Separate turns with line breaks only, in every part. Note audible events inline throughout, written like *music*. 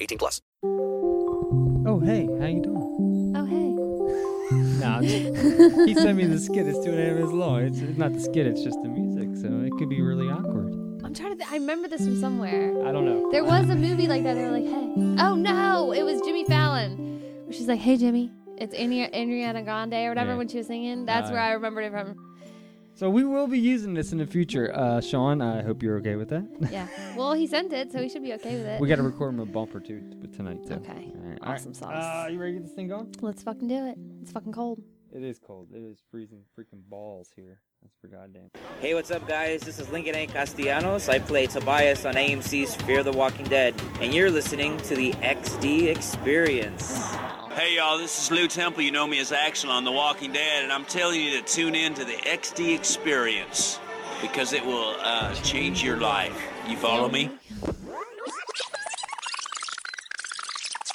18 plus.
Oh hey, how you doing?
Oh hey.
*laughs* No, I'm just,
*laughs*
he sent me the skit. It's two and a half minutes long. It's it's not the skit. It's just the music. So it could be really awkward.
I'm trying to. Th- I remember this from somewhere.
I don't know.
There was a movie like that. They were like, "Hey, oh no, it was Jimmy Fallon." Where she's like, "Hey, Jimmy, it's Ani- Ariana Grande or whatever."
Yeah.
When she was singing, that's
Uh,
where I remembered it
*laughs*
from.
So we will be using this in the future, uh, Sean. I hope you're okay with that.
Yeah. well, he sent it, so he should be okay with it.
we got to record him a bump or two t- tonight too.
Okay.
All right. All right.
Awesome
Uh,
sauce.
you ready to get this thing going?
Let's fucking do it. It's fucking cold.
Uh, It is cold. It is freezing freaking balls here. That's for goddamn.
Hey, what's up, guys? This is Lincoln A. Castellanos. I play Tobias on AMC's Fear the Walking Dead, and you're listening to the XD Experience.
Hey y'all, this is Lou Temple. You know me as Axel on The Walking Dead, and I'm telling you to tune in to the XD Experience because it will uh, change your life. You follow me?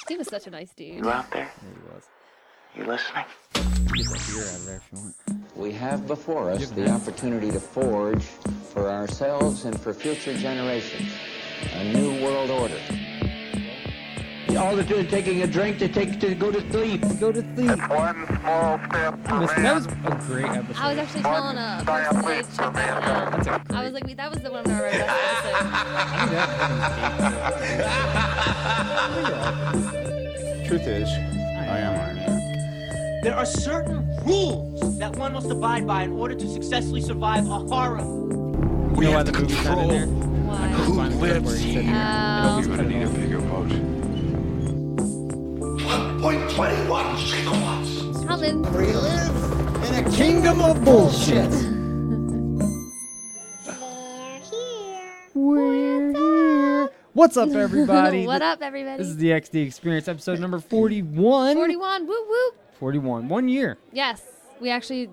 He was such a nice dude.
You out there?
There he was.
You listening?
Get that beer out of there if you want.
We have before us the opportunity to forge for ourselves and for future generations a new world order. All they're doing is taking a drink to take to go to sleep.
Go to sleep.
One small step for
Listen, that was a great episode.
I was actually telling a person today to check that one out. I was like, "Wait, that was the one where I wrote
Ah.
that
*laughs* Truth is, I am Iron Man.
There are certain rules that one must abide by in order to successfully survive a horror.
You know why the movie's not in there?
episode. Why?
Who lives
Oh,
You're gonna need a bigger boat.
coming.
Kingdom of bullshit. We're here. What's up, everybody?
*laughs* what up, everybody?
This is the XD Experience, episode number 41.
41. Woo woo.
41. One year.
Yes, we actually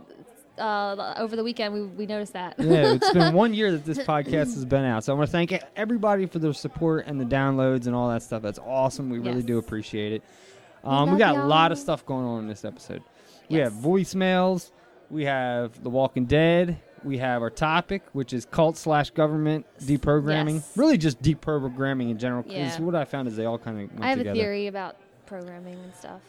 uh, over the weekend we, we noticed that.
Yeah, it's
*laughs*
been one year that this podcast has been out. So I want to thank e-, everybody for their support and the downloads and all that stuff. That's awesome. We really
Yes.
do appreciate it. Um, we
love
got a
y'all.
lot of stuff going on in this episode. We have
Yes.
voicemails. We have The Walking Dead. We have our topic, which is cult slash government deprogramming.
Yes.
Really, just deprogramming in general. 'cause
Yeah.
what I found is they all kind of went
I have
together.
a theory about programming and stuff.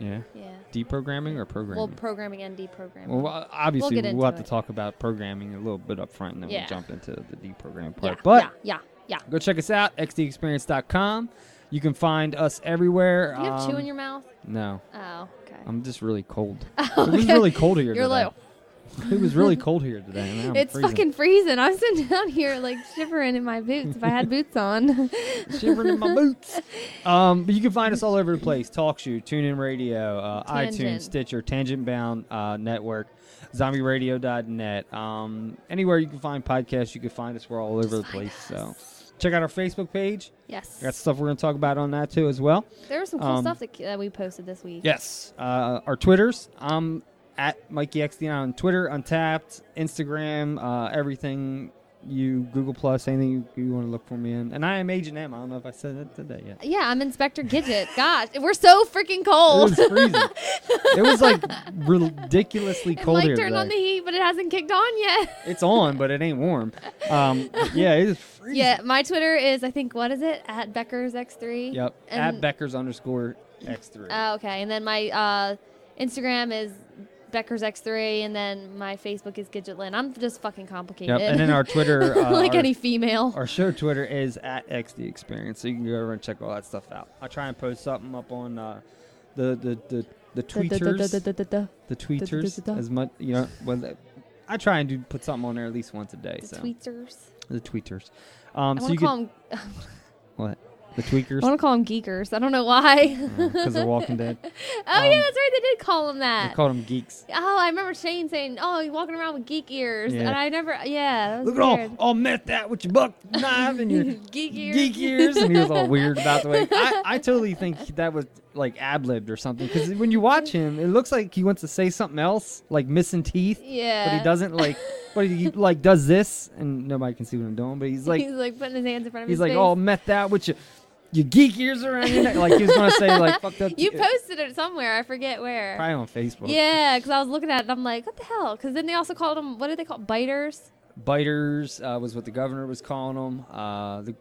Yeah.
Yeah.
Deprogramming or programming?
Well, programming and deprogramming.
Well, well, obviously,
get
we'll,
into
have to
it.
talk about programming a little bit up front, and then
Yeah.
we'll jump into the deprogram part.
yeah,
but
yeah, yeah, yeah.
go check us out, xdexperience.com. You can find us everywhere.
You have two
um,
in your mouth.
No,
Oh, okay.
I'm just really
*laughs*
cold. It was really cold here
You're
today.
low.
*laughs* It was really cold here today. and now I'm
*laughs* it's
freezing.
fucking freezing. I'm sitting *laughs* down here like shivering in my boots. If I had boots on,
*laughs* shivering in my boots. Um, but you can find us all over the place: TalkShoe, TuneIn Radio, uh, iTunes,
Tangent.
Stitcher, Tangent Bound uh, Network, ZombieRadio.net. Um, anywhere you can find podcasts, you can find us. We're all over the place. So check out our Facebook page.
yes.
We got stuff we're going to talk about on that too as well.
There was some cool
um,
stuff that, that we posted this week.
Yes. Uh, our Twitters. I'm at MikeyXD on Twitter, Untapped, Instagram, uh, everything. You Google Plus, anything you, you want to look for me in, and I am Agent M. I don't know if I said that today yet.
Yeah, I'm Inspector Gidget. Gosh, we're so freaking cold. *laughs*
It was freezing. it was like ridiculously
It
cold
might
here.
turn on the
today.
heat, but it hasn't kicked on yet.
It's on, but it ain't warm. Um, yeah, it is
*laughs*
freezing.
yeah, my Twitter is I think what is it at Becker's X3.
Yep.
And,
At Becker's underscore X three.
Oh, okay, and then my uh, Instagram is Becker's X3, and then my Facebook is Gidgetlyn. I'm just fucking complicated.
yep. And then our Twitter, uh,
*laughs* like
our,
any female.
our show Twitter is at XD Experience, so you can go over and check all that stuff out. I'll try and post something up on uh, the the the the tweeters,
The
the tweeters as much you know. Well, that- I try and do put something on there at least once a day. so
tweeters.
the tweeters. Um, so
I want *laughs*
you
to
could
call them.
what? The
I
tweakers.
want to call them geekers. I don't know why.
Because
*laughs*
they're Walking Dead. Um,
oh yeah, that's right. They did call them
I
that.
called them geeks.
oh, I remember Shane saying, "Oh, you're walking around with geek ears,"
Yeah.
and I never. Yeah, that was
Look at all,
weird.
all methed out with your buck knife and your
*laughs* geek ears.
geek ears, and he was all weird about the
*laughs*
way. I, I totally think that was like ad libbed or something. Because when you watch him, it looks like he wants to say something else, like missing teeth. But he
Yeah.
doesn't
*laughs*
like. But he like does this, and nobody can see what I'm doing. But he's like,
he's like putting his hands in front of
he's
his
like
face.
all methed out with your your geek ears around your neck. Like he was gonna say
*laughs*
like fucked up.
you
te-
posted it somewhere. I forget where.
probably on Facebook.
Yeah, because I was looking at it and I'm like, what the hell? Because then they also called them, what do they call biters?
Biters uh, was what the governor was calling them. Uh, the,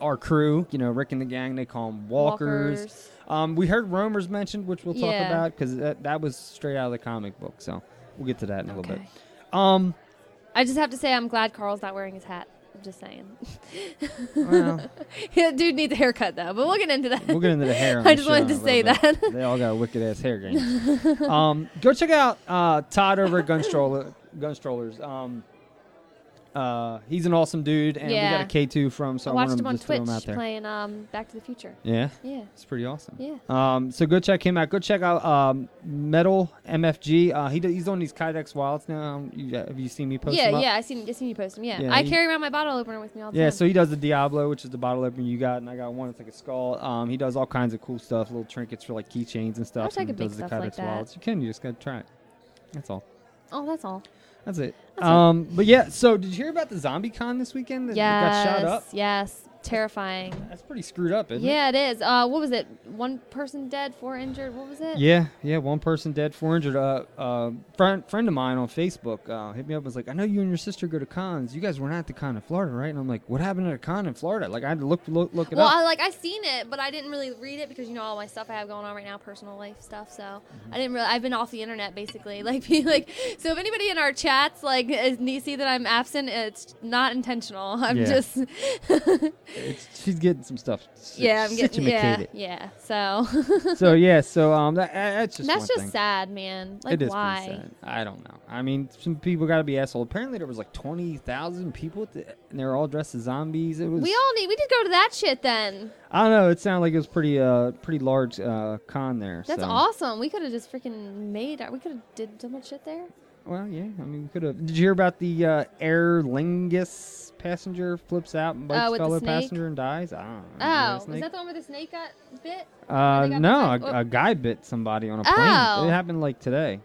our crew, you know, Rick and the gang, they call them walkers.
Walkers.
Um, we heard roamers mentioned, which we'll talk
Yeah.
about because that, that was straight out of the comic book. So we'll get to that in a little bit. Um,
I just have to say, I'm glad Carl's not wearing his hat. I'm just saying.
Well.
*laughs* Yeah, Dude needs a haircut, though, but we'll get into that.
we'll get into the
*laughs*
hair. on
I
this
just
show
wanted
in a
to
little
say
bit.
that.
they all got wicked ass
*laughs*
hair games. um, go check out uh, Todd over at Gunstroller, Gunstrollers. Um, uh, he's an awesome dude, and
Yeah.
we got a K two from. So
I
I,
watched
wanted
him on
to throw him out
Twitch
there.
playing um, Back to the Future.
Yeah.
Yeah.
It's pretty awesome.
Yeah.
Um, so go check him out. Go check out um, Metal MFG. Uh, he do, he's on these Kydex Wilds now. Um, you, have you seen me post?
yeah,
them up?
yeah. I seen, I seen you post him. Yeah.
Yeah,
I
he-
carry around my bottle opener with me all the
Yeah,
time.
so he does the Diablo, which is the bottle opener you got, and I got one. It's like a skull. Um, he does all kinds of cool stuff, little trinkets for like keychains and stuff.
wish I
and
could
does
make
the
stuff like
Kydex
that.
Wilds. You can. You just gotta try it. That's all.
oh, that's all.
That's it. um, but yeah. So did you hear about the Zombie Con this weekend? That
Yes.
Got shot up.
Yes. Terrifying.
That's pretty screwed up, isn't it?
Yeah, it is. Uh, what was it? One person dead, four injured. What was it?
Yeah, yeah. One person dead, four injured. Uh, uh, friend friend of mine on Facebook uh, hit me up. and Was like, I know you and your sister go to cons. You guys were not at the con in Florida, right? And I'm like, what happened at a con in Florida? Like, I had to look look, look it
Well,
up.
I like I seen it, but I didn't really read it because you know all my stuff I have going on right now, personal life stuff. So
Mm-hmm.
I didn't really. I've been off the internet basically. *laughs* Like, be like, so if anybody in our chats like is, you see that I'm absent, it's not intentional. *laughs* I'm
Yeah.
just,
It's- she's getting some stuff. si-
yeah, I'm getting, yeah,
situated.
yeah. So *laughs*
so yeah, so um, that, uh, that's just
that's
one
just
thing.
sad, man. Like,
it is
why?
pretty sad. I don't know. I mean, some people got to be asshole. Apparently, there was like twenty thousand people, at the, and they were all dressed as zombies. It was.
We all need. We did go to that shit then.
I don't know. It sounded like it was pretty uh pretty large uh con there.
That's
so.
awesome. We could have just freaking made. our- We could have did so much shit there.
Well, yeah. I mean, we could have. Did you hear about the uh, Aer Lingus passenger flips out and bites
Oh, with the
fellow
snake?
passenger and dies? I don't know. Did you hear
Oh,
the
was
snake?
that the one where the snake got bit?
uh,
they got
no,
the-
a, a guy bit somebody on a plane.
Oh.
It happened like today.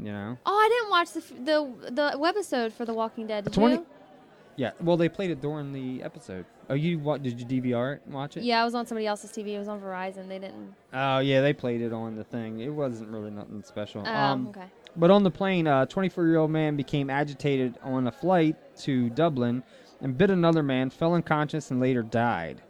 You know.
Oh, I didn't watch the f- the the webisode for The Walking Dead. Did
20
you?
Yeah. Well, they played it during the episode. Oh, you wa- did you DVR it and watch it?
Yeah, I was on somebody else's TV. It was on Verizon. They didn't.
Oh, yeah. They played it on the thing. It wasn't really nothing special.
Oh,
um,
okay.
But on the plane, a 24 year old man became agitated on a flight to Dublin and bit another man, fell unconscious, and later died.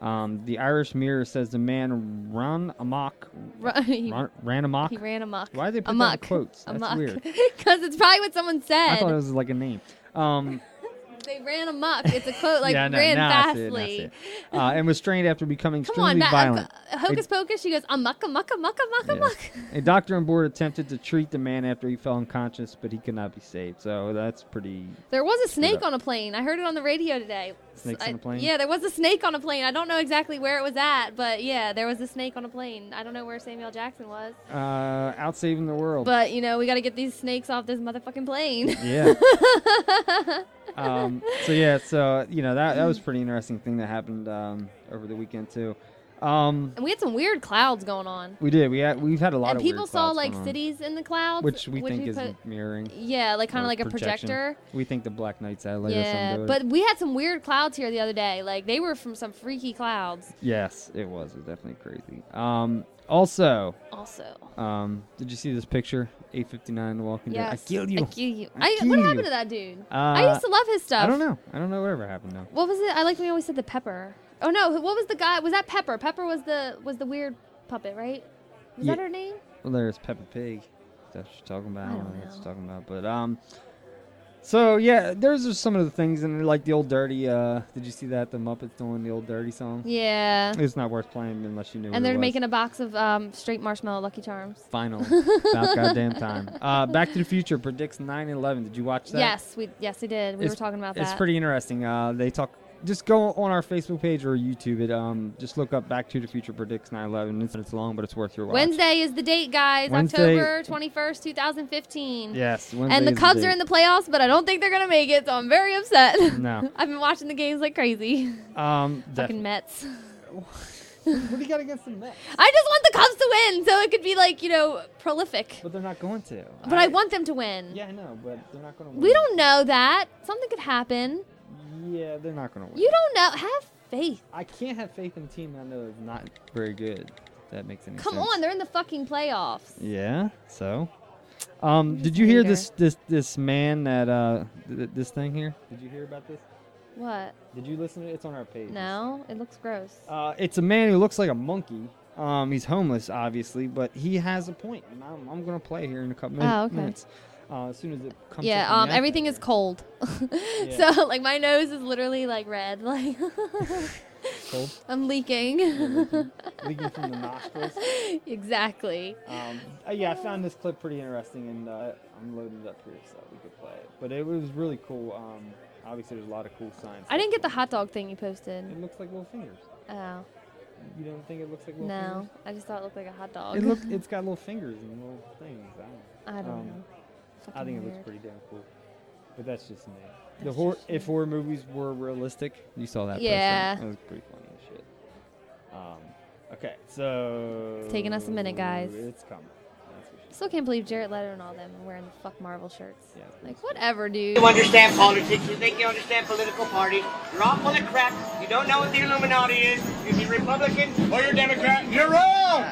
Um, the Irish Mirror says the man ran amok.
Ru- he, *laughs*
Ran, ran amok?
he ran amok.
Why did they put that in
amok.
quotes? That's weird.
*laughs* Because it's probably what someone said.
I thought it was like a name. Um,
They ran amok. It's a quote like
yeah, I know.
ran
now I see it, now I see
fastly.
it. Uh, and was trained after becoming
Come on,
extremely
that,
violent.
hocus pocus. She goes amok, amok, amok, amok, amok.
A doctor on board attempted to treat the man after he fell unconscious, but he could not be saved. So that's pretty.
There was a
Screwed
snake
up.
on a plane. I heard it on the radio today.
Snakes
I-
on a plane?
Yeah, there was a snake on a plane. I don't know exactly where it was at, but yeah, there was a snake on a plane. I don't know where Samuel Jackson was.
Uh, out saving the world.
But you know, we got to get these snakes off this motherfucking plane.
Yeah. um, so yeah, so you know that that was pretty interesting thing that happened um, over the weekend too. Um,
*laughs* and we had some weird clouds going on.
we did. We had, we've had a lot
And
of
people
weird
saw
clouds
like
going on,
cities in the clouds,
which we think is
put-
mirroring.
yeah, like kind
or
of like a
projection.
projector.
We think the Black Knight satellite or
Yeah,
something. do it.
but we had some weird clouds here the other day. Like they were from some freaky clouds.
yes, it was. It was definitely crazy. Um, also,
Also,
um, did you see this picture? Eight fifty nine, The Walking
yeah,
Dead. I killed you.
I kill you.
I
I-
kill
what
you. Uh,
happened to that dude? I used to love his stuff.
I don't know. I don't know whatever happened now.
What was it? I like when we always said the pepper. Oh no, what was the guy? Was that Pepper? Pepper was the was the weird puppet, right? Was that
Yeah.
her name?
Well, there's Peppa Pig. That's what you're talking about. I
I
don't
don't
know what you're talking about. But um, so yeah, those are some of the things, and like the old dirty. Uh, did you see that the Muppets doing the old dirty song?
Yeah.
It's not worth playing unless you knew. what it
and they're
was.
making a box of um, straight marshmallow Lucky Charms. *laughs*
final about goddamn time. Uh, Back to the Future predicts 9/11. Did you watch that?
Yes, we yes we did. We were talking about
it's
that.
pretty interesting. Uh, they talk just go on our Facebook page or YouTube it. Um, just look up Back to the Future predicts 9/11. It's, it's long, but it's worth your watch.
Wednesday is the date, guys.
Wednesday-
October 21st, 2015.
Yes, Wednesday
And the
is
Cubs
date.
are in the playoffs, but I don't think they're going to make it, so I'm very upset.
No.
*laughs* I've been watching the games like crazy.
Um, definitely. *laughs*
Fucking Mets.
what do you got against the Mets?
I just want the Cubs to win so it could be, like, you know, prolific.
But they're not going to.
But I, want them to win.
Yeah, I know, but they're not going to.
Um, We don't know that. Something could happen.
Yeah, they're not going to win.
You don't know. Have faith.
I can't have faith in a team I know is not very good. That makes any
Come
sense.
on, they're in the fucking playoffs.
Yeah. So, um, did you hear this this this man that uh th- this thing here? Did you hear about this?
What?
Did you listen to it? It's on our page.
No, it looks gross.
Uh, it's a man who looks like a monkey. Um, he's homeless, obviously, but he has a point, and I'm, I'm gonna play here in a couple minutes.
Oh, okay.
minutes. Uh, as soon as it comes. up
yeah,
on
um,
the app.
everything is cold. *laughs*
Yeah.
so like my nose is literally like red, *laughs* like
Cold.
I'm leaking.
leaking from the nostrils.
*laughs* exactly.
Um, uh, yeah, I found this clip pretty interesting, and uh, I'm loading it up here so we could play it. But it was really cool. Um, obviously, there's a lot of cool signs.
I didn't get the hot dog thing you
It
posted.
looks like little fingers.
Oh
You don't think it looks like little
no, I just thought it looked like a hot dog.
fingers? It look, it's got little fingers and little things. I
I
don't know.
don't
Um,
know.
I
Fucking
think it looks
weird.
pretty damn cool. But that's just me. the
That's
horror,
just
if horror movies were realistic, you saw that. poster.
Yeah.
That was pretty funny as shit. Um, okay, so.
It's taking us a minute, guys.
It's coming. That's for sure.
*laughs* Still can't believe Jarrett Leto and all them are wearing the fuck Marvel shirts.
Yeah, it's
Like whatever, dude.
You understand politics, you think you understand political parties, you're all full of crap, you don't know what the Illuminati is, if you're Republican or you're Democrat, you're wrong!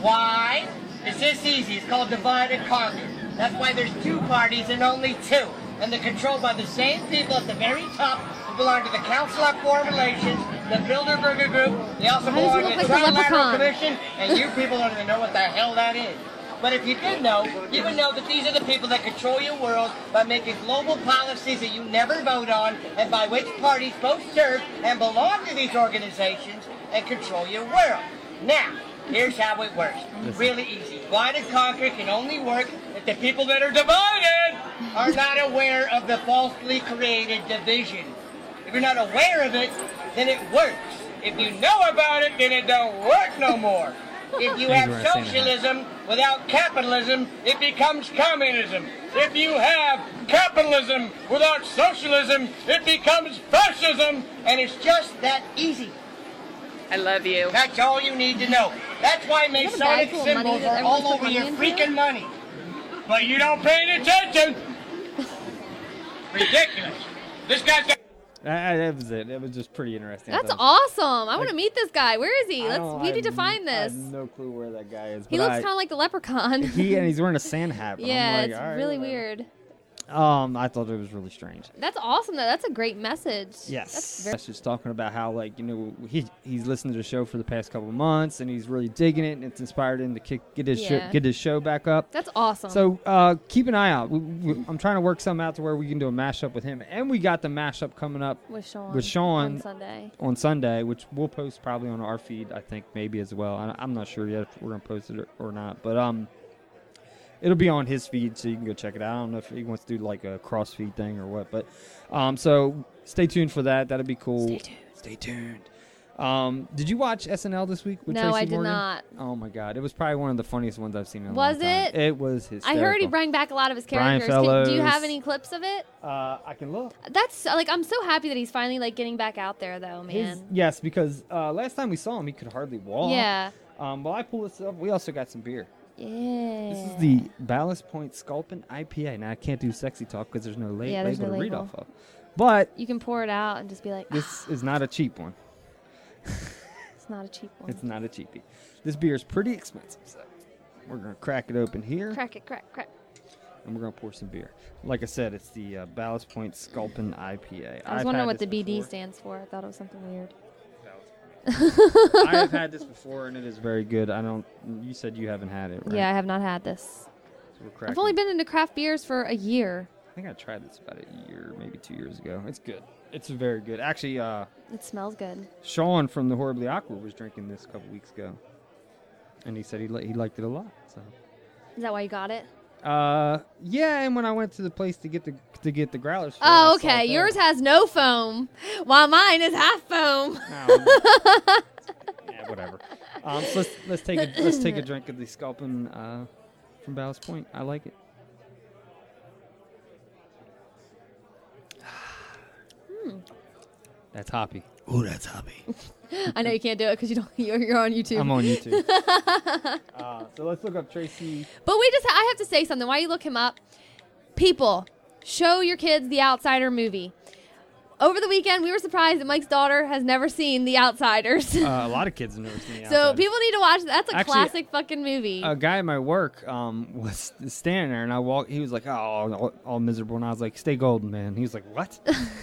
Why? It's this easy, it's called divide and conquer. That's why there's two parties and only two, and they're controlled by the same people at the very top who belong to the Council on Foreign Relations, the Bilderberger Group, they also
Why does he
belong to
look
the
like a
Trilateral
leprechaun?
Commission, and you people don't even know what the hell that is. But if you did know, you would know that these are the people that control your world by making global policies that you never vote on and by which parties both serve and belong to these organizations and control your world. Now, here's how it works. Really easy. Divide and conquer can only work if the people that are divided are not aware of the falsely created division. If you're not aware of it, then it works. If you know about it, then it don't work no more. If you have
Thank you, Roxana.
socialism, capitalism. Without capitalism, it becomes communism. If you have capitalism without socialism, it becomes fascism. And it's just that easy.
I love you.
That's all you need to know. That's why
that a bag
Masonic
full of money
symbols
that
are all
everyone's
over
put
your
money into?
freaking money. But you don't pay
*laughs*
any attention. Ridiculous. This guy's got.
That, that was it. That was just pretty interesting.
That's
So,
awesome. I want to meet this guy. Where is he?
I
Let's
don't-
we
I
need to
have
find
n- I
this.
have no clue where that guy is.
He
but
looks
I-
kind of like the leprechaun.
He and he's wearing a sand hat. but I'm
yeah,
like,
it's
"All right,
really
whatever."
weird.
Um, I thought it was really strange.
That's awesome though. That's a great message.
Yes,
That's
that's,
very
just talking about how like you know he he's listened to the show for the past couple of months and he's really digging it and it's inspired him to kick, get his
Yeah.
sho- get his show back up.
that's awesome.
So uh, keep an eye out. We, we, I'm trying to work something out to where we can do a mashup with him, and we got the mashup coming up
with Sean.
with Sean
on Sunday.
on Sunday, which we'll post probably on our feed, I think maybe as well. I, I'm not sure yet if we're gonna post it or, or not, but um, it'll be on his feed, so you can go check it out. I don't know if he wants to do like a cross feed thing or what, but um, so stay tuned for that. That'll be cool. Stay tuned. Stay tuned. Um, did you watch SNL this week? With
No,
Tracy
I did
Morgan?
not.
Oh my god, it was probably one of the funniest ones I've seen in a
Was
long time.
it?
It was his.
I heard he brought back a lot of his
Brian
characters. Can- do you
Fellows.
have any clips of it?
Uh, I can look.
That's like I'm so happy that he's finally like getting back out there though,
His-
Oh, man.
yes, because uh, last time we saw him, he could hardly walk.
Yeah.
Um, while I pull this up, we also got some beer.
Yeah.
This is the Ballast Point Sculpin IPA. Now I can't do sexy talk because there's no la-
Yeah, there's
label
no
to read
label.
off of. But
You can pour it out and just be like, "Ah,
this is not a cheap one.
it's not a cheap one.
It's not a cheapie. This beer is pretty expensive, so we're gonna crack it open here
crack it, crack, crack.
and we're gonna pour some beer. Like I said, it's the uh, Ballast Point Sculpin IPA.
I was wondering what the BD stands for. I thought it was something weird. *laughs*
I have had this before and it is very good. I don't. You said you haven't had it, right?
Yeah, I have not had this.
So we're cracking.
I've only been into craft beers for a year.
I think I tried this about a year, maybe two years ago. It's good. It's very good. Actually, uh,
It smells good.
Sean from the Horribly Awkward was drinking this a couple weeks ago, and he said he li- he liked it a lot. So
Is that why you got it?
Uh, yeah, and when I went to the place to get the to get the growlers. for it, I
Oh,
saw
okay.
it there.
Yours has no foam, while mine is half foam.
Yeah, whatever. Um, so let's let's take a let's take a drink of the sculpin uh, from Ballast Point. I like it. That's hoppy. Ooh, that's hoppy.
*laughs* I know you can't do it because you don't. *laughs* You're, you're on YouTube.
I'm on
*laughs*
YouTube. uh, so let's look up Tracy.
But we just, I have to say something. While you look him up, people, show your kids the Outsider movie. Over the weekend, we were surprised that Mike's daughter has never seen The Outsiders.
Uh,
*laughs*
a lot of kids have never seen. The
so
outside.
people need to watch. That's a
Actually,
classic fucking movie.
a guy at my work um, was standing there, and I walked. He was like, "Oh, all, all miserable," and I was like, "Stay golden, man." He was like, "What?"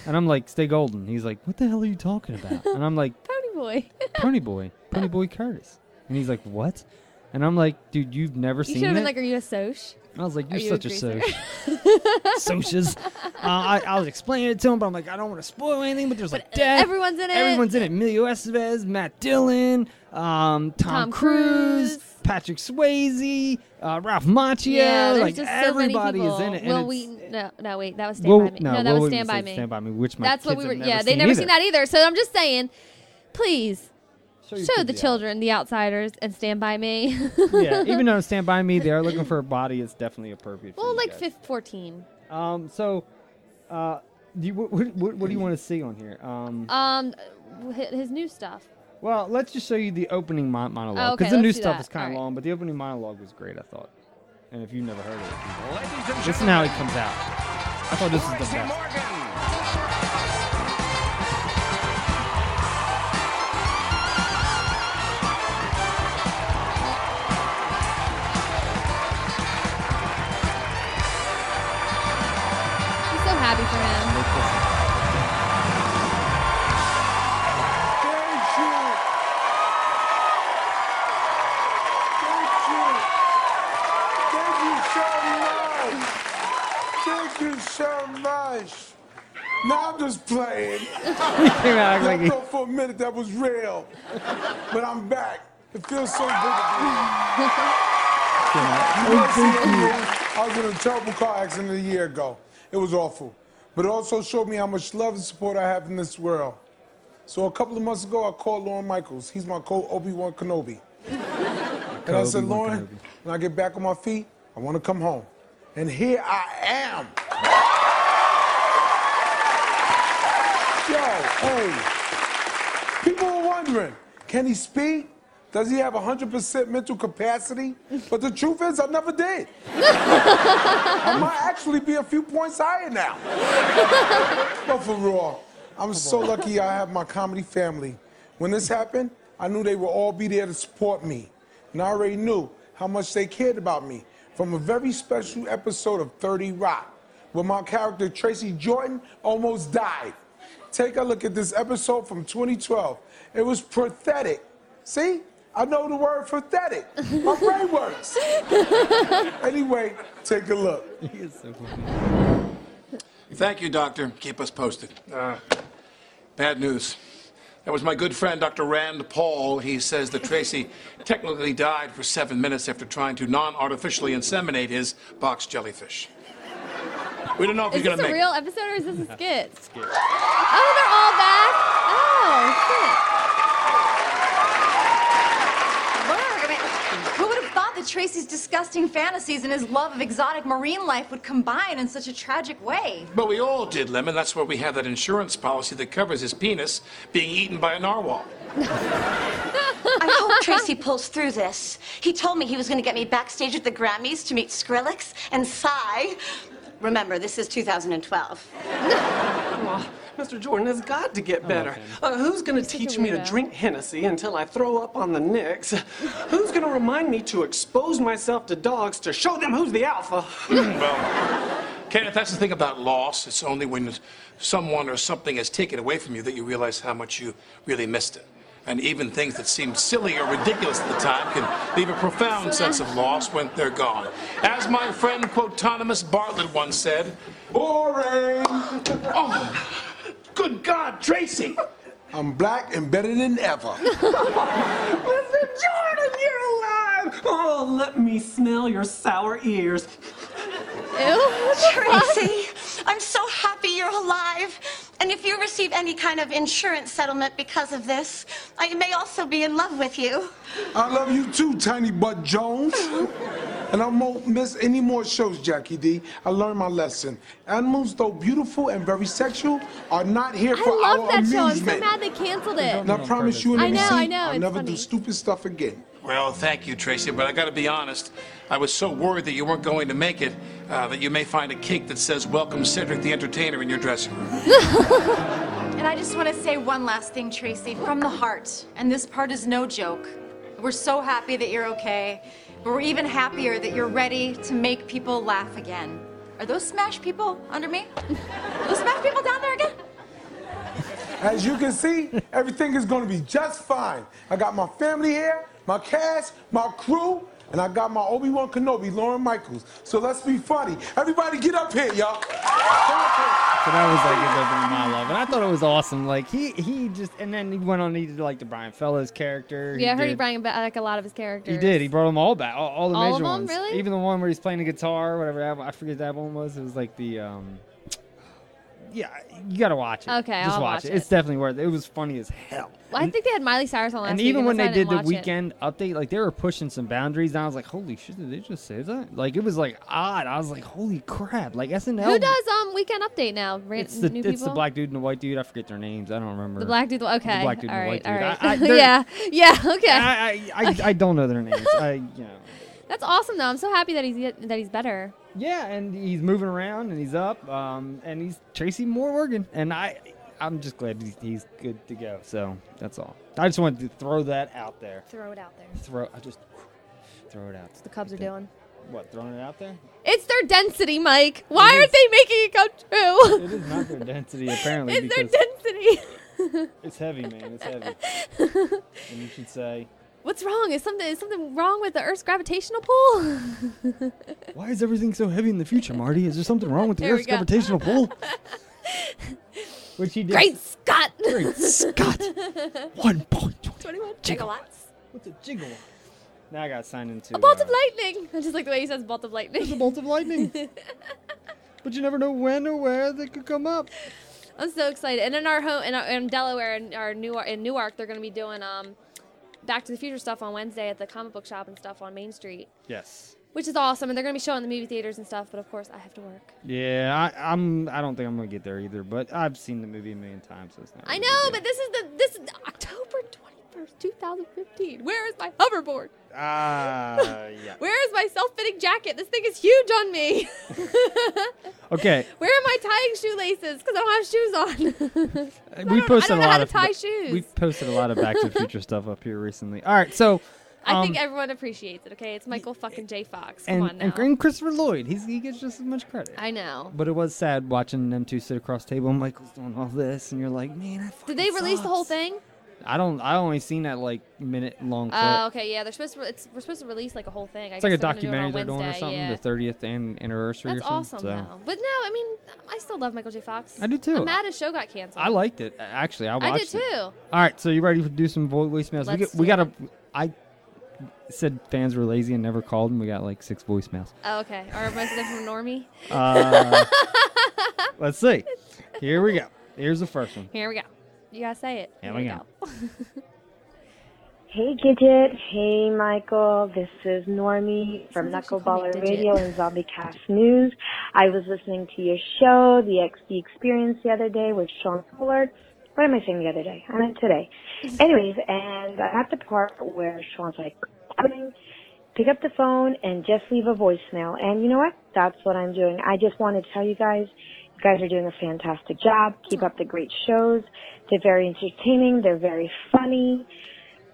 and I'm like, "Stay golden." He's like, "What the hell are you talking about?" And I'm like,
Pony boy.
"Pony boy, Pony boy Curtis," and he's like, "What?" And I'm like, "Dude, you've never
You
seen
should have
it."
been like, "Are you a soch?"
I was like,
Are
"You're
you
such a
greaser?"
soch."
*laughs*
Socias. Uh, I, I was explaining it to him, but I'm like, I don't want to spoil anything. But there's like death.
e, everyone's in it.
Everyone's in it. Emilio Estevez, Matt Dillon, um, Tom,
Tom
Cruise, Patrick Swayze, uh, Ralph Macchio.
yeah, there's
like
just
everybody
so many people.
is in it. and
Well,
it's- eh,
we no, no, wait, that was Stand
Well,
by Me. No, that
Will Wheaton
was Stand by
said
Me.
Stand by Me, which my
That's what
kids
we were.
have
Yeah, they
seen
never
either.
seen that either. So I'm just saying, please
your
show
kids The
the children The Outsiders and Stand by Me.
*laughs*
*laughs*
yeah, even though Stand by Me, they are looking for a body. It's definitely appropriate. for
well,
you
like
guys.
15, 14.
Um, so, uh, do you, what, what, what do you want to see on here? Um,
Um, hi- his new stuff.
Well, let's just show you the opening mon-
Oh,
monologue
okay,
because the new
let's do
stuff
that.
is kind of
Alright.
long, but the opening monologue was great. I thought, and if you've never heard of it, listen how it comes out. I thought this is the best.
I'm so happy for him.
Thank you so much. Now I'm just
*laughs*
playing.
came out like
I
he-
thought for a minute that was real, but I'm back. It feels so good.
*laughs*
to be.
Oh,
You know, see, I was in a terrible car accident a year ago. It was awful. But it also showed me how much love and support I have in this world. So a couple of months ago, I called Lauren Michaels. He's my co Obi-Wan Kenobi. and I said,
Co-Obi-Wan
Lauren, when I get back on my feet, I want to come home. And here I am. Yo, hey. People are wondering, can he speak? Does he have 100% mental capacity? But the truth is, I never did. *laughs* I might actually be a few points higher now. but for real, I'm so lucky I have my comedy family. When this happened, I knew they would all be there to support me. And I already knew how much they cared about me from a very special episode of 30 Rock, where my character Tracy Jordan almost died. Take a look at this episode from 2012. It was pathetic. See? I know the word pathetic. My brain works. anyway, take a look.
Thank you, Doctor. Keep us posted. Uh, bad news. That was my good friend, Dr. Rand Paul. He says that Tracy technically died for seven minutes after trying to non artificially inseminate his box jellyfish. We don't know if
Is
he's
this
going to
a
make
real episode or is this a skit? Oh, they're all back. Oh,
Berg, I mean, who would have thought that Tracy's disgusting fantasies and his love of exotic marine life would combine in such a tragic way?
But we all did, Lemon. That's where we have that insurance policy that covers his penis being eaten by a narwhal.
I hope Tracy pulls through this. He told me he was going to get me backstage at the Grammys to meet Skrillex and Psy. Remember, this is 2012.
Mr. Jordan has got to get better. Uh, who's going to teach me to
weirdo.
drink Hennessy until I throw up on the Knicks? *laughs* who's going to remind me to expose myself to dogs to *laughs* show them Oh, who's the alpha?
Hmm, well, Kenneth, that's the thing about loss. It's only when someone or something is taken away from you that you realize how much you really missed it. And even things that seem silly or ridiculous at the time can leave a profound sense of loss when they're gone. As my friend Quotonomous Bartlett once said, boring. Oh, good God, Tracy!
I'm black and better than ever.
Mr. Jordan, you're alive! Oh, let me smell your sour ears. *laughs*
Tracy, I'm so happy you're alive. And if you receive any kind of insurance settlement because of this, I may also be in love with you.
I love you too, Tiny Butt Jones. And I won't miss any more shows, Jackie D. I learned my lesson. Animals, though beautiful and very sexual, are not here for
I
our
love that show. I'm
amusement.
so mad they canceled it.
And I promise you, and
I know,
MC,
I know.
I'll
It's
never
funny.
do stupid stuff again.
Well, thank you, Tracy, but I got to be honest. I was so worried that you weren't going to make it uh, that you may find a cake that says "Welcome, Cedric the Entertainer" in your dressing room.
And I just want to say one last thing, Tracy, from the heart. And this part is no joke. We're so happy that you're okay, but we're even happier that you're ready to make people laugh again. Are those smash people under me? *laughs* Are those smash people down there again?
As you can see, everything is going to be just fine. I got my family here, my cast, my crew, and I got my Obi Wan Kenobi, Lauren Michaels. So let's be funny. Everybody, get up here, y'all.
So that was like his opening monologue, and I thought it was awesome. Like he he just and then he went on he did like the Brian Fellows character.
Yeah, I heard he
did-
brought back a lot of his characters.
He did. He brought them all back. All, all the
All of
major
them,
ones.
really?
Even the one where he's playing the guitar, whatever that one, I forget that one was. It was like the um Yeah, you gotta watch it.
Okay,
Just
I'll
watch,
watch
it. It's definitely worth it. It was funny as hell.
Well, I think they had Miley Cyrus on last
and
week,
even when they
that's
did
why
the
I didn't watch it.
weekend update, like they were pushing some boundaries, and I was like, "Holy shit! Did they just say that?" Like it was like odd. I was like, "Holy crap!" Like SNL.
Who does um weekend update now? Ra-
It's the
new
it's
people?
the black dude and the white dude. I forget their names. I don't remember.
The black dude. Okay.
The black dude
all
and the white
right.
dude.
All right. *laughs*
I, I, they're-
yeah. Yeah.
*laughs*
Okay.
I, I, I don't know
*laughs*
their names. I you know.
That's awesome though. I'm so happy that he's get, that he's better.
Yeah, and he's moving around and he's up, um, and he's chasing more Morgan, and I, I'm just glad he's, he's good to go. So that's all. I just wanted to throw that out there.
Throw it out there.
Throw. I just throw it out.
The Cubs are doing.
What? Throwing it out there?
It's their density, Mike. Why aren't they making it come true? *laughs*
It is not their density apparently
It's their
because
density. *laughs*
it's heavy, man. It's heavy. and you should say,
What's wrong? Is something is something wrong with the Earth's gravitational pull? *laughs*
why is everything so heavy in the future, Marty? Is there something wrong with the
There we
Earth's
go.
gravitational
*laughs*
pull? Which he did.
Great Scott.
Great Scott.
*laughs* One point twenty-one gigawatts.
What's a gigawatt? Now I got signed into
A bolt
uh,
of lightning. *laughs* I just like the way he says bolt of lightning. It's a
bolt of lightning. But you never know when or where they could come up.
*laughs* I'm so excited. And in our home in, our, in Delaware and our Newark in Newark, they're going to be doing um, Back to the Future stuff on Wednesday at the comic book shop and stuff on Main Street,
Yes.
which is awesome. And they're going to be showing the movie theaters and stuff. But of course, I have to work.
Yeah, I, I'm. I don't think I'm gonna get there either. But I've seen the movie a million times, so it's not.
I know, but this is the this is October 21st, 2015. Where is my hoverboard?
Ah,
*laughs*
yeah.
Where is my self-fitting jacket? This thing is huge on me. *laughs*
Okay,
Where are my tying shoelaces? Because I don't have shoes on. *laughs*
Uh, we posted
I don't
a
know
lot
how to
of
tie shoes.
We posted a lot of Back to the
*laughs*
Future stuff up here recently. All right, so
I
um,
think everyone appreciates it. Okay, it's Michael fucking J. Fox. Come
and,
on now.
and and Christopher Lloyd, he's, he gets just as much credit.
I know.
But it was sad watching them two sit across the table. and Michael's doing all this, and you're like, man,
Did they release the whole thing?
I, I don't. I only seen that like minute long
Oh,
clip.
okay, yeah. They're supposed to. Re- it's, we're supposed to release like a whole thing. I
it's like a
guess they're gonna do it
documentary
on
they're doing or
Wednesday,
something,
yeah.
the 30th an- anniversary
That's
or
awesome,
something. so.
though. But no, I mean, I still love Michael J. Fox.
I do, too.
I'm mad his show got canceled.
I liked it. a- Actually, I
I did,
watched it.
too.
All right, so you ready to do some vo- voicemails? we
Let's
get, we
do
got a. I said fans were lazy and never called, and we got like six voicemails.
Oh, okay. Or most of them from Normie.
*laughs* Uh, let's see. Here we go. Here's the first one.
*laughs* Here we go. You gotta say it.
Here we go.
Hey Gidget, hey Michael, this is Normie from
Sounds like she called me
Knuckleballer
Gidget.
Radio and Zombie Cast News. I was listening to your show, the XD Experience, the other day with Sean Pollard. What am I saying the other day? I meant
*laughs*
today. Anyways, and I'm at the part where Sean's like, pick up the phone and just leave a voicemail. And you know what? That's what I'm doing. I just want to tell you guys, you guys are doing a fantastic job. Keep up the great shows. They're very entertaining. They're very funny.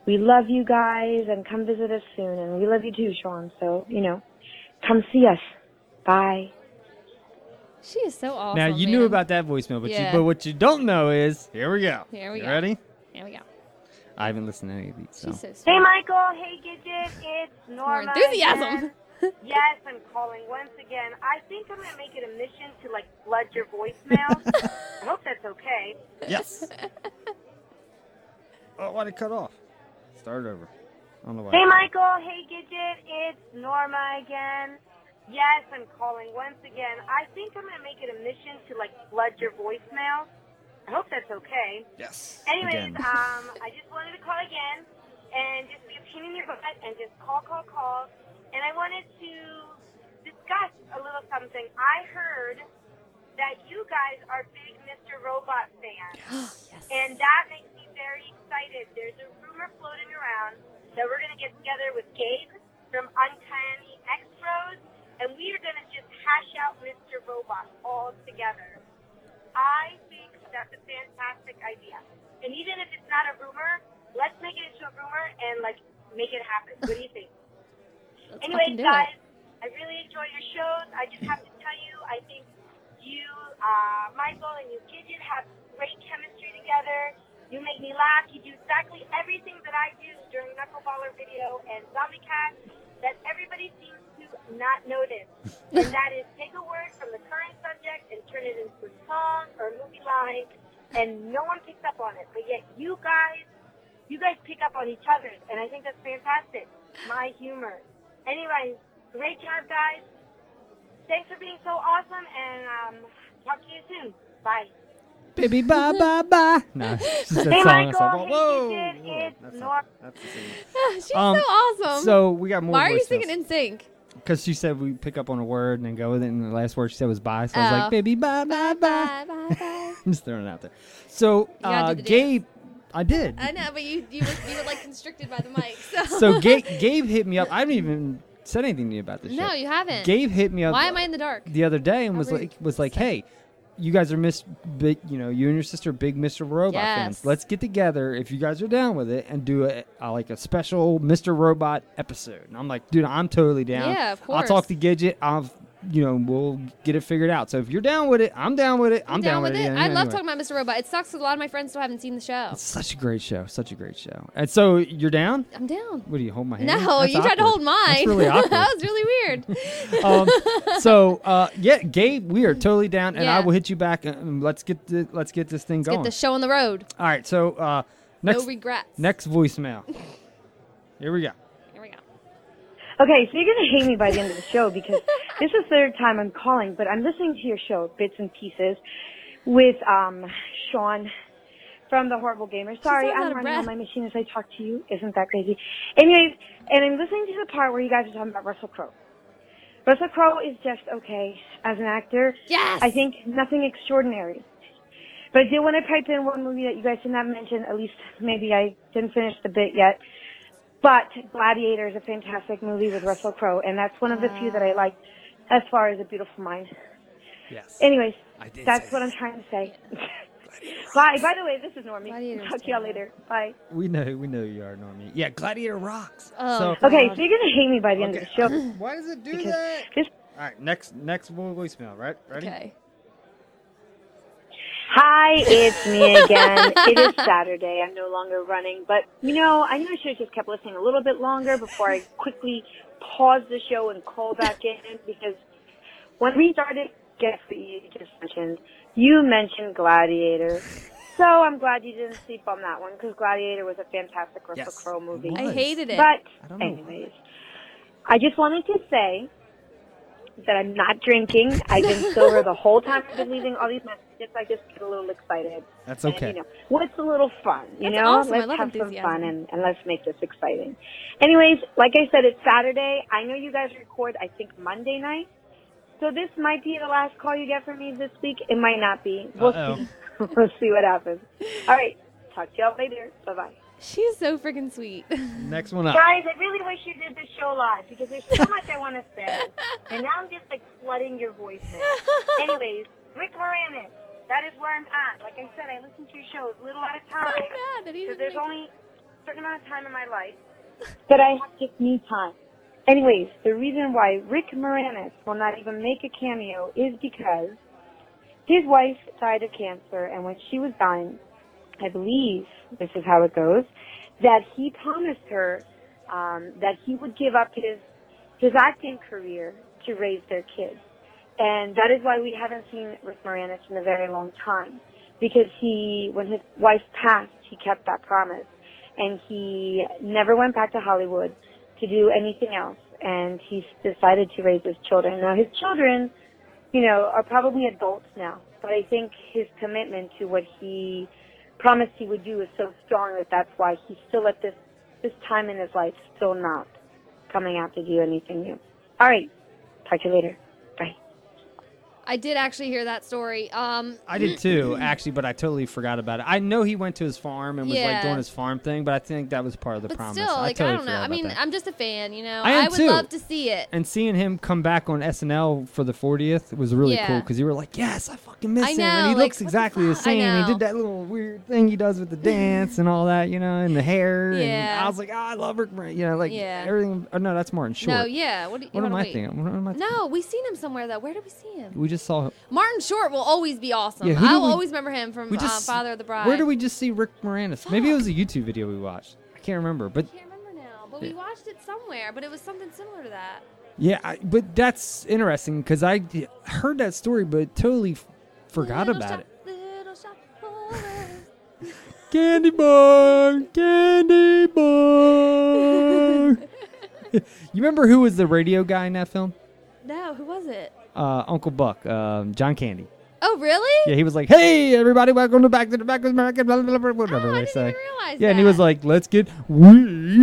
We love you guys and come visit us soon. And we love you too, Sean. So, you know, come see us. Bye.
She is so awesome.
now you
man.
knew about that voicemail, but
Yeah.
you, but what you don't know is here we go.
Here we
You
go.
Ready?
Here we go.
I haven't listened to any of these. So.
She's so sweet.
Hey, Michael. Hey, Gidget. It's Norma.
enthusiasm.
again. *laughs* yes, I'm calling once again. I think I'm going to make it a mission to, like, flood your
*laughs*
voicemail. I hope that's okay.
Yes.
*laughs*
oh, why'd it cut off? Start over. I don't know why.
Hey, Michael. Hey, Gidget. It's Norma again.
Yes, I'm calling once again. I think I'm gonna make it a mission to like flood your voicemail. I hope that's okay.
Yes. Again.
Anyways, um, I just wanted to call again and just be a pain in your butt and just call, call, call. And I wanted to discuss a little something. I heard that you guys are big Mr. Robot fans. And that makes me very excited. There's a rumor floating around that we're going to get together with Gabe from Uncanny X Pros, and we are going to just hash out Mr. Robot all together. I think that's a fantastic idea. And even if it's not a rumor, let's make it into a rumor and like make it happen. What do you think?
Let's fucking
Anyways,
do
guys, I really enjoy your shows. I just have to tell you, I think you, uh, Michael, and you, Gidget, have great chemistry together. You make me laugh. You do exactly everything that I do during Knuckleballer video and Zombie Cat that everybody seems to not notice. and that is take a word from the current subject and turn it into a song or a movie line, and no one picks up on it. But yet, you guys you guys pick up on each other, and I think that's fantastic. My humor. Anyway, great job, guys. Thanks for being so awesome, and um, talk to you soon. Bye.
Baby, bye, bye,
*laughs*
bye. No, she said
hey,
song.
Michael.
song.
Hey, Gidget, It's Nor-
*laughs* She's
Um,
so awesome.
so we got more
Why are you
voicemails.
singing in sync?
Because she said we pick up on a word and then go with it, and the last word she said was bye. So I was
Oh.
like, baby, bye, bye, bye. *laughs*
Bye, bye.
I'm just throwing it out there. So
gotta
uh,
do the
Gabe, I did.
I know, but you you were, you were like constricted by the mic. *laughs* So,
so Gabe, Gabe hit me up. I haven't even said anything to you about this.
No,
shit.
you haven't.
Gabe hit me up.
Why am I in the dark?
The other day and
How
was
rude.
like was like, hey, you guys are Miss, big, you know, you and your sister are big Mr. Robot
Yes.
fans. Let's get together if you guys are down with it and do a, a like a special Mr. Robot episode. And I'm like, dude, I'm totally down.
Yeah, of
I'll talk
course.
to Gidget. I'll. You know, we'll get it figured out. So if you're down with it, I'm down with it. I'm,
down with it.
yeah, yeah,
I love
anyway.
talking about Mr. Robot. It sucks 'cause a lot of my friends still haven't seen the show.
Such a great show. Such a great show. And so you're down?
I'm down.
What do you hold my hand?
No,
That's
you tried to
awkward.
hold mine.
That's really awkward.
*laughs* that was
*laughs*
really weird.
um, so uh, yeah, Gabe, we are totally down, and I
Yeah.
will hit you back. And let's get the, let's get this thing
Let's
going.
get the show on the road.
All right, so uh, next
no regrets.
next voicemail. Here we go.
Here we go.
Okay, so you're gonna hate me by the end of the show because this is the third time I'm calling, but I'm listening to your show, bits and pieces, with um Sean from the Horrible Gamer. Sorry,
all out
I'm
of
running
breath.
on my machine as I talk to you. Isn't that crazy? Anyways, and I'm listening to the part where you guys are talking about Russell Crowe. Russell Crowe is just okay as an actor.
Yes.
I think nothing extraordinary. But I did want to pipe in one movie that you guys did not mention. At least maybe I didn't finish the bit yet. But Gladiator is a fantastic movie with Russell Crowe, and that's one of the few that I like as far as A Beautiful Mind.
Yes.
Anyways,
I did
that's
say
what I'm trying to say. Bye. By the way, this is Normie. Talk to y'all later. Bye.
We know we know you are, Normie. Yeah, Gladiator rocks. so,
okay, so you're gonna hate me by the end of the show.
*laughs* Why does it do
that?
All right, next next vo- voicemail. Right, ready?
Okay.
Hi, it's me again. it is Saturday. I'm no longer running, but you know, I knew I should have just kept listening a little bit longer before I quickly paused the show and called back in because when we started, guess what you just mentioned? You mentioned Gladiator. So I'm glad you didn't sleep on that one because Gladiator was a fantastic Russell
Yes,
Crowe movie.
it I was. hated it. I
But
don't know why.
anyways, I just wanted to say that I'm not drinking. I've
*laughs*
been sober the whole time I've been leaving all these messages. I just get a little excited.
That's
And,
okay.
you know, what's a little fun? You
That's
know,
awesome. I
let's
love
have
enthusiasm.
some fun and, and let's make this exciting. Anyways, like I said, it's Saturday. I know you guys record. I think Monday night. So this might be the last call you get from me this week. It might not be. We'll
Uh-oh.
see. *laughs* we'll see what happens. All right. Talk to y'all later. Bye bye.
She's so freaking sweet. *laughs*
Next one up.
Guys, I really wish you did this show live because there's so much I want to
*laughs*
say, and now I'm just like flooding your voicemail. Anyways, Rick Moranis, that is where I'm at. Like I said, I listen to your show a little at a time.
So bad that he didn't
because there's
make
only a certain amount of time in my life.
But I have just me time. Anyways, the reason why Rick Moranis will not even make a cameo is because his wife died of cancer, and when she was dying, I believe this is how it goes, that he promised her um, that he would give up his his acting career to raise their kids, and that is why we haven't seen Rick Moranis in a very long time, because he, when his wife passed, he kept that promise, and he never went back to Hollywood to do anything else. and he's decided to raise his children. Now, his children, you know, are probably adults now, but I think his commitment to what he promised he would do is so strong that that's why he's still at this this time in his life still not coming out to do anything new. All right, talk to you later.
I did actually hear that story. Um,
I did too, actually, but I totally forgot about it. I know he went to his farm and was
Yeah.
like doing his farm thing, but I think that was part of the
*laughs* but
promise.
still,
I
like
totally
I don't know.
forgot
I
about
mean,
that.
I'm just a fan, you know.
I am
would
too.
love to see it.
and seeing him come back on SNL for the 40th was really cool 'cause cool
Yeah.
because you were like, yes, I fucking miss
I
him. And he
know, like,
looks exactly the,
fuck? I
same. He
know.
did that little weird thing he does with the dance and all that, you know, and the hair. And
Yeah.
I was like, oh, I love Rick Moran. You know, like
Yeah.
everything. Oh, no, that's Martin Short.
No, yeah. What, do you-
What
what
am
do
I
we-
thinking? What am I
No, we seen him somewhere though. Where did we see him?
We just saw.
Martin Short will always be awesome.
Yeah, who did
I'll
we-
always remember him from
we
uh,
just-
Father of the Bride.
Where did we just see Rick Moranis? Maybe it was a YouTube video we watched. I can't remember, but
No, but we watched it somewhere. But it was something similar to that.
yeah, I, but that's interesting because I d- heard that story, but totally f- forgot about it.
Little shop.
Candy bar, candy
*laughs*
bar. *laughs* you remember who was the radio guy in that film?
No, who was it?
Uh, Uncle Buck, um, John Candy.
Oh, really?
Yeah, he was like, "Hey, everybody, welcome to Back to the Back of America." Blah, blah, blah,
Oh,
whatever they say.
realize
yeah, and he was like, "Let's get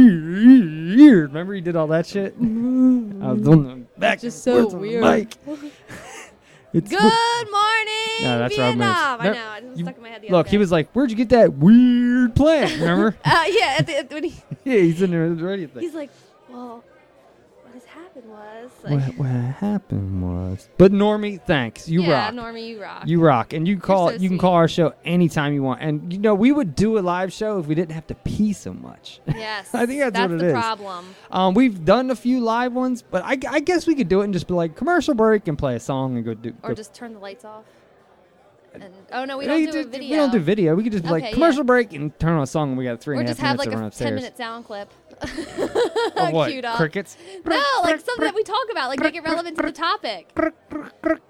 weird." Remember he did all that shit. I was doing the back
Just
and
so
forth on the
weird. *laughs*
mic. It's
Good morning,
No, that's Robin Williams.
Vietnam. I
No,
know. It just stuck in my head the
Look,
other
he
day.
was like, "Where'd you get that weird plant?" Remember?
*laughs* Uh, yeah, at the, at- when he,
*laughs* yeah, he's in there already.
*laughs* he's like, well, what has happened was like,
what, what happened was. But Normie, thanks. You
yeah,
rock.
Normie, you rock.
You rock, and you call
so
you can call our show anytime you want. And you know we would do a live show if we didn't have to pee so much. *laughs*
Yes,
I think that's,
that's
what it
the
is.
problem.
Um, we've done a few live ones, but I, I guess we could do it and just be like commercial break and play a song and go do.
or
go-
just turn the lights off. And, oh no, we
Uh, Yeah,
don't
you
do, a video.
We don't do video. We could just be
Okay,
like
yeah.
commercial break and turn on a song, and we got three
Or
and a
just
half
have
minutes
like
to
a uh,
run upstairs.
ten-minute sound clip. *laughs*
Of what?
Queued up.
Crickets.
No, like something that we talk about, like make it relevant to the topic.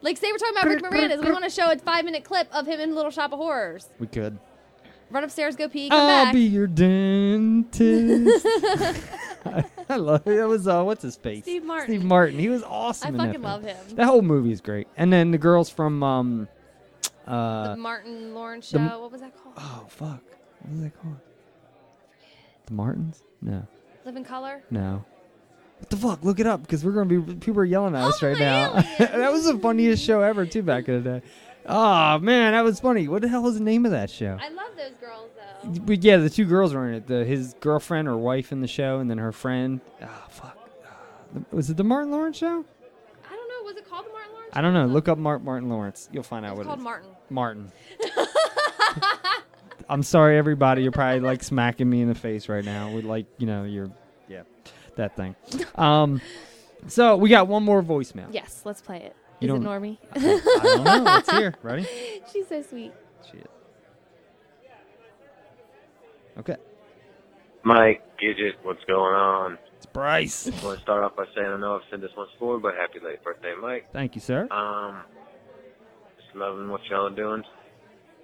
Like say we're talking about Rick Moranis, we want to show a five-minute clip of him in Little Shop of Horrors.
We could.
Run upstairs, go pee, come
I'll
back.
be your
*laughs*
dentist. *laughs* I love it. It was uh, what's his face?
Steve Martin.
Steve Martin. He was awesome.
I
in that
fucking
film.
love him.
That whole movie is great. And then the girls from um, uh,
the Martin Lawrence show.
the m-
what was that called?
oh fuck, what was that called? The Martins? No,
Live in Color.
no. What the fuck? Look it up because we're gonna be people are yelling at us
Oh,
right now. *laughs* that was the funniest show ever too back in the day. Oh man, that was funny. What the hell was the name of that show?
I love those girls though.
But yeah, the two girls were in it. The, his girlfriend or wife in the show, and then her friend. Ah, fuck. Ah, Was it the Martin Lawrence show?
I don't know. Was it called the Martin Lawrence?
I don't know. Look up Mar- Martin Lawrence. You'll find out
It's
what
called
it is.
Martin. *laughs*
Martin. I'm sorry, everybody. You're probably like smacking me in the face right now with like you know your yeah that thing. Um, so we got one more voicemail.
Yes, let's play it. Is
You
it
don't-
Normie?
I don't know. Let's
*laughs*
hear. Ready?
She's so sweet.
Shit. Okay.
Mike, Gidget, what's going on? It's
Bryce.
I want to start off by saying I know I've said this once before, but happy late birthday, Mike.
Thank you, sir.
Um, just loving what y'all are doing.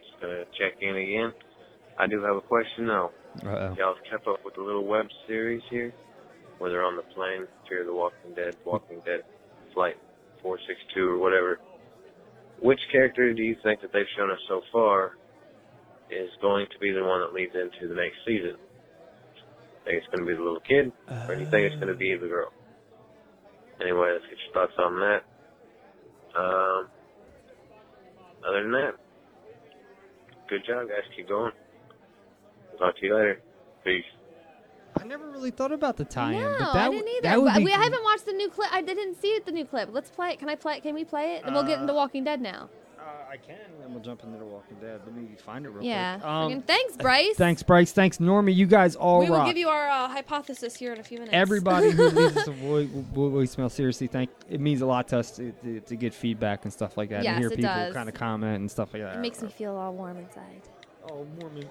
Just gonna check in again. I do have a question though.
Uh-oh.
Y'all kept up with the little web series here, where they're on the plane, Fear of the Walking Dead, Walking Dead, Flight 462 or whatever. Which character do you think that they've shown us so far is going to be the one that leads into the next season? Think it's going to be the little kid, or do you think it's going to be the girl? Anyway, let's get your thoughts on that. Um, other than that, good job, guys. Keep going. Talk to you later. Peace.
I never really thought about the tie-in,
No,
but that
I
w-
didn't either.
that would
But
be
we I haven't watched the new clip. I didn't see it, the new clip. Let's play it. Can I play it? Can we play it? And we'll get into
Uh,
Walking Dead now.
I can, and then we'll jump into The Walking Dead. Let me find it real
Yeah.
quick. Um,
Friggin' thanks, Bryce.
Thanks, Bryce. Thanks, Normie. You guys all
we will
rock.
give you our uh, hypothesis here in a few minutes.
Everybody who
*laughs*
leaves us a vo- vo- voicemail, seriously, thank it means a lot to us to, to, to get feedback and stuff like that,
Yes,
and hear
it
people
does.
kind of comment and stuff like that.
It makes me feel all warm inside.
Oh, warm
*laughs*
and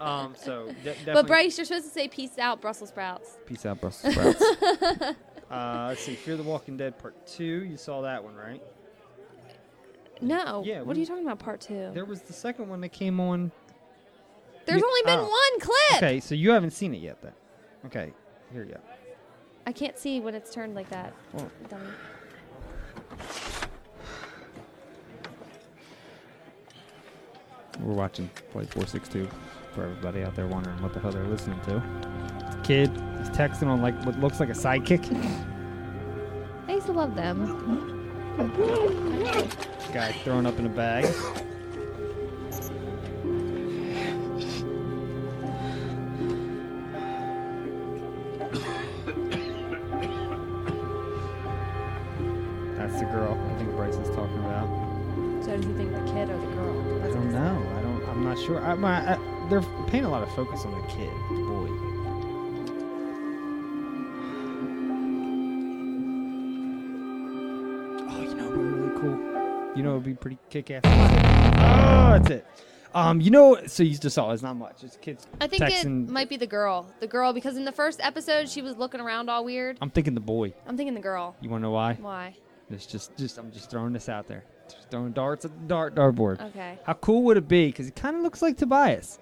*laughs* um, so de-
*laughs* But
definitely-
Bryce, you're supposed to say peace out, Brussels sprouts.
peace out, Brussels sprouts. *laughs*
*laughs*
uh, let's see, Fear the Walking Dead Part Two. You saw that one, right?
No.
Yeah,
what
we-
are you talking about, part two?
There was the second one that came on.
Oh. There's
Yeah,
only been
oh.
one clip.
Okay, so you haven't seen it yet, then. Okay, here you go.
I can't see when it's turned like that.
Oh.
Dummy.
We're watching Flight 462 for everybody out there wondering what the hell they're listening to. This kid is texting on like what looks like a sidekick.
I used to love them.
Guy thrown up in a bag. That's the girl I think Bryce is talking about.
So does he think the kid or the girl?
I don't know. I don't. I'm not sure. I, my, I, they're paying a lot of focus on the kid, the boy. Oh, you know, it'd be really cool. You know, it'd be pretty kick-ass. Oh, that's it. Um, you know, so you just saw it's not much. It's kids.
I think it
texting.
might be the girl. The girl, because in the first episode she was looking around all weird.
I'm thinking the boy.
I'm thinking the girl.
You want to know why?
Why?
It's just, just I'm just throwing this out there. Just throwing darts at the dart dartboard.
Okay.
How cool would it be? Because he kind of looks like
*laughs*
Tobias.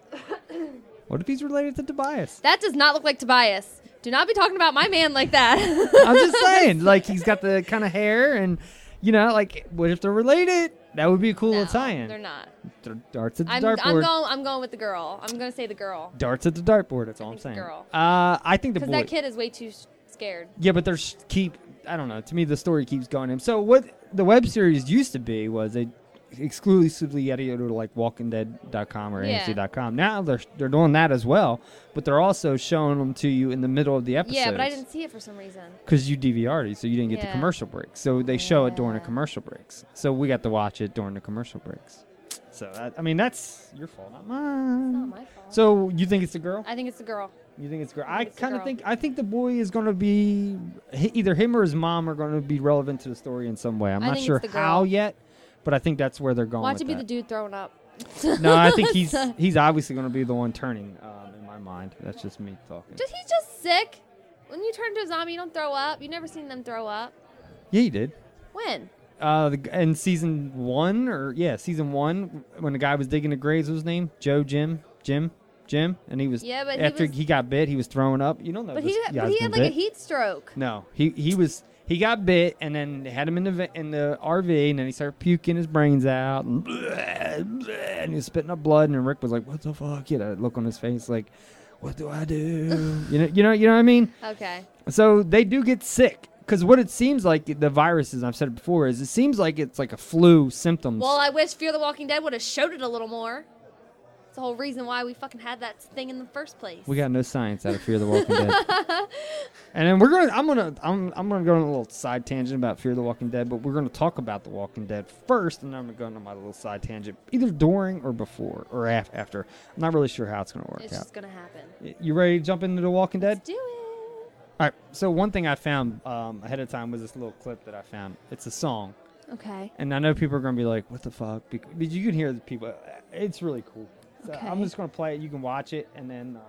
what if he's related to Tobias?
That does not look like Tobias. Do not be talking about my man like that.
I'm
*laughs*
just saying, like he's got the kind of hair, and you know, like what if they're related? That would be a cool little tie-in.
They're not.
They're darts at the
I'm,
dartboard.
I'm going. I'm going with the girl. I'm going to say the girl.
darts at the dartboard. That's all I'm
think the
saying.
girl.
Uh, I think the
Because
boy.
that kid is way too s- scared.
Yeah, but there's keep. I don't know. To me, the story keeps going. Him. So what the web series used to be was they exclusively edited to like WalkingDead.com or
Yeah.
AMC.com. Now they're they're doing that as well, but they're also showing them to you in the middle of the episode.
Yeah, but I didn't see it for some reason.
because you DVR'd it, so you didn't get the
Yeah.
commercial breaks. So they show it during the commercial breaks. So we got to watch it during the commercial breaks. So that, I mean, that's your fault, not mine.
It's not my fault.
So you think it's a girl?
I think it's the girl.
You think it's girl? I
it's a
kind of
girl.
think I think the boy is going to be hi- either him or his mom are going to be relevant to the story in some way. I'm
I
not
think
sure
it's the
how
girl.
yet, but I think that's where they're going.
Watch
with
it be
that.
the dude throwing up.
no, I
*laughs*
think he's he's obviously going to be the one turning. Um, in my mind, that's just me talking.
Just he's just sick. When you turn to a zombie, you don't throw up. You never seen them throw up.
Yeah, he did.
When?
Uh, the, g- in season one, or yeah, season one, when the guy was digging the graves, what was his name Joe Jim Jim Jim, and he was
Yeah, but he
after he,
was-
got bit, he was throwing up. You don't know,
But
this
he, but
guy's
he had
been
like a
bit.
heat stroke.
No, he he was he got bit, and then they had him in the ve- in the RV, and then he started puking his brains out, and, and he was spitting up blood. And then Rick was like, "What the fuck?" You know, look on his face, like, "What do I do?" you know, you know, you know what I mean.
Okay.
So they do get sick because what it seems like the viruses I've said it before is it seems like it's like a flu symptoms.
Well, I wish Fear the Walking Dead would have showed it a little more. It's the whole reason why we fucking had that thing in the first place.
we got no science out of *laughs* Fear the Walking Dead. And then we're gonna, I'm gonna, I'm, I'm gonna go on a little side tangent about Fear the Walking Dead, but we're gonna talk about the Walking Dead first, and then I'm gonna go into my little side tangent, either during or before or af- after. I'm not really sure how it's gonna work
it's
out.
just gonna happen.
Y- You ready to jump into the Walking Dead?
Do it.
All right. So one thing I found um, ahead of time was this little clip that I found. It's a song,
*laughs* Okay.
and I know people are gonna be like, "What the fuck?" Bec- But you can hear the people. It's really cool. So I'm
Okay.
just gonna play it. You can watch it, and then. Uh,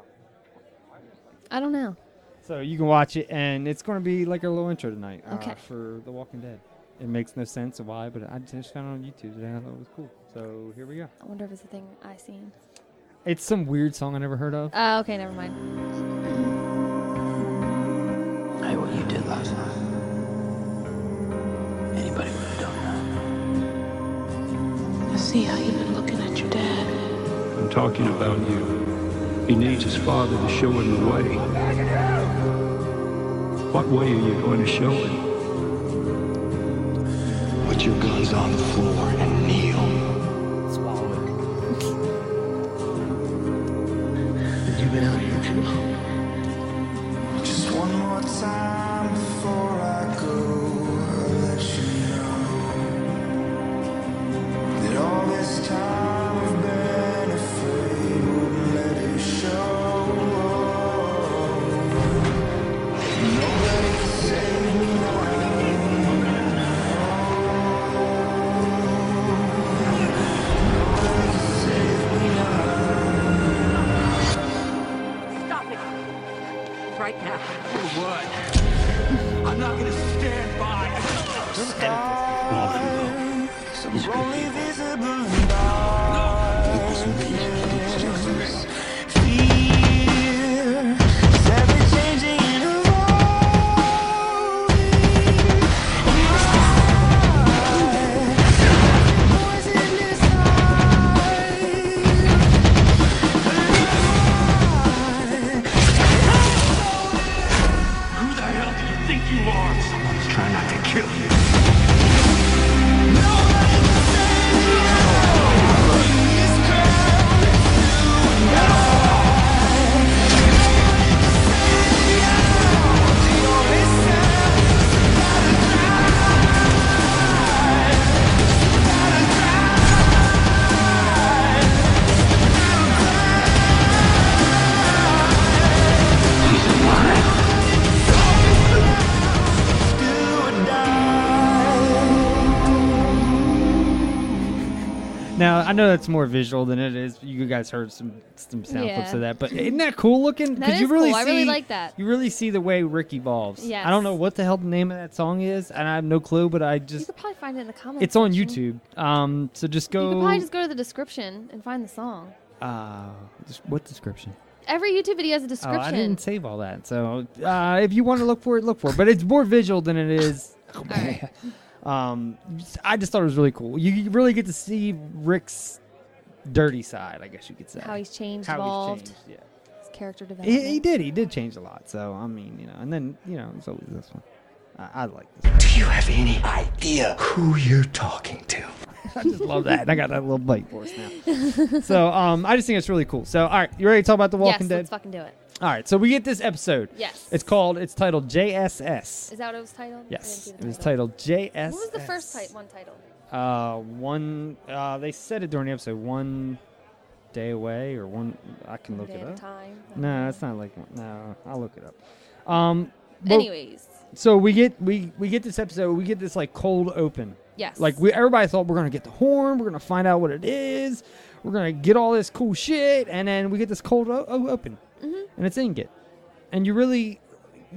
I don't know.
So you can watch it, and it's going to be like a little intro tonight uh,
Okay.
for The Walking Dead. It makes no sense of why, but I just found it on YouTube today. and I thought it was cool. So here we go.
I wonder if it's a thing I seen.
It's some weird song I never heard of.
Oh, okay, never mind.
Hey, what you did last night. Anybody would have done that. I see how you've been looking at your dad.
I'm talking about you. He needs his father to show him the way. What way are you going to show him?
Put your guns on the floor and kneel.
Have you been out here too long?
Just one more time before I go. I'll let you know that all this time I've been afraid wouldn't let it show. Nobody can save me now. Nobody can save me now.
Stop it. Right now.
For what? I'm not gonna stand by.
Some only visible lies. Fear is ever changing in a voice.
think you are? Try not to kill you.
Now I know that's more visual than it is. You guys heard some some sound clips
Yeah.
of that, but isn't that cool *laughs* looking?
That
'Cause you
is
really
cool. I really
see-
like that.
You really see the way Rick evolves.
Yes.
I don't know what the hell the name of that song is, and I have no clue. But I
You
just
could probably find it in the comments.
it's on
section.
YouTube. Um, so just
You
go.
could probably just go to the description and find the song.
uh, just- what description?
Every YouTube video has a description.
Oh, I didn't save all that. So uh, if you want to look for it, look for it. But it's more visual than it
*laughs*
is. um, I just thought it was really cool. You you really get to see Rick's dirty side, I guess you could say.
How he's changed,
How he's
evolved.
changed,
His character development.
He, he did. He did change a lot. So I mean, you know, and then you know, it's always this one. I, I like this.
Do you have any idea who you're talking to?
*laughs* I just Love that. And I got that little bite for us now. so um, I just think it's really cool. So all right, you ready to talk about The
yes,
Walking Dead?
let's fucking do it.
all right, so we get this episode.
Yes.
It's called. It's titled JSS.
Is that what it was titled? I
Yes, it
didn't see the
was
title.
titled JSS.
What was the first ti- one titled?
Uh, one. Uh, they said it during the episode. One day away, or one. I can
One
look
day
it
at a
up.
time.
No, it's not like. one- No, I'll look it up. Um. but-
Anyways.
So we get we we get this episode. We get this like cold open.
Yes.
Like we everybody thought we're gonna get the horn. We're gonna find out what it is. We're gonna get all this cool shit, and then we get this cold o- o- open,
Mm-hmm.
and it's Inget, and you really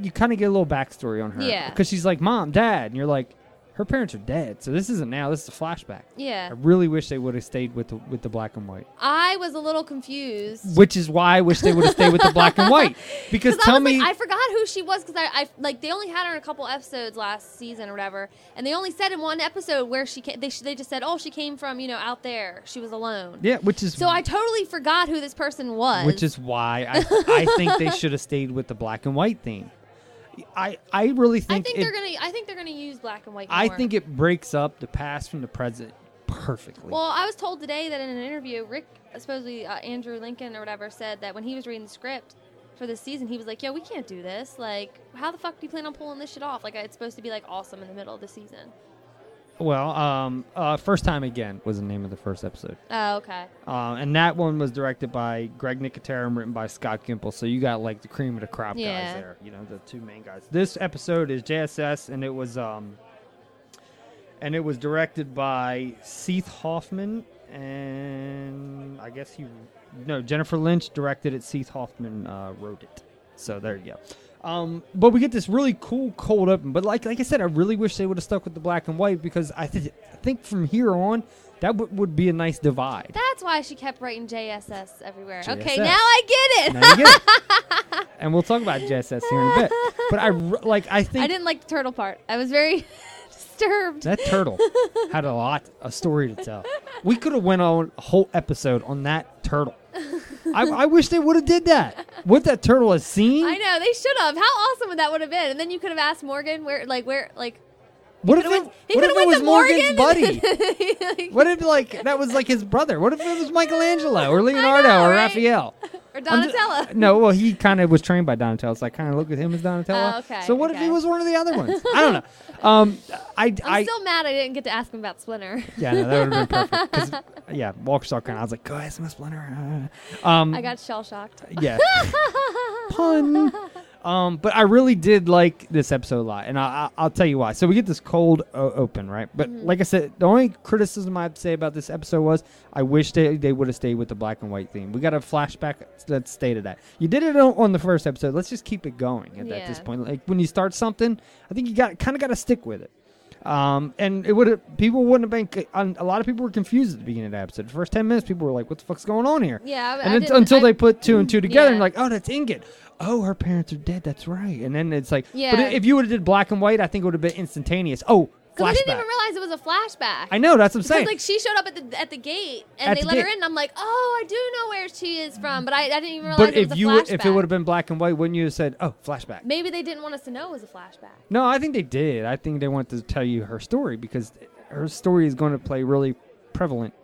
you kind of get a little backstory on her.
Yeah.
Because she's like mom, dad, and you're like. Her parents are dead, so this isn't now. This is a flashback.
Yeah.
I really wish they would have stayed with the with the black and white,
I was a little confused.
which is why I wish they would have stayed with the black and
*laughs*
white. Because
I
tell
was
me,
like, I forgot who she was because I, I like they only had her in a couple episodes last season or whatever, and they only said in one episode where she came. They, they just said, oh, she came from you know out there. She was alone.
yeah, which is
So I totally forgot who this person was.
Which is why I, I think
*laughs*
they should have stayed with the black and white theme. I, I really
I
think,
think
it,
they're gonna. I think they're gonna use black and white.
I
more.
think it breaks up the past from the present perfectly.
Well, I was told today that in an interview, Rick, supposedly uh, Andrew Lincoln or whatever, said that when he was reading the script for this season, he was like, "Yo, we can't do this. Like, how the fuck do you plan on pulling this shit off? Like, it's supposed to be like awesome in the middle of the season."
Well, um, uh, first time again was the name of the first episode,
Oh, okay.
uh, and that one was directed by Greg Nicotero and written by Scott Gimple. So you got like the cream of the crop guys
Yeah.
there. You know, the two main guys. This episode is JSS, and it was um, and it was directed by Seth Hoffman, and I guess he no Jennifer Lynch directed it. Seth Hoffman uh, wrote it. So there you go. Um, but we get this really cool cold open. But like like I said, I really wish they would have stuck with the black and white because I, th- I think from here on that w- would be a nice divide.
That's why she kept writing JSS everywhere. Okay,
JSS.
now I get it.
Now
*laughs*
you get it. and we'll talk about JSS here in a bit. But I re- like I think
I didn't like the turtle part. I was very *laughs* disturbed.
That turtle had a lot, a story to tell. We could have went on a whole episode on that turtle. I, I wish they would have did that. What that turtle has seen.
*laughs* I know they should have. How awesome would that would have been? And then you could have asked Morgan where, like, where, like,
what if it,
he
what
could
if
have
it
went
was
to
Morgan's
Morgan. *laughs*
buddy?
buddy.
What if like that was like his brother? What if it was Michelangelo or Leonardo or Raphael?
or Donatella.
No, well, he kind of was trained by Donatello, so I kind of look at him as Donatello.
Oh, okay,
So what if he was one of the other
*laughs*
ones? I don't know. Um, I,
I'm
I,
still mad I didn't get to ask him about Splinter.
yeah, no, that would have been perfect.
*laughs*
'cause, yeah, Walker saw kind of. I was like, go ahead, Miss Splinter. Um,
I got shell shocked. *laughs*
yeah. Pun. Um, but I really did like this episode a lot, and I, I, I'll tell you why. So we get this cold o- open, right? But
Mhm.
like I said, the only criticism I'd say about this episode was I wish they, they would have stayed with the black and white theme. We got a flashback that stated that you did it on, on the first episode. Let's just keep it going at, that- this
Yeah.
point. Like when you start something, I think you got kind of got to stick with it. Um, and it would have people wouldn't have been. con- A lot of people were confused at the beginning of the episode. The first ten minutes, people were like, "What the fuck's going on here?"
Yeah, I- I
and it's-
didn't-
until
I- Mm-hmm.
they put two and two together, and
Yeah.
like, "Oh, that's Ingot. Oh, her parents are dead. That's right." And then it's like,
Yeah.
But i- if you would have did black and white, I think it would have been instantaneous. Oh,
Because I didn't
Flashback.
even realize it was a flashback.
I know, that's what I'm
Because,
saying.
Like she showed up at the at the gate and
At
they
the
let her
gate.
in. And I'm like, oh, I do know where she is from, but I, I didn't even realize
But
it was
if
a
you
flashback.
if it would have been black and white, wouldn't you have said, "Oh, flashback"?
maybe they didn't want us to know it was a flashback.
No, I think they did. I think they wanted to tell you her story because her story is going to play really prevalent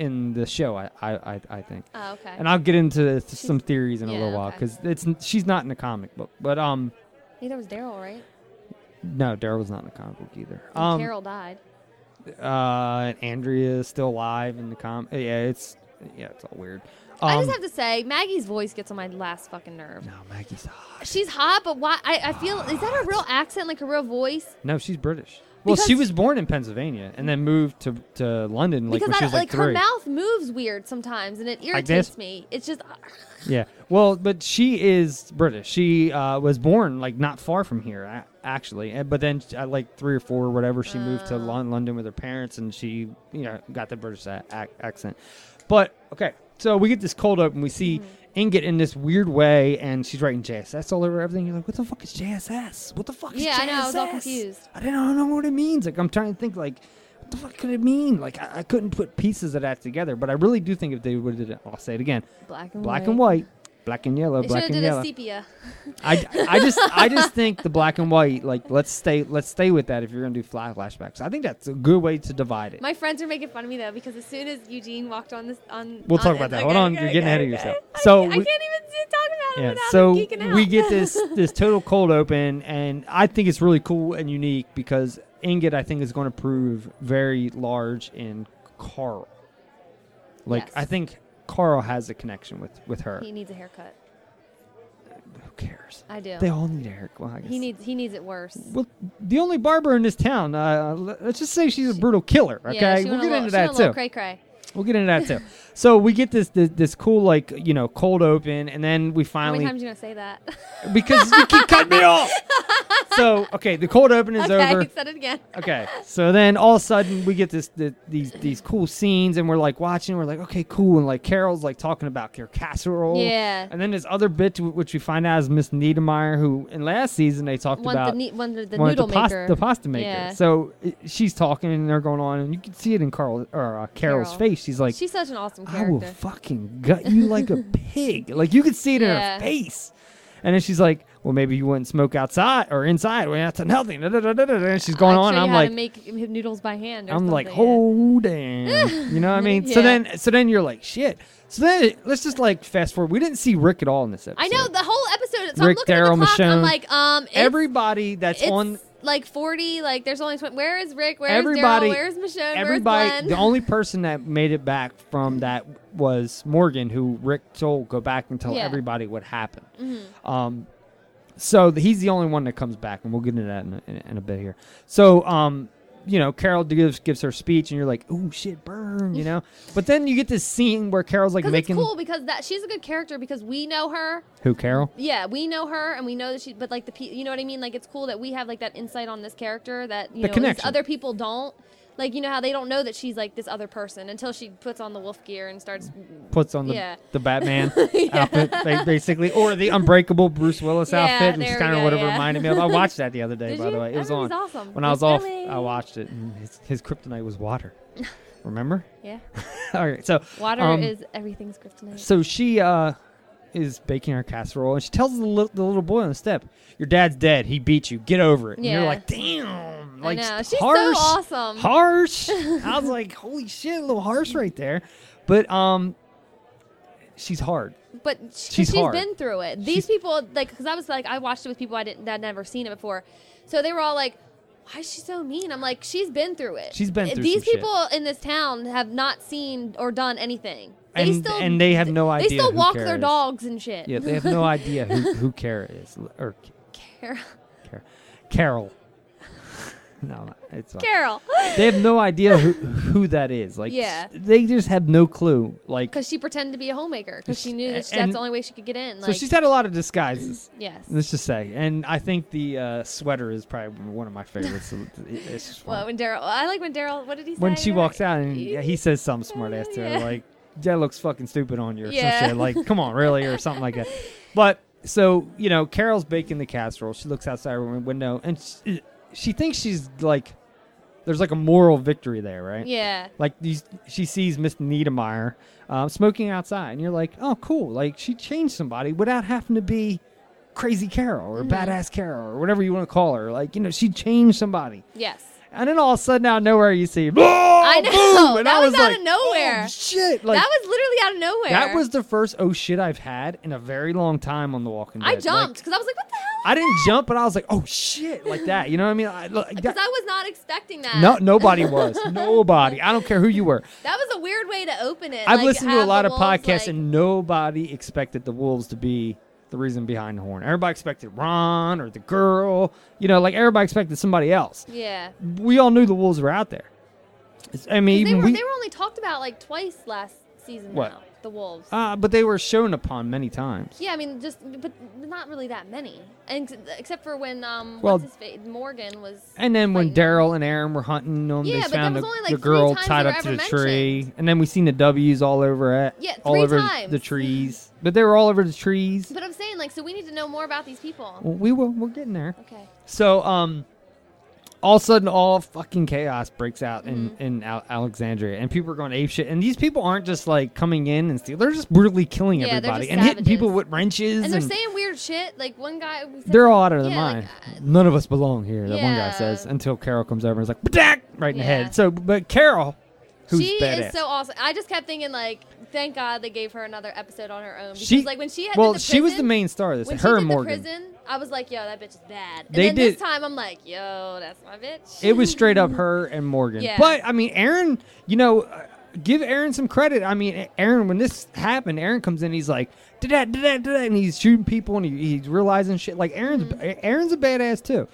in the show. I I, I, I think.
Oh, okay.
And I'll get into s- some theories in a
yeah,
little while
okay.
because it's n- she's not in the comic book, but um,
Neither was Daryl, right?
no, Daryl was not in the comic book either.
And
Um,
Carol died.
uh, and Andrea is still alive in the com. Yeah, it's yeah, it's all weird. Um,
I just have to say, Maggie's voice gets on my last fucking nerve. No,
Maggie's
hot. She's hot, but why? I, I feel is that a real accent, like a real voice?
no, she's British. Well, she
Because-
was born in Pennsylvania and then moved to, to London like
because
when she
I,
was like,
her
three.
mouth moves weird sometimes, and it
Like
irritates
this?
me. It's just uh,
*laughs* Yeah. Well, but she is British. She uh, was born like not far from here, a- actually. And, but then at like three or four or whatever, she moved to Lon- London with her parents, and she you know got the British a- ac- accent. But okay, so we get this cold open. We see Inget in this weird way, and she's writing JSS all over everything. You're like, what the fuck is JSS? What the fuck is
yeah. I know. I was all
JSS?
confused.
I don't know what it means. Like I'm trying to think like what the fuck could it mean? Like I, I couldn't put pieces of that together. But I really do think if they would have I'll say it again.
Black and
black
white.
and white. Black and yellow,
They should
black
have
and
did
yellow.
a sepia. *laughs*
I, I just I just think the black and white, like let's stay let's stay with that if you're gonna do fly flashbacks. I think that's a good way to divide it.
My friends are making fun of me though because as soon as Eugene walked on this on,
We'll
on
talk
it-
about that.
okay,
Hold on,
okay,
you're getting
okay,
ahead of
okay.
yourself.
I
so
can't- I
we-
can't even see- talk about it
yeah,
without
so
geeking out.
we get
*laughs*
this *laughs* this total cold open, and I think it's really cool and unique because Ingot I think is going to prove very large in Carl. Like
Yes.
I think Carl has a connection with with her.
He needs a haircut.
Who cares?
I do.
They all need a haircut. Well, I guess.
He needs he needs it worse.
well, the only barber in this town. Uh, l- let's just say she's a brutal killer. Okay,
yeah, she
we'll
went
get
a little,
into
she went
that
a little
too.
Cray cray.
We'll get into that too. So we get this, this this cool like you know cold open, and then we
How
finally
many times you gonna say that? *laughs*
because you keep cutting me off. *laughs* So okay, the cold open is
okay,
over.
said it again.
Okay, so then all of a sudden we get this the, these these cool scenes, and we're like watching. We're like, okay, cool, and like Carol's like talking about your casserole.
Yeah.
And then this other bitch, wh- which we find out is Miss Niedermeyer, who in last season they talked
Wanted the
about
ne- wanted the
wanted
noodle
pas-
maker.
the pasta maker.
Yeah.
So i she's talking, and they're going on, and you can see it in Carl or uh, Carol's
Carol.
face. She's like,
she's such an awesome
I
character.
will fucking gut you like
*laughs*
a pig. Like you could see it
Yeah.
in her face. And then she's like, "Well, maybe you wouldn't smoke outside or inside. Well, that's nothing." da, da, da, da, da, da. And she's going
I'd
on.
Show you
I'm
how
like,
to make him noodles by hand. Or
I'm like,
something.
"Oh
*laughs*
damn," you know what I mean? So
Yeah.
then, so then you're like, "Shit." So then, it- let's just like fast forward. We didn't see Rick at all in this episode.
I know the whole episode. So
Rick,
I'm looking at the
Daryl,
clock. I'm
Michonne,
like, um, it's-
everybody that's
it's
on
like 40. Like, there's only 20. Where is Rick? Where is
everybody,
Daryl? Where's Michonne?
everybody.
Where's Glenn?
The only *laughs* person that made it back from that was Morgan, who Rick told go back and tell
Yeah.
everybody what happened.
Mhm.
Um, so th- he's the only one that comes back, and we'll get into that in a, in a- in a bit here. So, um, you know, Carol gives gives her speech, and you're like, "Ooh, shit, burn,"
*laughs*
you know. but then you get this scene where Carol's like
Because
making
it's cool because that she's a good character because we know her.
who Carol?
Yeah, we know her and we know that she. But like the, pe- you know what I mean? Like it's cool that we have like that insight on this character that you
The
know these
connection.
other people don't. Like you know how they don't know that she's like this other person until she puts on the wolf gear and starts
Puts on the,
yeah.
the Batman
*laughs* Yeah.
outfit, ba- basically, or the unbreakable Bruce Willis
Yeah,
outfit, which
there
is
we
kind of
go,
what it
yeah.
reminded
*laughs*
me of. I watched that the other day,
Did
by the
you?
way. It was
That
on
movie's awesome.
when I was
Bruce
off.
Willis.
I watched it, and his, his kryptonite was
*laughs*
water. Remember?
Yeah.
*laughs* All right, so
Water
um,
is everything's kryptonite.
So she uh, is baking her casserole, and she tells the, li- the little boy on the step, "Your dad's dead. He beat you. Get over it." And you're like, "Damn!" Like
I know.
s-
She's
harsh,
so awesome. *laughs*
harsh. I was like, "Holy shit, a little harsh right there," but um, she's hard.
But she,
She's
she's
hard.
been through it. These people, like, because I was like, I watched it with people I didn't that had never seen it before, so they were all like, "Why is she so mean?" I'm like, she's been through it.
She's been through
These
some shit.
people in this town have not seen or done anything. They
and
still
and they have no
they
idea.
still
who
walk
Kara
their
is.
dogs and shit.
Yeah, they have no idea
*laughs*
who, who Kara is or K-
Carol.
Kara, Carol. *laughs* no, it's fine.
Carol.
They have no idea
*laughs*
who who that is. Like,
Yeah.
they just have no clue. Like,
Because she pretended to be a homemaker because she knew that she, that's
And-
the only way she could get in. Like,
so she's had a lot of disguises.
Yes.
Let's just say, and I think the uh, sweater is probably one of my favorites. *laughs* It- it's just fun.
well, when Daryl, I like when Daryl. What did he say?
when she
You're
walks
right.
out and he says something smart ass to her,
yeah.
like, that looks fucking stupid on you or
Yeah.
some shit. Like, come on, really? Or something like that. But so, you know, Carol's baking the casserole. She looks outside her window and she, she thinks she's like there's like a moral victory there, right?
Yeah.
Like these, she sees Miss Niedermeyer um, smoking outside, and you're like, oh, cool. Like she changed somebody without having to be crazy Carol
Mm-hmm.
or badass Carol or whatever you want to call her. Like you know, she changed somebody.
Yes.
And then all of a sudden, out of nowhere, you see,
I
boom,
know.
and
that
I
was,
was,
out
like, "Oh,
of nowhere.
shit.
that was literally out of nowhere.
That was the first oh shit I've had in a very long time on The Walking Dead.
I
Like,
jumped because I was like, what the hell?
I didn't jump, but I was like, oh shit, like that. You know what I mean? I, like
Because
that,
I was not expecting that.
no,
*laughs*
nobody was. Nobody. I don't care who you were.
That was a weird way to open *laughs* it.
I've
like,
listened to a
have
lot
the
of
wolves,
podcasts,
like-
and nobody expected the wolves to be the reason behind the horn. Everybody expected Ron or the girl. You know, like everybody expected somebody else.
yeah.
We all knew the wolves were out there. It's- I mean,
'Cause they
even
were,
we.
they were only talked about like twice last season.
What?
Now, the wolves.
uh, but they were shown upon many times.
Yeah, I mean, just but not really that many, and ex- except for when um,
Well-
what's his face? Morgan was.
And then when Daryl and Aaron were hunting them,
Yeah,
they
but there
found
was
the,
only, like,
the
three
girl
times
tied
they were
up to
ever
the tree. And then we seen the W's all over it.
Yeah,
all
three
over
times.
the trees. But they were all over the trees.
But I'm saying, like, so we need to know more about these people.
Well, we will. We're getting there.
Okay.
So, um, all of a sudden, all fucking chaos breaks out in
Mm-hmm.
in Al- Alexandria, and people are going ape shit. And these people aren't just like coming in and stealing; they're just brutally killing
Yeah, they're
everybody
just
and hitting
savages.
people with wrenches.
And they're saying weird shit. Like one guy. we said
they're all out of
something-
their
yeah, like, uh,
mind. None of us belong here. That one guy says until Carol comes over and is like, "Badak!" right in the head. So, but Carol, who's
she
badass,
is so awesome. I just kept thinking, like, thank God they gave her another episode on her own. Because,
She-
like, when she had
well,
did the
she was the
prison-
main star of this,
When
her
she
and
did
Morgan.
the prison, I was like, yo, that bitch is bad. And
They
then
did-
this time, I'm like, yo, that's my bitch.
it was straight up her and Morgan.
Yeah.
But I mean, Aaron, you know, uh, give Aaron some credit. I mean, Aaron, when this happened, Aaron comes in, he's like, "Da da da da," and he's shooting people, and he, he's realizing shit. Like Aaron's,
Mm-hmm.
Aaron's a badass too.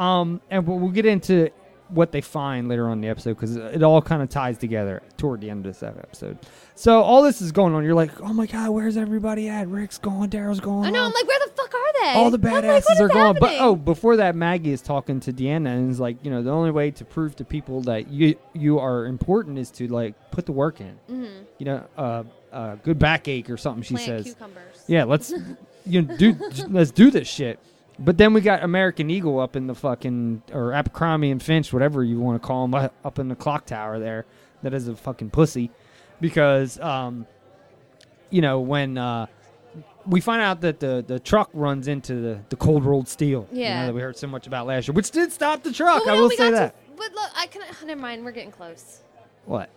Um, and we'll, we'll get into what they find later on in the episode because it all kind of ties together toward the end of this episode. So all this is going on. You're like, oh my god, where's everybody at? Rick's gone, Daryl's gone.
I know. I'm like, where the fuck are they?
All the
I'm like,
badasses
what
are
is
gone. But
happening?
oh, before that, Maggie is talking to Deanna and is like, you know, the only way to prove to people that you you are important is to like put the work in.
Mhm.
You know, uh, uh, good backache or something. She
Plant
says,
cucumbers.
yeah,
*laughs*
let's you know, do let's do this shit. But then we got American Eagle up in the fucking or Abercrombie and Finch, whatever you want to call them, *laughs* up in the clock tower there. That is a fucking pussy, because um, you know when uh, we find out that the, the truck runs into the, the cold rolled steel. you know,
Yeah.
that we heard so much about last year, which did stop the truck.
But we
I will
only
say
got to-
that.
but look, I can. *sighs* Never mind. We're getting close.
what?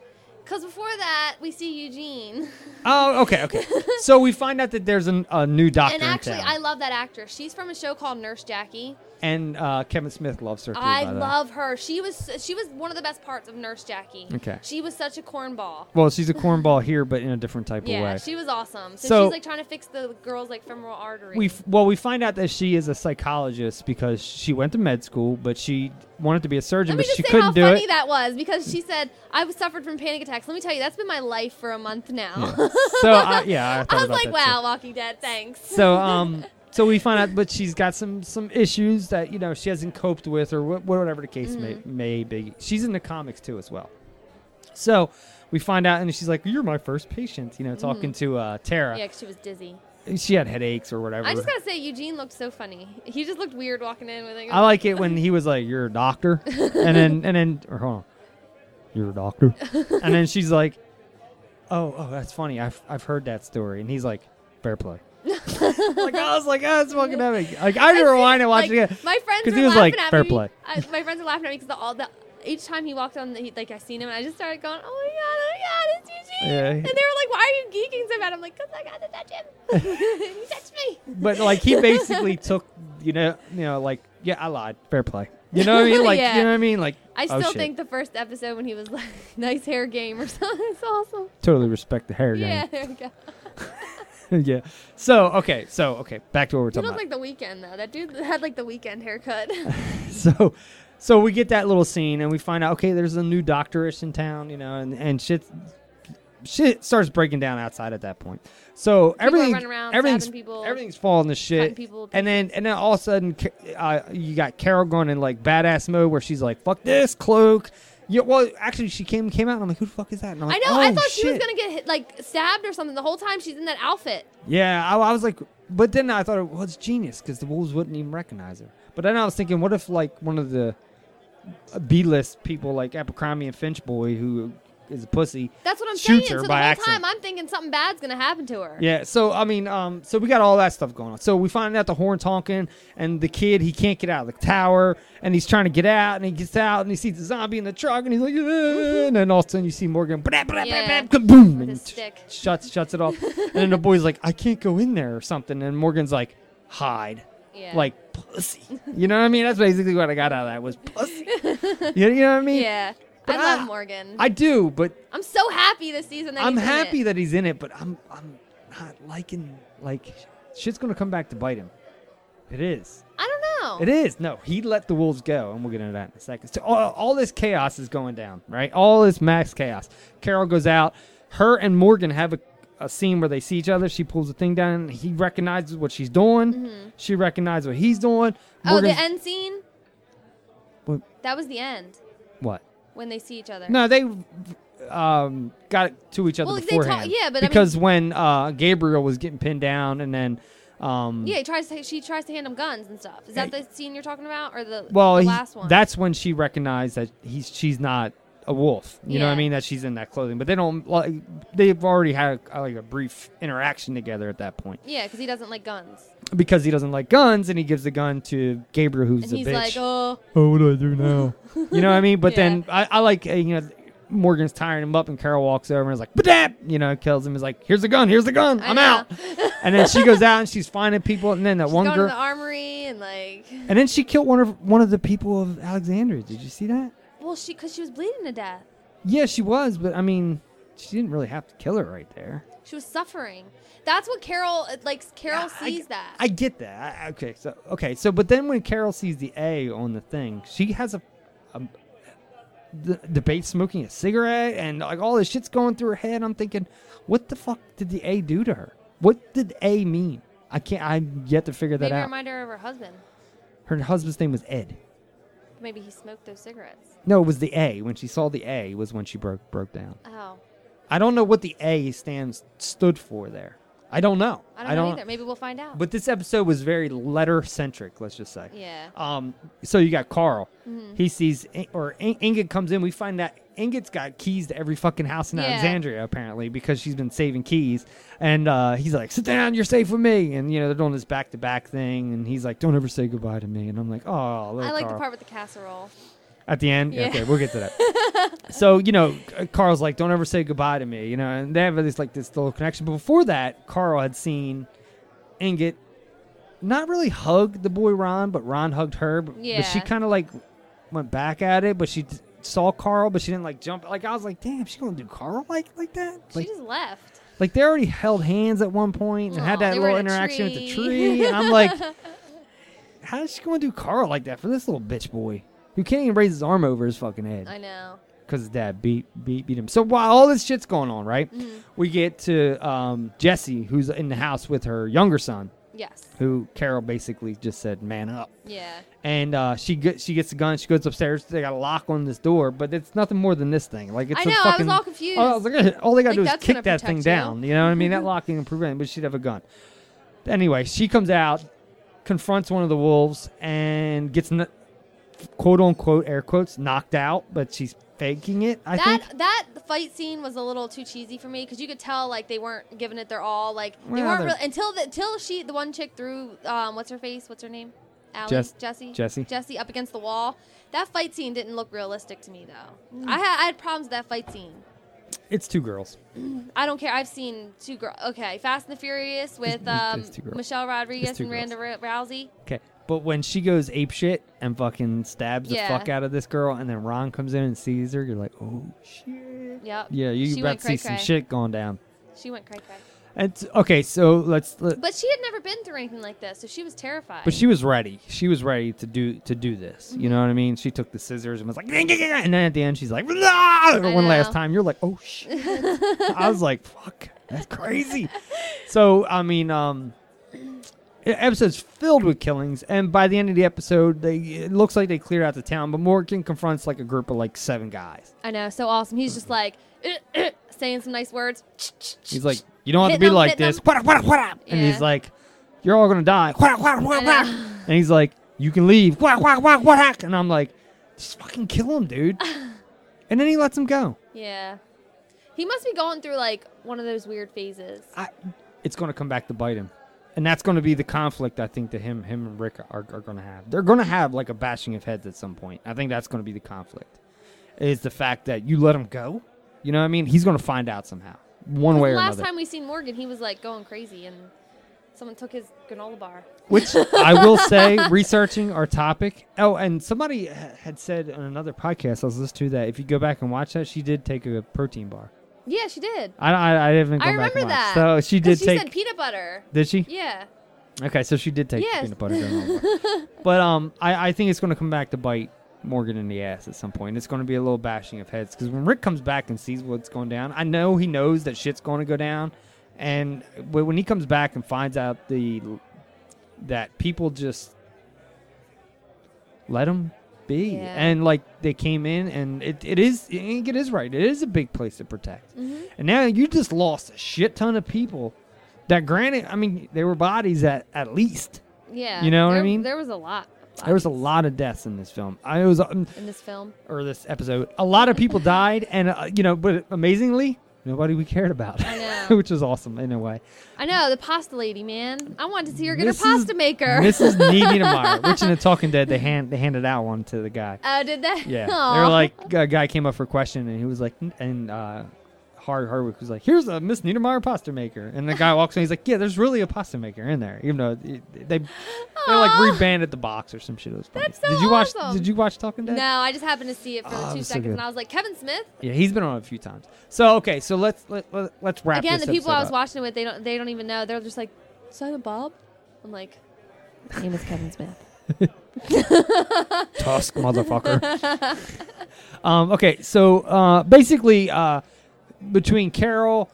Because before that, we
*laughs*
see Eugene.
Oh, okay,
*laughs*
okay. so we find out that there's an, a new doctor
and actually,
in town,
I love that actress. She's from a show called Nurse Jackie.
and uh, Kevin Smith loves her. Too,
I
by the way.
love her. She was she was one of the best parts of Nurse Jackie.
Okay.
She was such a cornball.
Well, she's a
*laughs*
cornball here, but in a different type
yeah,
of way.
she was awesome. So,
So-
she's like trying to fix the girl's like femoral artery.
we f- well, we find out that she is a psychologist because she went to med school, but she wanted to be a surgeon,
Let me
but
just
she
say
couldn't
how
do
funny
it.
that was because she said I've suffered from panic attacks. Let me tell you, that's been my life for a month now. *laughs*
so I, yeah, I, thought
I was
about
like,
that too.
wow, Walking Dead, thanks.
So um, so we find out, but she's got some some issues that you know she hasn't coped with, or wh- whatever the case
Mhm.
may may be. She's in the comics too as well. So we find out, and she's like, "You're my first patient," you know, talking
Mhm.
to uh, Tara.
Yeah, 'cause she was dizzy.
She had headaches or whatever.
I just gotta say, Eugene looked so funny. He just looked weird walking in with. Like,
I like it when he was like, "You're a doctor," and then and then or hold on, "You're a doctor," and then she's like, "Oh, oh, that's funny. I've I've heard that story," and he's like, "Fair play." *laughs* like I was like, "Oh, it's fucking epic." Like I had to rewind and watch it again.
*laughs* My friends
'Cause
were
he was
laughing
like,
at
"Fair
me.
play."
I, my friends were laughing at me because all the each time he walked on, the, he, like I seen him, and I just started going, "Oh my god, oh my god, it's Eugene!"
Yeah.
And they were like, "Why are you geeking so bad?" I'm like, "Cause I got to touch him. *laughs* he touched me."
But like he
*laughs*
basically took, you know, you know, like yeah, I lied. Fair play. You
*laughs*
know what I mean? Like
Yeah.
you know what I mean? Like
I
oh,
still
shit.
think the first episode when he was like, *laughs* "Nice hair game" or *laughs* something. It's awesome.
totally respect the hair
Yeah,
game.
there we go.
*laughs* yeah. So okay, so okay, back to what we're
He
talking about.
looked like the weekend though. That dude had like the weekend haircut. *laughs*
*laughs* so so we get that little scene and we find out okay there's a new doctorish in town you know and and shit shit starts breaking down outside at that point so
are
everything
running around,
everything's
stabbing people,
everything's falling to shit
cutting people to
and then and then all of a sudden Ca- uh, you got carol going in like badass mode where she's like fuck this cloak yeah, well, actually, she came came out, and I'm like, "Who the fuck is that?" And I'm
I
like,
know. I
"Oh,
thought she was
shit."
gonna get hit, like stabbed or something the whole time she's in that outfit.
Yeah, I, I was like, but then I thought it was genius because the wolves wouldn't even recognize her. But then I was thinking, what if like one of the B-list people like Abercrombie and Finch boy who is a pussy.
That's what I'm
shoots her
saying. so the
by
whole
accident.
time I'm thinking something bad's gonna happen
*laughs*
to her.
Yeah, so I mean, um, so we got all that stuff going on. So we find out the horn's honking, and the kid he can't get out of the tower, and he's trying to get out, and he gets out, and he sees the zombie in the truck, and he's like, "Ah," and then all of a sudden you see Morgan, blah, blah, blah,
Yeah.
blah, boom,
With a
and
stick.
shuts shuts it off, and then the boy's like, "I can't go in there" or something, and Morgan's like, "Hide,"
Yeah.
like pussy. You know what I mean? That's basically what I got out of that was pussy. you, you know what I mean?
Yeah.
But uh,
I love Morgan.
I do, but
I'm so happy this season. That
I'm
he's in it.
happy that he's in it, but I'm I'm not liking like shit's gonna come back to bite him. It is.
I don't know.
It is. No, he let the wolves go, and we'll get into that in a second. So all, all this chaos is going down, right? All this max chaos. Carol goes out. Her and Morgan have a, a scene where they see each other. She pulls the thing down. And he recognizes what she's doing.
Mhm.
She recognizes what he's doing.
Oh, the
Morgan's-
end scene.
What?
That was the end
What?
when they see each other.
No, they um, got to each other
Well, they talk-
beforehand.
yeah, but I mean-
because when uh, Gabriel was getting pinned down, and then um,
Yeah, he tries to. She tries to hand him guns and stuff. Is that the scene you're talking about, or the
well,
the
he-
last one?
that's when she recognized that he's she's not a wolf. You know what I
Yeah.
mean? That she's in that clothing, but they don't like they've already had uh, like a brief interaction together at that point
yeah, because he doesn't like guns,
because he doesn't like guns, and he gives the gun to Gabriel, who's
and
a
he's
bitch.
like, "Oh,
oh, what do I do now? you know what I mean? But then I, I like uh, you know. Morgan's tiring him up, and Carol walks over and is like, "Badap!" You know, kills him. Is like, "Here's the gun. Here's the gun.
I
I'm
know.
out." and then she goes out and she's finding people, and then that one
Going to
girl,
the armory and like,
and then she killed one of one of the people of Alexandria. Did you see that?
well, she because she was bleeding to death.
Yeah, she was, but I mean, she didn't really have to kill her right there.
She was suffering. That's what Carol uh, like. Carol sees that.
I get that. I- okay, so okay, so but then when Carol sees the A on the thing, she has a, a the debate smoking a cigarette and like all this shit's going through her head. I'm thinking, what the fuck did the A do to her? What did A mean? I can't. I'm yet to figure that
Maybe
out.
remind her of her husband.
Her husband's name was Ed.
Maybe he smoked those cigarettes.
No, it was the A. When she saw the A, was when she broke broke down.
Oh,
I don't know what the A stands stood for there. I don't know.
I don't know either. Maybe we'll find out.
But this episode was very letter centric. Let's just say.
Yeah.
Um. So you got Carl.
Mhm.
He sees In- or In- Ingot comes in. We find that Ingot's got keys to every fucking house in
Yeah.
Alexandria apparently because she's been saving keys. And uh, he's like, "Sit down. You're safe with me." And you know they're doing this back to back thing. And he's like, "Don't ever say goodbye to me." And I'm like, "Oh." little
I like the
Carl."
part with the casserole.
At the end?
Yeah.
Okay, we'll get to
*laughs*
that. so, you know, uh, Carl's like, don't ever say goodbye to me, you know, and they have this like this little connection. But before that, Carl had seen Inget not really hug the boy Ron, but Ron hugged her. But,
Yeah.
but she kind of like went back at it, but she d- saw Carl, but she didn't like jump. Like, I was like, damn, she going to do Carl like like that? Like,
she just left.
like they already held hands at one point and had
Aw,
that
they were
little
in a
interaction with the
tree.
tree. And I'm
*laughs*
like, how is she going to do Carl like that for this little bitch boy who can't even raise his arm over his fucking head
I know.
because his dad beat beat beat him. So while all this shit's going on, right,
Mhm.
we get to um, Jesse who's in the house with her younger son,
Yes.
who Carol basically just said, "Man up."
Yeah.
And uh, she get, she gets the gun. She goes upstairs. They got a lock on this door, but it's nothing more than this thing. Like it's
I
a
know, I was
fucking-
all confused.
All, I was like, all they got to
Like,
do is
that's gonna
kick that thing
protect you.
down. You know what I
*laughs*
mean? that locking and prevent, but she'd have a gun. Anyway, she comes out, confronts one of the wolves, and gets kn- quote unquote air quotes knocked out, but she's faking it. I
that
think.
that fight scene was a little too cheesy for me because you could tell like they weren't giving it their all. Like they
Well,
weren't
they're-
really until the until she the one chick threw um what's her face what's her name Allie
Jess-
Jesse
Jessie.
Jesse up against the wall. That fight scene didn't look realistic to me though.
Mm.
I had I had problems with that fight scene.
It's two girls.
I don't care. I've seen two girls. Okay, Fast and the Furious with um,
it's two girls.
Michelle Rodriguez
two
and Randa Rousey.
Okay. But when she goes ape shit and fucking stabs
Yeah.
the fuck out of this girl, and then Ron comes in and sees her, you're like, oh shit.
Yep.
Yeah, you
she
about
went
to see some
cray-cray.
shit going down.
She went cray cray.
And t- okay, so let's. Let,
But she had never been through anything like this, so she was terrified.
But she was ready. She was ready to do to do this. You know what I mean? She took the scissors and was like, and then at the end she's like, "Nah!"
I
one last
know.
time. You're like, oh shit!
*laughs*
I was like, fuck, that's crazy. so I mean, um, the episode's filled with killings, and by the end of the episode, they it looks like they cleared out the town. But Morgan confronts like a group of like seven guys.
I know, so awesome. He's just like *clears throat* saying some nice words.
He's like, you don't have
Hitting
to be
them,
like
hitting
this.
them.
What up, what up, what up? And he's
Yeah.
like, you're all gonna die. What up, what up, what up, what up? And he's like, you can leave. What up, what up, what up, what up? And I'm like, Just fucking kill him, dude.
*laughs*
and then he lets him go.
Yeah. He must be going through like one of those weird phases.
It's gonna come back to bite him, and that's gonna be the conflict I think that him, him and Rick are, are gonna have. They're gonna have like a bashing of heads at some point. I think that's gonna be the conflict. Is the fact that you let him go? You know what I mean? He's gonna find out somehow, one way or
Last
another.
time we seen Morgan, he was like going crazy, and someone took his granola bar. *laughs*
Which I will say, researching our topic. Oh, and somebody h- had said on another podcast I was listening to that if you go back and watch that, she did take a protein bar.
Yeah, she did.
I I, I haven't.
I
gone back
remember
and
that.
watched. So she
'Cause
did take.
said peanut butter.
Did she?
Yeah.
Okay, so she did take the
Yes.
peanut butter. granola bar. but um, I, I think it's going to come back to bite Morgan in the ass at some point. It's going to be a little bashing of heads because when Rick comes back and sees what's going down, I know he knows that shit's going to go down, and wh- when he comes back and finds out the that people just let him be
Yeah.
and like they came in and it, it is I think it is right it is a big place to protect and now you just lost a shit ton of people that granted i mean they were bodies at at least
*laughs* Yeah.
You know what I
There-
mean?
There was a lot of
there was a lot of deaths in this film i was um,
in this film.
or this episode a lot of people died and uh, you know but amazingly nobody we cared about
I know.
*laughs* which was awesome in a way
I know the pasta lady, man. I wanted to see her get
Mrs.
her pasta maker. *laughs*
mrs Niemeyer, which in the talking dead they hand they handed out one to the guy
Oh, did they? *laughs*
Yeah, they
Aw.
were like a guy came up for a question and he was like, and uh, Hard Hardwick was like, "Here's a Miss Niedermeyer pasta maker," and the guy walks in, he's like, "Yeah, there's really a pasta maker in there," even though it- they they're like
Aw.
rebanded the box or some shit. It was funny.
That's so
did you watch?
awesome.
Did you watch Talking Dead?
No, I just happened to see it for
Oh,
the
it
two
was so
seconds,
good.
and I was like, Kevin Smith.
Yeah, he's been on it a few times. So okay, so let's let, let let's wrap
Again,
this
the people I
episode
was
up.
watching it with, they don't they don't even know. They're just like, Simon Bob. I'm like, his name is Kevin Smith.
*laughs* Tusk
*laughs*
motherfucker. um, okay, so uh, basically, uh, between Carol,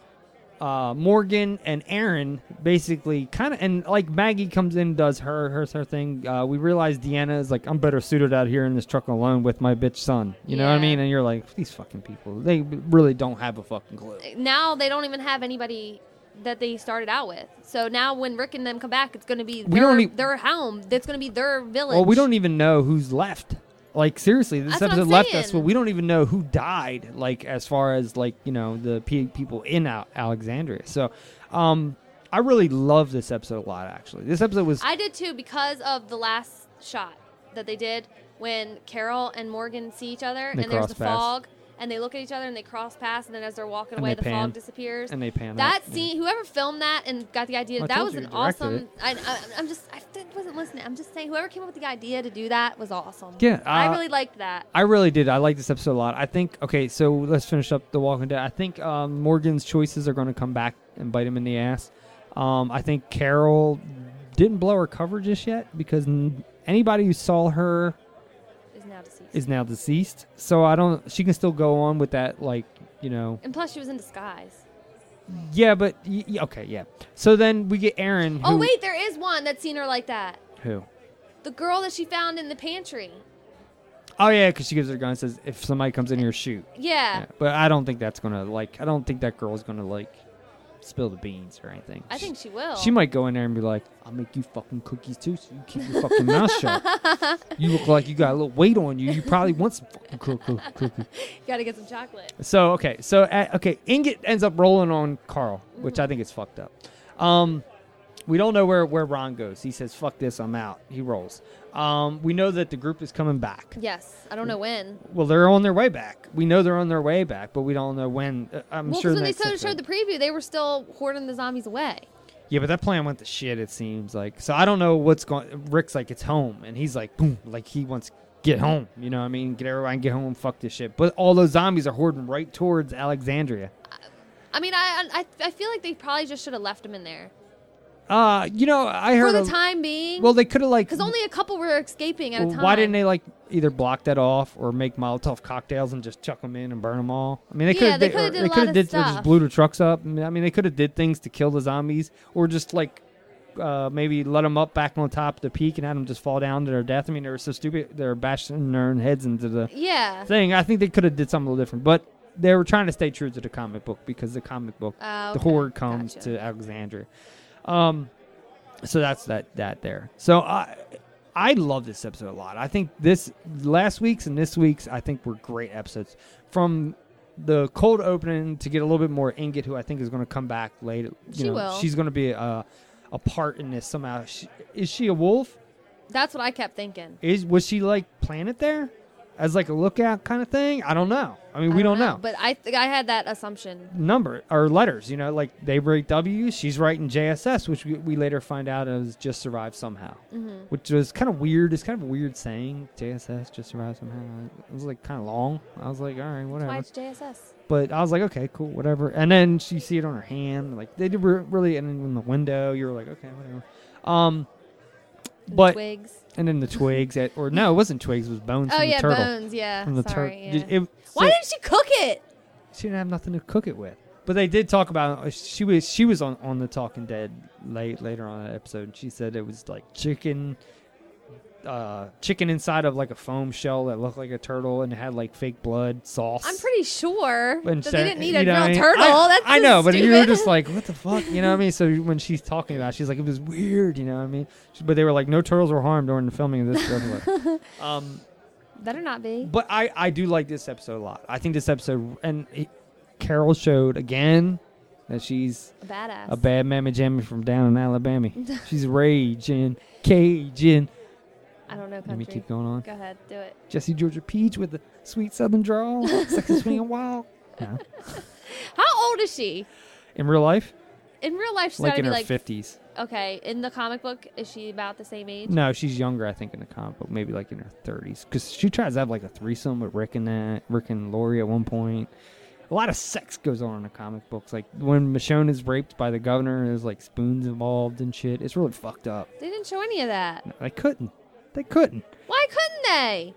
uh, Morgan, and Aaron, basically, kind of, and like Maggie comes in, does her her, her thing. Uh, we realize Deanna is like, I'm better suited out here in this truck alone with my bitch son. You know what I
Yeah.
mean? And you're like, these fucking people, they really don't have a fucking clue.
Now they don't even have anybody that they started out with. So now when Rick and them come back, it's going to be
We
their,
don't e-
their home. That's going to be their village.
Well, we don't even know who's left. Like seriously, this
That's what I'm
episode left us,
saying.
but we don't even know who died. Like as far as like you know the pe- people in Al- Alexandria. So, um, I really love this episode a lot. Actually, this episode e- was
I did too because of the last shot that they did when Carol and Morgan see each other
They
and there's the
cross paths.
fog and they look at each other and they cross paths and then as they're walking
And
away
they
the
pan.
fog disappears
And they pan out,
That
yeah.
scene, whoever filmed that and got the idea,
Well, I
that
told
was
you
an
you directed
awesome.
it.
I, I, I'm just I didn't- wasn't listening. I'm just saying whoever came up with the idea to do that was awesome.
Yeah,
I
uh,
really liked that.
I really did. I like this episode a lot. I think okay, so let's finish up the Walking Dead. I think um, Morgan's choices are going to come back and bite him in the ass. Um, I think Carol didn't blow her cover just yet because n- anybody who saw her
Is now deceased.
is now deceased. So I don't. She can still go on with that, like you know.
And plus, she was in disguise.
Yeah, but y- y- okay, yeah. So then we get Aaron. Who,
Oh wait, there is one that's seen her like that.
who?
The girl that she found in the pantry.
Oh yeah, because she gives her a gun and says, "If somebody comes in here, shoot."
Yeah.
But I don't think that's gonna like. I don't think that girl's gonna like spill the beans or anything.
I think she will.
She might go in there and be like, "I'll make you fucking cookies too, so you keep your fucking mouth
*laughs*
shut." You look like you got a little weight on you. You probably want some fucking cook, cook, cookies.
Got to get some chocolate.
So okay, so uh, okay, Ingot ends up rolling on Carl, which
Mm-hmm.
I think is fucked up. Um, we don't know where where Ron goes. He says, "Fuck this, I'm out." He rolls. Um, we know that the group is coming back.
Yes, I don't know when.
Well, they're on their way back. We know they're on their way back, but we don't know when. Uh, I'm
well,
sure
when they
next
showed,
episode.
showed the preview, they were still hoarding the zombies away.
Yeah, but that plan went to shit. It seems like so. I don't know what's going. Rick's like it's home, and he's like boom, like he wants get home. You know, what I mean, get everyone, get home, fuck this shit. But all those zombies are hoarding right towards Alexandria.
I mean, I I, I feel like they probably just should have left them in there
Uh, you know, I
for
heard
the
a-
time being.
Well, they could have like
because only a couple were escaping at a
Well,
time.
Why didn't they like either block that off or make Molotov cocktails and just chuck them in and burn them all? I mean, they
Yeah,
could have
they coulda did a lot of
did or just
stuff.
blew the trucks up. I mean- I mean, they could have did things to kill the zombies or just like uh, maybe let them up back on top of the peak and had them just fall down to their death. I mean, they were so stupid. They were bashing their own heads into the
Yeah.
thing. I think they could have did something a little different, but they were trying to stay true to the comic book because the comic book,
Oh,
the
okay.
horror comes to Alexandria. Um, so that's that that there. So I I love this episode a lot. I think this last week's and this week's I think were great episodes. From the cold opening to get a little bit more Inget, who I think is going to come back later. You
She
know,
will.
She's going to be a, a part in this somehow. She, is she a wolf?
That's what I kept thinking.
Is was she like planted there as like a lookout kind of thing? I don't know. I mean, we don't know.
But I th- I had that assumption.
number or letters. You know, like they break W. She's writing JSS, which we, we later find out is just survive somehow,
Mhm.
which was kind of weird. It's kind of a weird saying JSS just survive somehow. It was like kind of long. I was like, all right, whatever.
Why it's JSS?
But I was like, okay, cool, whatever. And then she see it on her hand, like they did re- really, and then in the window, you were like, okay, whatever. Um,
the
but
twigs.
and then the twigs, at,
*laughs*
or no, it wasn't twigs, it was bones.
oh
from
yeah,
the turtle,
bones. Yeah.
from the
Sorry.
turtle.
yeah. Why didn't she cook it?
she didn't have nothing to cook it with. But they did talk about uh, she was she was on, on the Talking Dead late later on in that episode. And she said it was like chicken, uh, chicken inside of like a foam shell that looked like a turtle and it had like fake blood sauce.
I'm pretty sure
And
that
so-
they didn't need a
you know
real
what I mean?
turtle.
I,
That's
I know, but you were
stupid.
just like, what the fuck, you know what I mean? So when she's talking about, it, she's like, it was weird, you know what I mean? She- But they were like, no turtles were harmed during the filming of this. blah,
*laughs*
blah, blah. um,
Better not be.
But I, I do like this episode a lot. I think this episode and it, Carol showed again that she's
A badass.
a bad mammy jammy from down in
*laughs*
Alabama. she's raging, caging.
I don't know. Country.
Let me keep going on.
Go ahead, do it.
Jesse Georgia Peach with the sweet southern drawl, sexy swinging
*laughs*
wild. No.
How old is she?
In real life,
In real life, she's
like
gotta
in
be
her
like
fifties.
Okay, in the comic book, is she about the same age?
No, she's younger, I think, in the comic book, maybe like in her thirties, because she tries to have like a threesome with Rick and that Rick and Lori at one point. A lot of sex goes on in the comic books, like when Michonne is raped by the governor, there's like spoons involved and shit. It's really fucked up.
They didn't show any of that.
They couldn't. They couldn't.
Why couldn't they?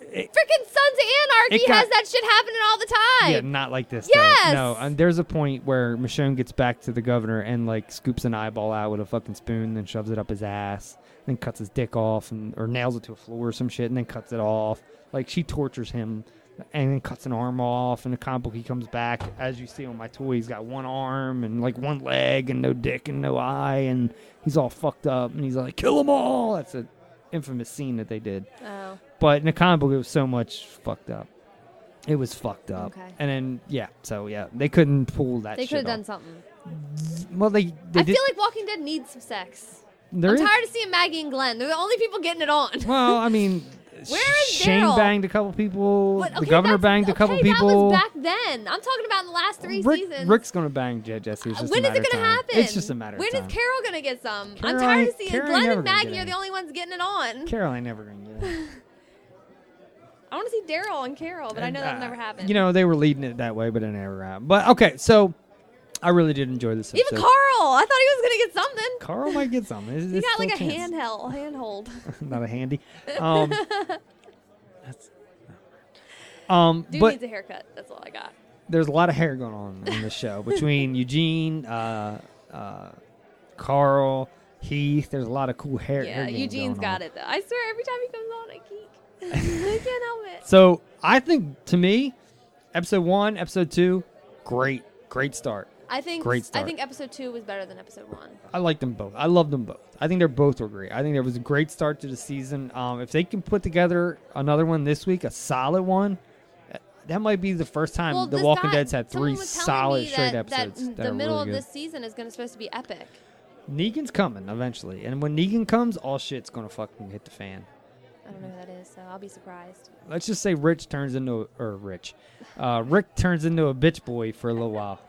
Freaking Sons of Anarchy
it got-
has that shit happening all the time.
Yeah, not like this.
Yes!
Though. No, and there's a point where Michonne gets back to the governor and like scoops an eyeball out with a fucking spoon, then shoves it up his ass, then cuts his dick off, and or nails it to a floor or some shit, and then cuts it off. Like she tortures him, and then cuts an arm off. And the comic book, he comes back as you see on my toy. He's got one arm and like one leg and no dick and no eye, and he's all fucked up. And he's like, "Kill them all." That's an infamous scene that they did.
Uh,
Oh.
But in the comic book, it was so much fucked up. It was fucked up.
Okay.
And then yeah, so yeah, they couldn't pull that.
they could
could
have done something.
something. Well, they. they
I
did,
feel like Walking Dead needs some sex.
There
I'm
is-
tired of seeing Maggie and Glenn. They're the only people getting it on.
Well,
*laughs*
I mean,
Where is
Shane
Daryl?
banged a couple people.
But,
the
okay,
governor
that's-
banged a couple
okay,
people.
That was back then. I'm talking about in the last three
Rick-
seasons.
Rick's gonna bang Jed Jesse. It's just
Uh, when
a
is it
matter of
gonna
time.
happen?
It's just a matter
When
of
is
time.
Carol gonna get some?
Carol
I'm tired
ain't-
of seeing
Carol ain't
Glenn
never
and
gonna get
Maggie are
any.
the only ones getting it on.
Carol ain't never gonna get it.
I want to see Daryl and Carol, but I know that'll
Uh,
never happen.
You know, they were leading it that way, but it never happened. But okay, so I really did enjoy this.
Even
episode.
Carl, I thought he was gonna get something.
Carl might get something. It's-
He
it's
got
still
like a
chance.
handheld, handhold.
*laughs* not a handy.
*laughs*
Um, um,
Dude
but
needs a haircut. That's all I got.
there's a lot of hair going on on the
*laughs*
show between Eugene, uh, uh, Carl, Heath. There's a lot of cool hair. hair
Yeah,
game
Eugene's
going
got
on.
it though. I swear, every time he comes on, I geek. *laughs* I can't help
*laughs*
it.
So I think to me, episode one, episode two, great, great start.
I think
great start.
I think episode two was better than episode one.
I like them both. I love them both. I think they're both were great. I think there was a great start to the season. Um, if they can put together another one this week, a solid one, uh, that might be the first time
Well,
the
this
Walking
guy-
Dead's had
someone
three
was telling
solid
me
straight
that,
episodes.
That
That,
the
are
middle
really
of
good.
this season is going to supposed to be epic.
Negan's coming eventually, and when Negan comes, all shit's gonna fucking hit the fan.
I don't know who that is, so I'll be surprised.
Let's just say Rich turns into or Rich, uh, Rick turns into a bitch boy for a little
*laughs*
while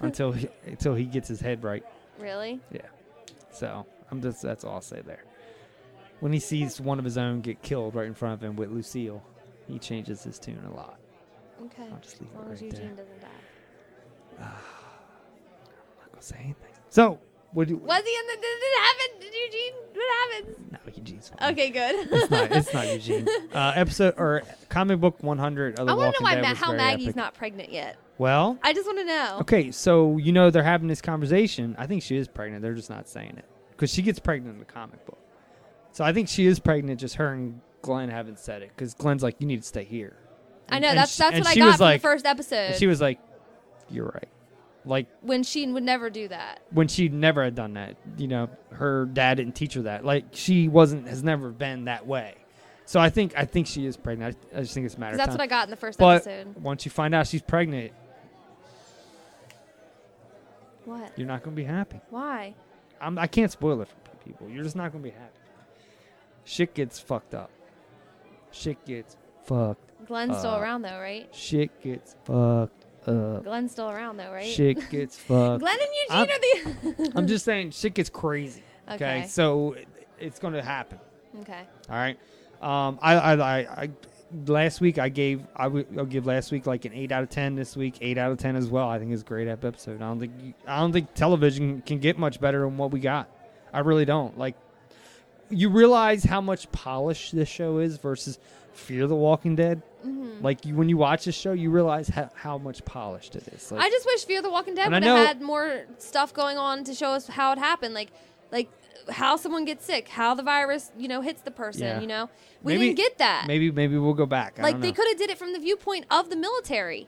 until he, until he gets his head right.
Really?
Yeah. So I'm just that's all I'll say there. When he sees one of his own get killed right in front of him with Lucille, he changes his tune a lot.
Okay.
I'll just leave
as
it
long as
right there.
Eugene doesn't die.
I'm not gonna say anything. So what do
Was he in the? Did it happen? Did Eugene? What happens?
No, Eugene's fine.
Okay, good.
It's not, it's
*laughs*
not Eugene. Uh, episode or comic book 100 of the
I want
Walking
to know why
Dead
Ma-
was
how
very
Maggie's
epic.
not pregnant yet.
Well,
I just want to know.
okay, so you know they're having this conversation. I think she is pregnant. They're just not saying it because she gets pregnant in the comic book. So I think she is pregnant. Just her and Glenn haven't said it because Glenn's like, "You need to stay here."
I
And-
know
and
that's
sh-
that's
and
what I
she
got
was
from
like-
the first episode.
and she was like, "You're right." Like
when she would never do that.
when she never had done that. You know, her dad didn't teach her that. Like she wasn't has never been that way. So I think I think she is pregnant. I, I just think it's a matter. of
That's
time.
what I got in the first
But
episode.
Once you find out she's pregnant,
What?
you're not going to be happy.
Why?
I'm, I can't spoil it for pe- people. You're just not going to be happy. Shit gets fucked up. Shit gets fucked.
Glenn's still
Uh,
up.
around though, right?
Shit gets fucked up.
Glenn's still around though, right?
uh, Shit
*laughs*
gets fucked.
Glenn and
I'm-
Eugene are the. *laughs*
I'm just saying, shit gets crazy. Okay.
Okay.
So it, it's going to happen.
Okay.
All right. Um, I, I, I, I, last week I gave, I would, I'll give last week like an eight out of ten. This week, eight out of ten as well. I think it's a great ep- episode. I don't think, you- I don't think television can get much better than what we got. I really don't. Like, you realize how much polish this show is versus Fear the Walking Dead.
Mhm.
Like you, when you watch this show, you realize how, how much polished it is. Like,
I just wish Fear the Walking Dead
And I
would have
know-
had more stuff going on to show us how it happened, like like how someone gets sick, how the virus you know hits the person.
Yeah.
You know, we
maybe-
didn't get that.
Maybe, maybe we'll go back. I
like
don't
they
know.
could have did it from the viewpoint of the military.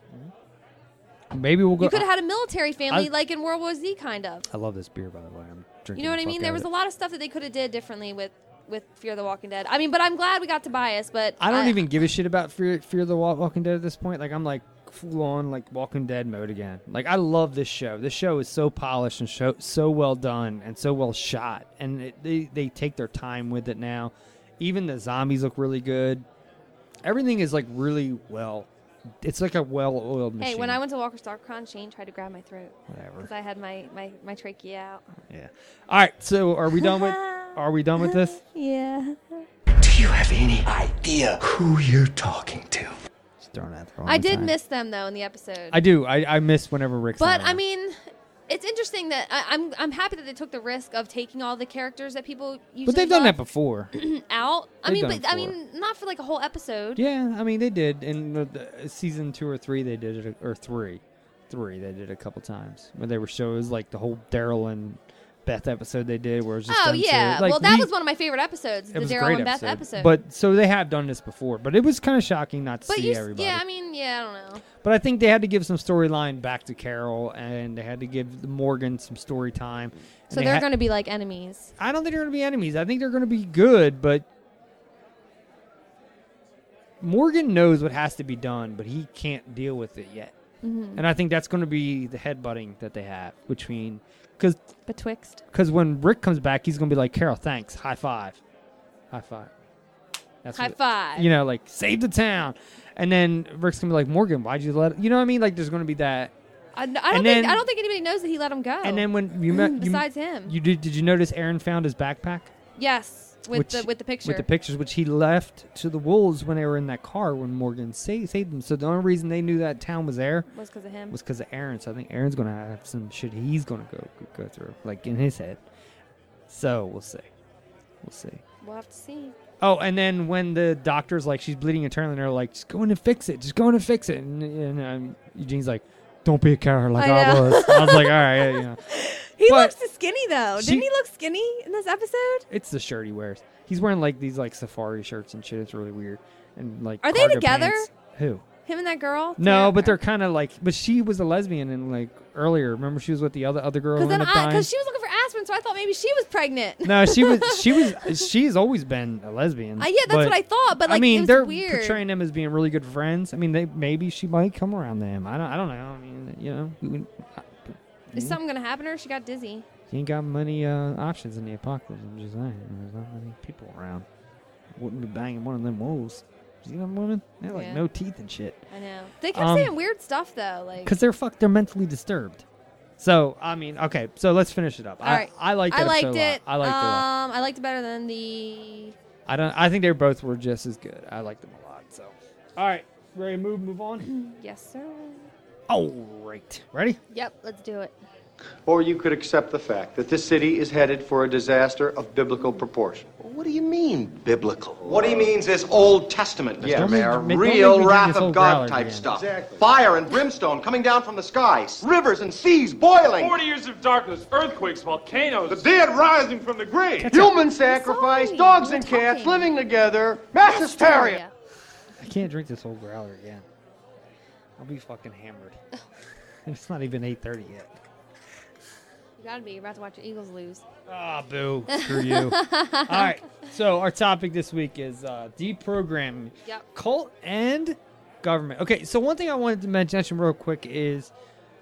Maybe we'll go.
you could have had a military family,
I-
like in World War Z, kind of.
I love this beer, by the way. I'm drinking.
You know
the
what I mean?
fuck
There
out
was
of
a
it.
lot of stuff that they could have did differently with with Fear the Walking Dead. I mean, but I'm glad we got Tobias. But
I don't even give a shit about Fear, Fear the Wa- Walking Dead at this point. Like I'm like full on like Walking Dead mode again. Like I love this show. This show is so polished and show, so well done and so well shot. And it, they they take their time with it now. Even the zombies look really good. Everything is like really well. It's like a well-oiled machine.
Hey, when I went to Walker StarCon, Shane tried to grab my throat
Whatever.
because I had my, my, my trachea out.
yeah. All right. So are we
*laughs*
done with? Are we done with this?
Yeah.
Do you have any idea who you're talking to?
Just throwing it out there. all
I
the
did
time.
miss them though in the episode.
I do. I, I miss whenever Rick's.
But
not
I
around.
mean, it's interesting that I, I'm I'm happy that they took the risk of taking all the characters that people usually
but they've done that
love *clears throat*
before.
out. I
They've
mean,
done
but
it
I
before.
mean, not for like a whole episode.
Yeah, I mean they did in the, the season two or three they did it or three, three they did it a couple times when they were shows like the whole Daryl and Beth episode they did where it was just
Oh
them two.
yeah.
Like,
well, that
we-
was one of my favorite episodes,
it
the
was a
Daryl
great
and Beth episode.
But so they have done this before, but it was kind of shocking not to
But
see
you, s-
everybody.
yeah, I mean, yeah, I don't know.
But I think they had to give some storyline back to Carol, and they had to give Morgan some story time. and
So
they
they're
ha-
going to be like enemies.
I don't think they're going to be enemies. I think they're going to be good, but Morgan knows what has to be done, but he can't deal with it yet.
Mhm.
And I think that's going to be the headbutting that they have between because
Betwixt.
because when Rick comes back, he's going to be like, "Carol, thanks, high five, high five, that's
High
what-
five.
You know, like save the town, and then Rick's going to be like, "Morgan, why'd you let?" You know what I mean? Like, there's going to be that.
I, I don't
And
think
then-
I don't think anybody knows that he let him go.
And then when you
*clears throat*
met, you,
Oh. besides him,
you did. Did you notice Aaron found his backpack?
yes, with
Which-
the with the picture.
With the pictures, which he left to the wolves when they were in that car when Morgan saved, saved them. So the only reason they knew that town was there
Was 'cause of him.
Was because of Aaron. So I think Aaron's gonna have some shit he's gonna go go through, like in his head. So we'll see. We'll see.
We'll have to see.
Oh, and then when the doctor's like, she's bleeding internally, and they're like, just go in and fix it. Just go in and fix it. And, and um, Eugene's like, don't be a coward like
I
I,
know.
was. I was like, all right, yeah, you know.
He
But-
looks skinny though.
She-
Didn't he look skinny in this episode?
It's the shirt he wears. He's wearing like these like safari shirts and shit. It's really weird. And like,
Are they
cargo
together? Oh,
pants. Who?
Him and that girl.
No, but they're kind of like. But she was a lesbian and like earlier. Remember, she was with the other other girl.
because
who
then
ended up dying?
because she was looking for aspirin, so I thought maybe she was pregnant.
no, she
*laughs*
was. She was. She's always been a lesbian.
Uh, yeah, that's what I thought, but,
I
like, it
mean,
was
they're
weird.
portraying them as being really good friends. I mean, they maybe she might come around them. I don't. I don't know. I mean, you know, you,
Is something gonna happen to her? She got dizzy.
you ain't got many uh, options in the apocalypse. I'm just saying, there's not many people around. Wouldn't be banging one of them wolves. See them women? They have like
Yeah.
no teeth and shit.
I know. They kept
Um,
saying weird stuff though. Like
Because they're fucked. They're mentally disturbed. So I mean, okay. So let's finish it up.
all
I,
right.
I liked.
I
that episode
liked
a lot.
it.
I liked it. a lot.
Um, I liked it better than the.
I don't. I think they both were just as good. I liked them a lot. So. All right. Ready to move? Move on.
*clears throat* yes, sir.
All right. Ready?
Yep. Let's do it.
Or you could accept the fact that this city is headed for a disaster of biblical proportion.
What do you mean, biblical?
What he means is Old Testament, Mr.
Yeah. Don't make-
Mayor.
make- don't make
Real
me do
wrath
this
of
whole
God
ballad
type
again.
stuff.
Exactly.
Fire and brimstone coming down from the skies, rivers and seas boiling.
Forty years of darkness, earthquakes, volcanoes, the
dead
rising from the grave.
Human sacrifice, dogs and cats living together, mass hysteria.
*laughs*
I can't drink this whole growler again. I'll be fucking hammered. *laughs* It's not even 8:30 yet.
You gotta be. You're about to watch the Eagles lose.
Ah,
*laughs*
boo. Screw you. All right. So our topic this week is uh, deprogramming,
Yep.
cult and government. Okay. So one thing I wanted to mention actually real quick is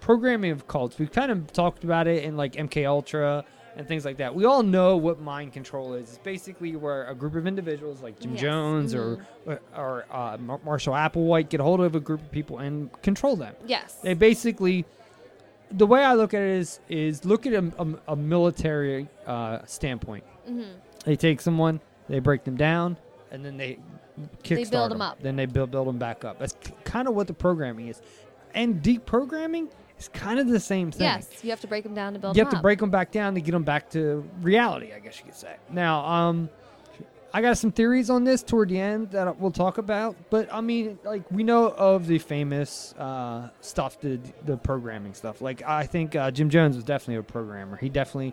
programming of cults. We've kind of talked about it in like MK Ultra and things like that. We all know what mind control is. It's basically where a group of individuals like Jim
Yes.
Jones or or uh, Mar- Marshall Applewhite get a hold of a group of people and control them.
Yes.
They basically, the way I look at it is, is look at a, a, a military uh, standpoint.
Mhm.
They take someone, they break them down, and then they kickstart
They build 'em up.
Then they build build them back up. That's kind of what the programming is, and deprogramming is kind of the same thing.
Yes, you have to break them down to build.
you
them
have to
up.
break them back down to get them back to reality. I guess you could say. Now, um, I got some theories on this toward the end that we'll talk about, but I mean, like we know of the famous uh, stuff, the the programming stuff. Like I think uh, Jim Jones was definitely a programmer. He definitely.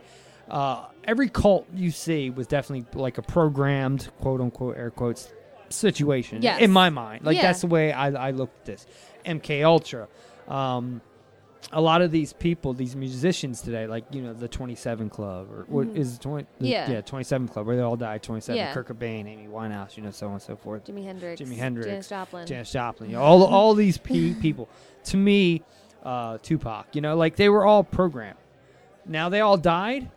Uh, every cult you see was definitely like a programmed quote unquote air quotes situation
Yes.
in my mind like
Yeah.
that's the way I, I looked at this mk ultra um, a lot of these people, these musicians today, like you know the Twenty Seven Club or what
Mhm.
is the twenty? the-
Yeah.
yeah, Twenty Seven Club where they all died. Twenty Seven,
Yeah.
Kurt Cobain, Amy Winehouse, you know, so on and so forth.
Jimi Hendrix,
Jimi Hendrix,
Janis Joplin.
Janis Joplin,
*laughs*
you know, all all these pe- people. To me, uh, Tupac, you know, like they were all programmed. Now they all died.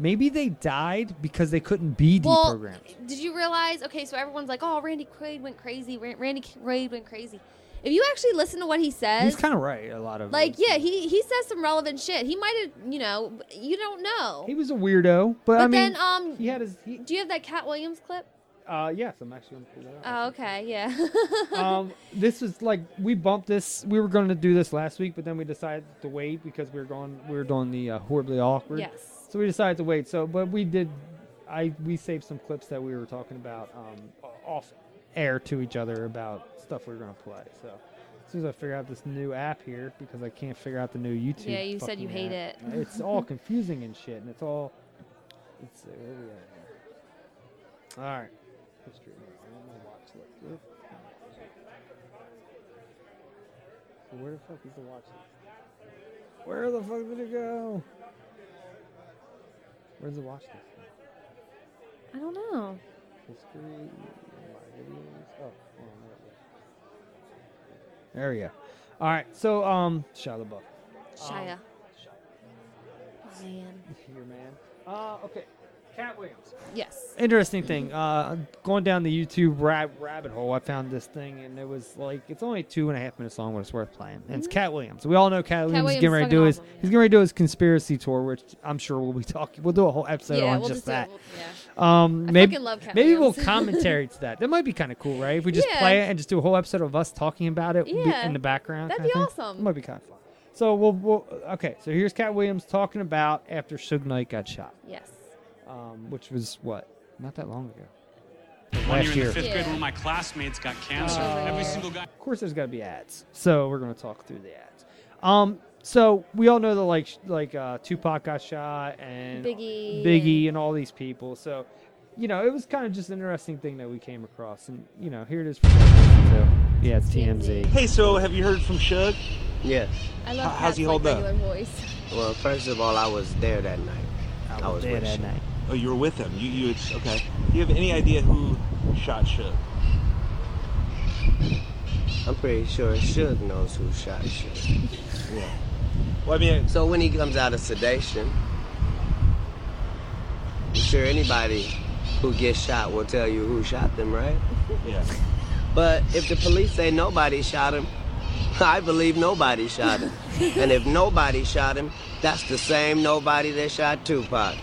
Maybe they died because they couldn't be
Well,
deprogrammed.
Did you realize? Okay, so everyone's like, "Oh, Randy Quaid went crazy. Ra- Randy Quaid went crazy." If you actually listen to what he says,
He's kind of right. A lot of
like, yeah, he he says some relevant shit. He might have, you know, b- you don't know.
he was a weirdo, but,
but
I mean,
then, um,
he had his.
do you have that Cat Williams clip?
uh, yes, I'm actually gonna pull that out.
Oh, okay, yeah. *laughs*
um, this is like we bumped this. We were going to do this last week, but then we decided to wait because we were going. We were doing the uh, horribly awkward.
Yes.
So we decided to wait. So, but we did. I we saved some clips that we were talking about um, o- off air to each other about stuff we were going to play. So as soon as I figure out this new app here, because I can't figure out the new YouTube.
Yeah, you said you
fucking
hate
app.
it.
It's
*laughs*
all confusing and shit, and it's all. Let's see. Where we at here? All right. History. I'm gonna watch list. Oop. So where the fuck is the watch list? Where the fuck did it go? Where's the watch list?
I don't
oh,
know.
History. My videos. Oh, hold on, where it went. There we go. All right. So, um, Shia LaBeouf.
Shia. man.
Your man. Uh, okay. Cat Williams.
Yes.
interesting thing. Uh, going down the YouTube rab- rabbit hole, I found this thing, and it was like it's only two and a half minutes long, but it's worth playing. And it's Cat Williams. We all know Cat, Williams,
Mm-hmm. Williams
is
is
getting ready to
fucking
do his he's getting ready to do his conspiracy tour, which I'm sure we'll be talking. We'll do a whole episode
Yeah,
on
we'll
just
just do
that.
it.
Um,
I
maybe
fucking love Cat
maybe
Williams. *laughs*
we'll commentary to that. That might be kind of cool, right? If we just
Yeah.
play it and just do a whole episode of us talking about it be-
Yeah.
in the background.
That'd
kinda
be
thing.
awesome.
Might be kind of fun. So we'll, we'll okay. So here's Cat Williams talking about after Suge Knight got shot
Yes.
um, which was what not that long
One
ago.
year
Last
in
year.
the fifth grade, one of my classmates got cancer.
Oh.
Every single guy.
Of course, there's got to be ads, so we're gonna talk through the ads. Um, so we all know that like sh- like uh, Tupac got shot and
Biggie
Biggie, and all these people. So, you know, it was kind of just an interesting thing that we came across, and you know, here it is. For so, yeah, it's TMZ.
Hey, so have you heard from Shug?
Yes.
I love
How-
Cat's
how's he
like,
hold up?
regular voice. *laughs*
Well, first of all, I was there that night. I was,
there
with
that
Shug.
night. Oh, you were with him. You, you, it's okay. Do you have any idea who shot Shug?
I'm pretty sure Shug knows who shot Shug. yeah.
Well, I mean,
so when he comes out of sedation, I'm sure anybody who gets shot will tell you who shot them, right?
Yeah.
But if the police say nobody shot him, *laughs* I believe nobody shot him. and if nobody shot him, that's the same nobody that shot Tupac.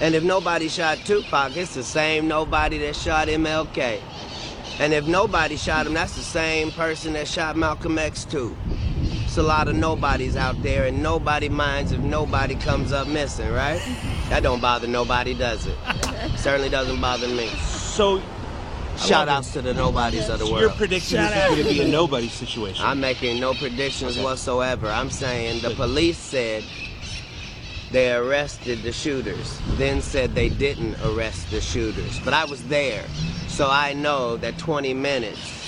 And if nobody shot Tupac, it's the same nobody that shot MLK. And if nobody shot him, that's the same person that shot Malcolm X too. It's a lot of nobodies out there, and nobody minds if nobody comes up missing, right? That don't bother nobody, does it? Certainly doesn't bother me.
So,
shout outs to the nobodies of the
So
world.
Your prediction is this is going to be a nobody situation.
I'm making no predictions whatsoever. I'm saying the police said they arrested the shooters, then said they didn't arrest the shooters. But I was there, so I know that 20 minutes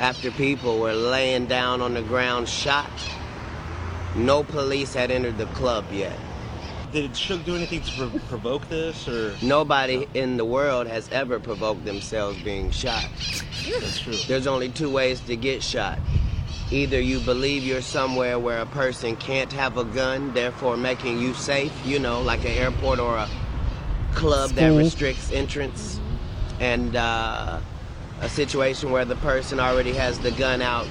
after people were laying down on the ground shot, No police had entered the club yet.
Did Suge do anything to pro- provoke this, or
Nobody in the world has ever provoked themselves being shot.
that's true?
There's only two ways to get shot. Either you believe you're somewhere where a person can't have a gun, therefore making you safe, you know, like an airport or a club that
School.
restricts entrance, and uh, a situation where the person already has the gun out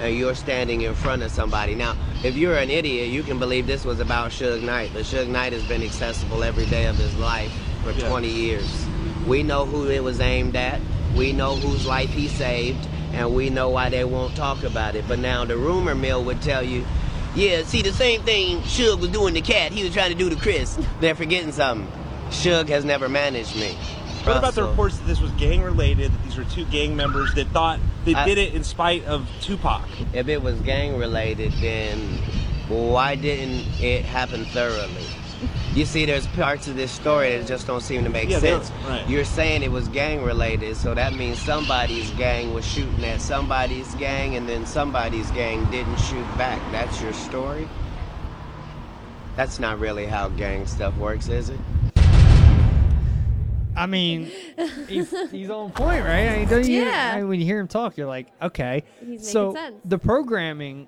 and you're standing in front of somebody. Now, if you're an idiot, you can believe this was about Suge Knight, but Suge Knight has been accessible every day of his life for
Yeah.
20 years. We know who it was aimed at, we know whose life he saved, and we know why they won't talk about it. But now the rumor mill would tell you, yeah, see, the same thing Suge was doing to Cat, he was trying to do to Chris. They're forgetting something. Suge has never managed me.
What about the
Russell.
reports that this was gang related? That these were two gang members that thought they
I-
did it in spite of Tupac?
If it was gang related, then why didn't it happen thoroughly? You see, there's parts of this story that just don't seem to make
Yeah, they
sense.
don't- right.
You're saying it was gang related, so that means somebody's gang was shooting at somebody's gang, and then somebody's gang didn't shoot back. That's your story? That's not really how gang stuff works, is it?
I mean, he's, he's on point, right? I mean, don't you
Yeah.
I mean, when you hear him talk, you're like, okay.
He's
so
making sense.
the programming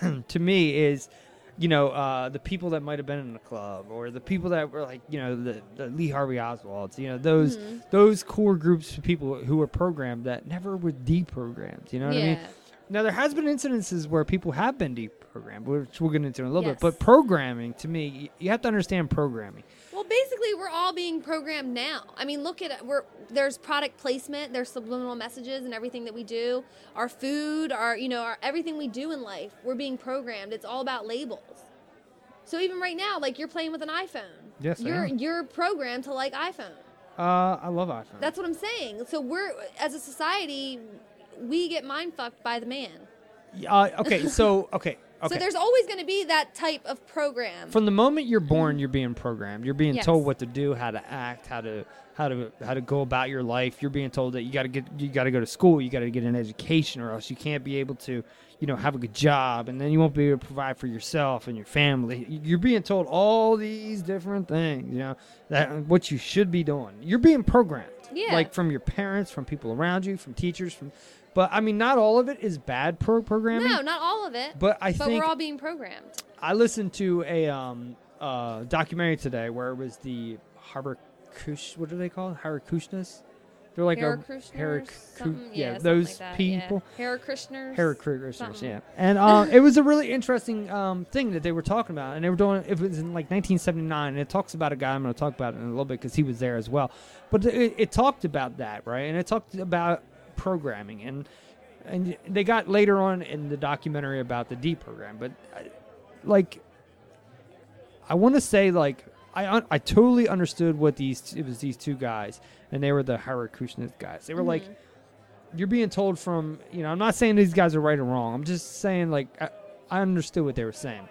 *coughs* to me is, you know, uh, the people that might have been in the club or the people that were like, you know, the, the Lee Harvey Oswalds, you know, those
Mm-hmm.
Mhm.
those core groups of people who were programmed that never were deprogrammed. You know what I mean?
Yeah.
Now there has been incidences where people have been deprogrammed, which we'll get into in a little
Yes.
bit. But programming, to me, y- you have to understand programming.
Well, basically, we're all being programmed now. I mean, look at we're there's product placement, there's subliminal messages, and everything that we do, our food, our you know, our everything we do in life, we're being programmed. It's all about labels. So even right now, like you're playing with an iPhone.
Yes, I
you're
am.
you're programmed to like iPhone.
Uh, I love iPhone.
That's what I'm saying. So we're as a society, we get mind fucked by the man.
Uh,
*laughs*
okay, so okay, okay.
So there's always going to be that type of program.
from the moment you're born you're being programmed you're being
Yes.
told what to do how to act how to how to how to go about your life you're being told that you got to get you got to go to school you got to get an education or else you can't be able to you know have a good job and then you won't be able to provide for yourself and your family you're being told all these different things you know that what you should be doing you're being programmed
Yeah.
like from your parents from people around you from teachers from but i mean not all of it is bad pro programming
no, not all of it.
But I
but
think-
we're all being programmed.
I listened to a um, uh, documentary today where it was the Harakush. What are they called? Harakushnas. They're like a
Harakrishnas, something-
yeah,
yeah, something
those
like that, yeah.
people.
Harakrishnas,
Harakrishnas,
something.
yeah. And um, it was a really interesting um, thing that they were talking about, and they were doing. It was in like 1979, and it talks about a guy. I'm going to talk about it in a little bit because he was there as well. But it, it talked about that, right? And it talked about programming, and and they got later on in the documentary about the deprogram. But uh, like, I want to say like. I, un- I totally understood what these it was these two guys and they were the Harakrishnas guys. They were like you're being told from you know i'm not saying these guys are right or wrong i'm just saying like i, I understood what they were saying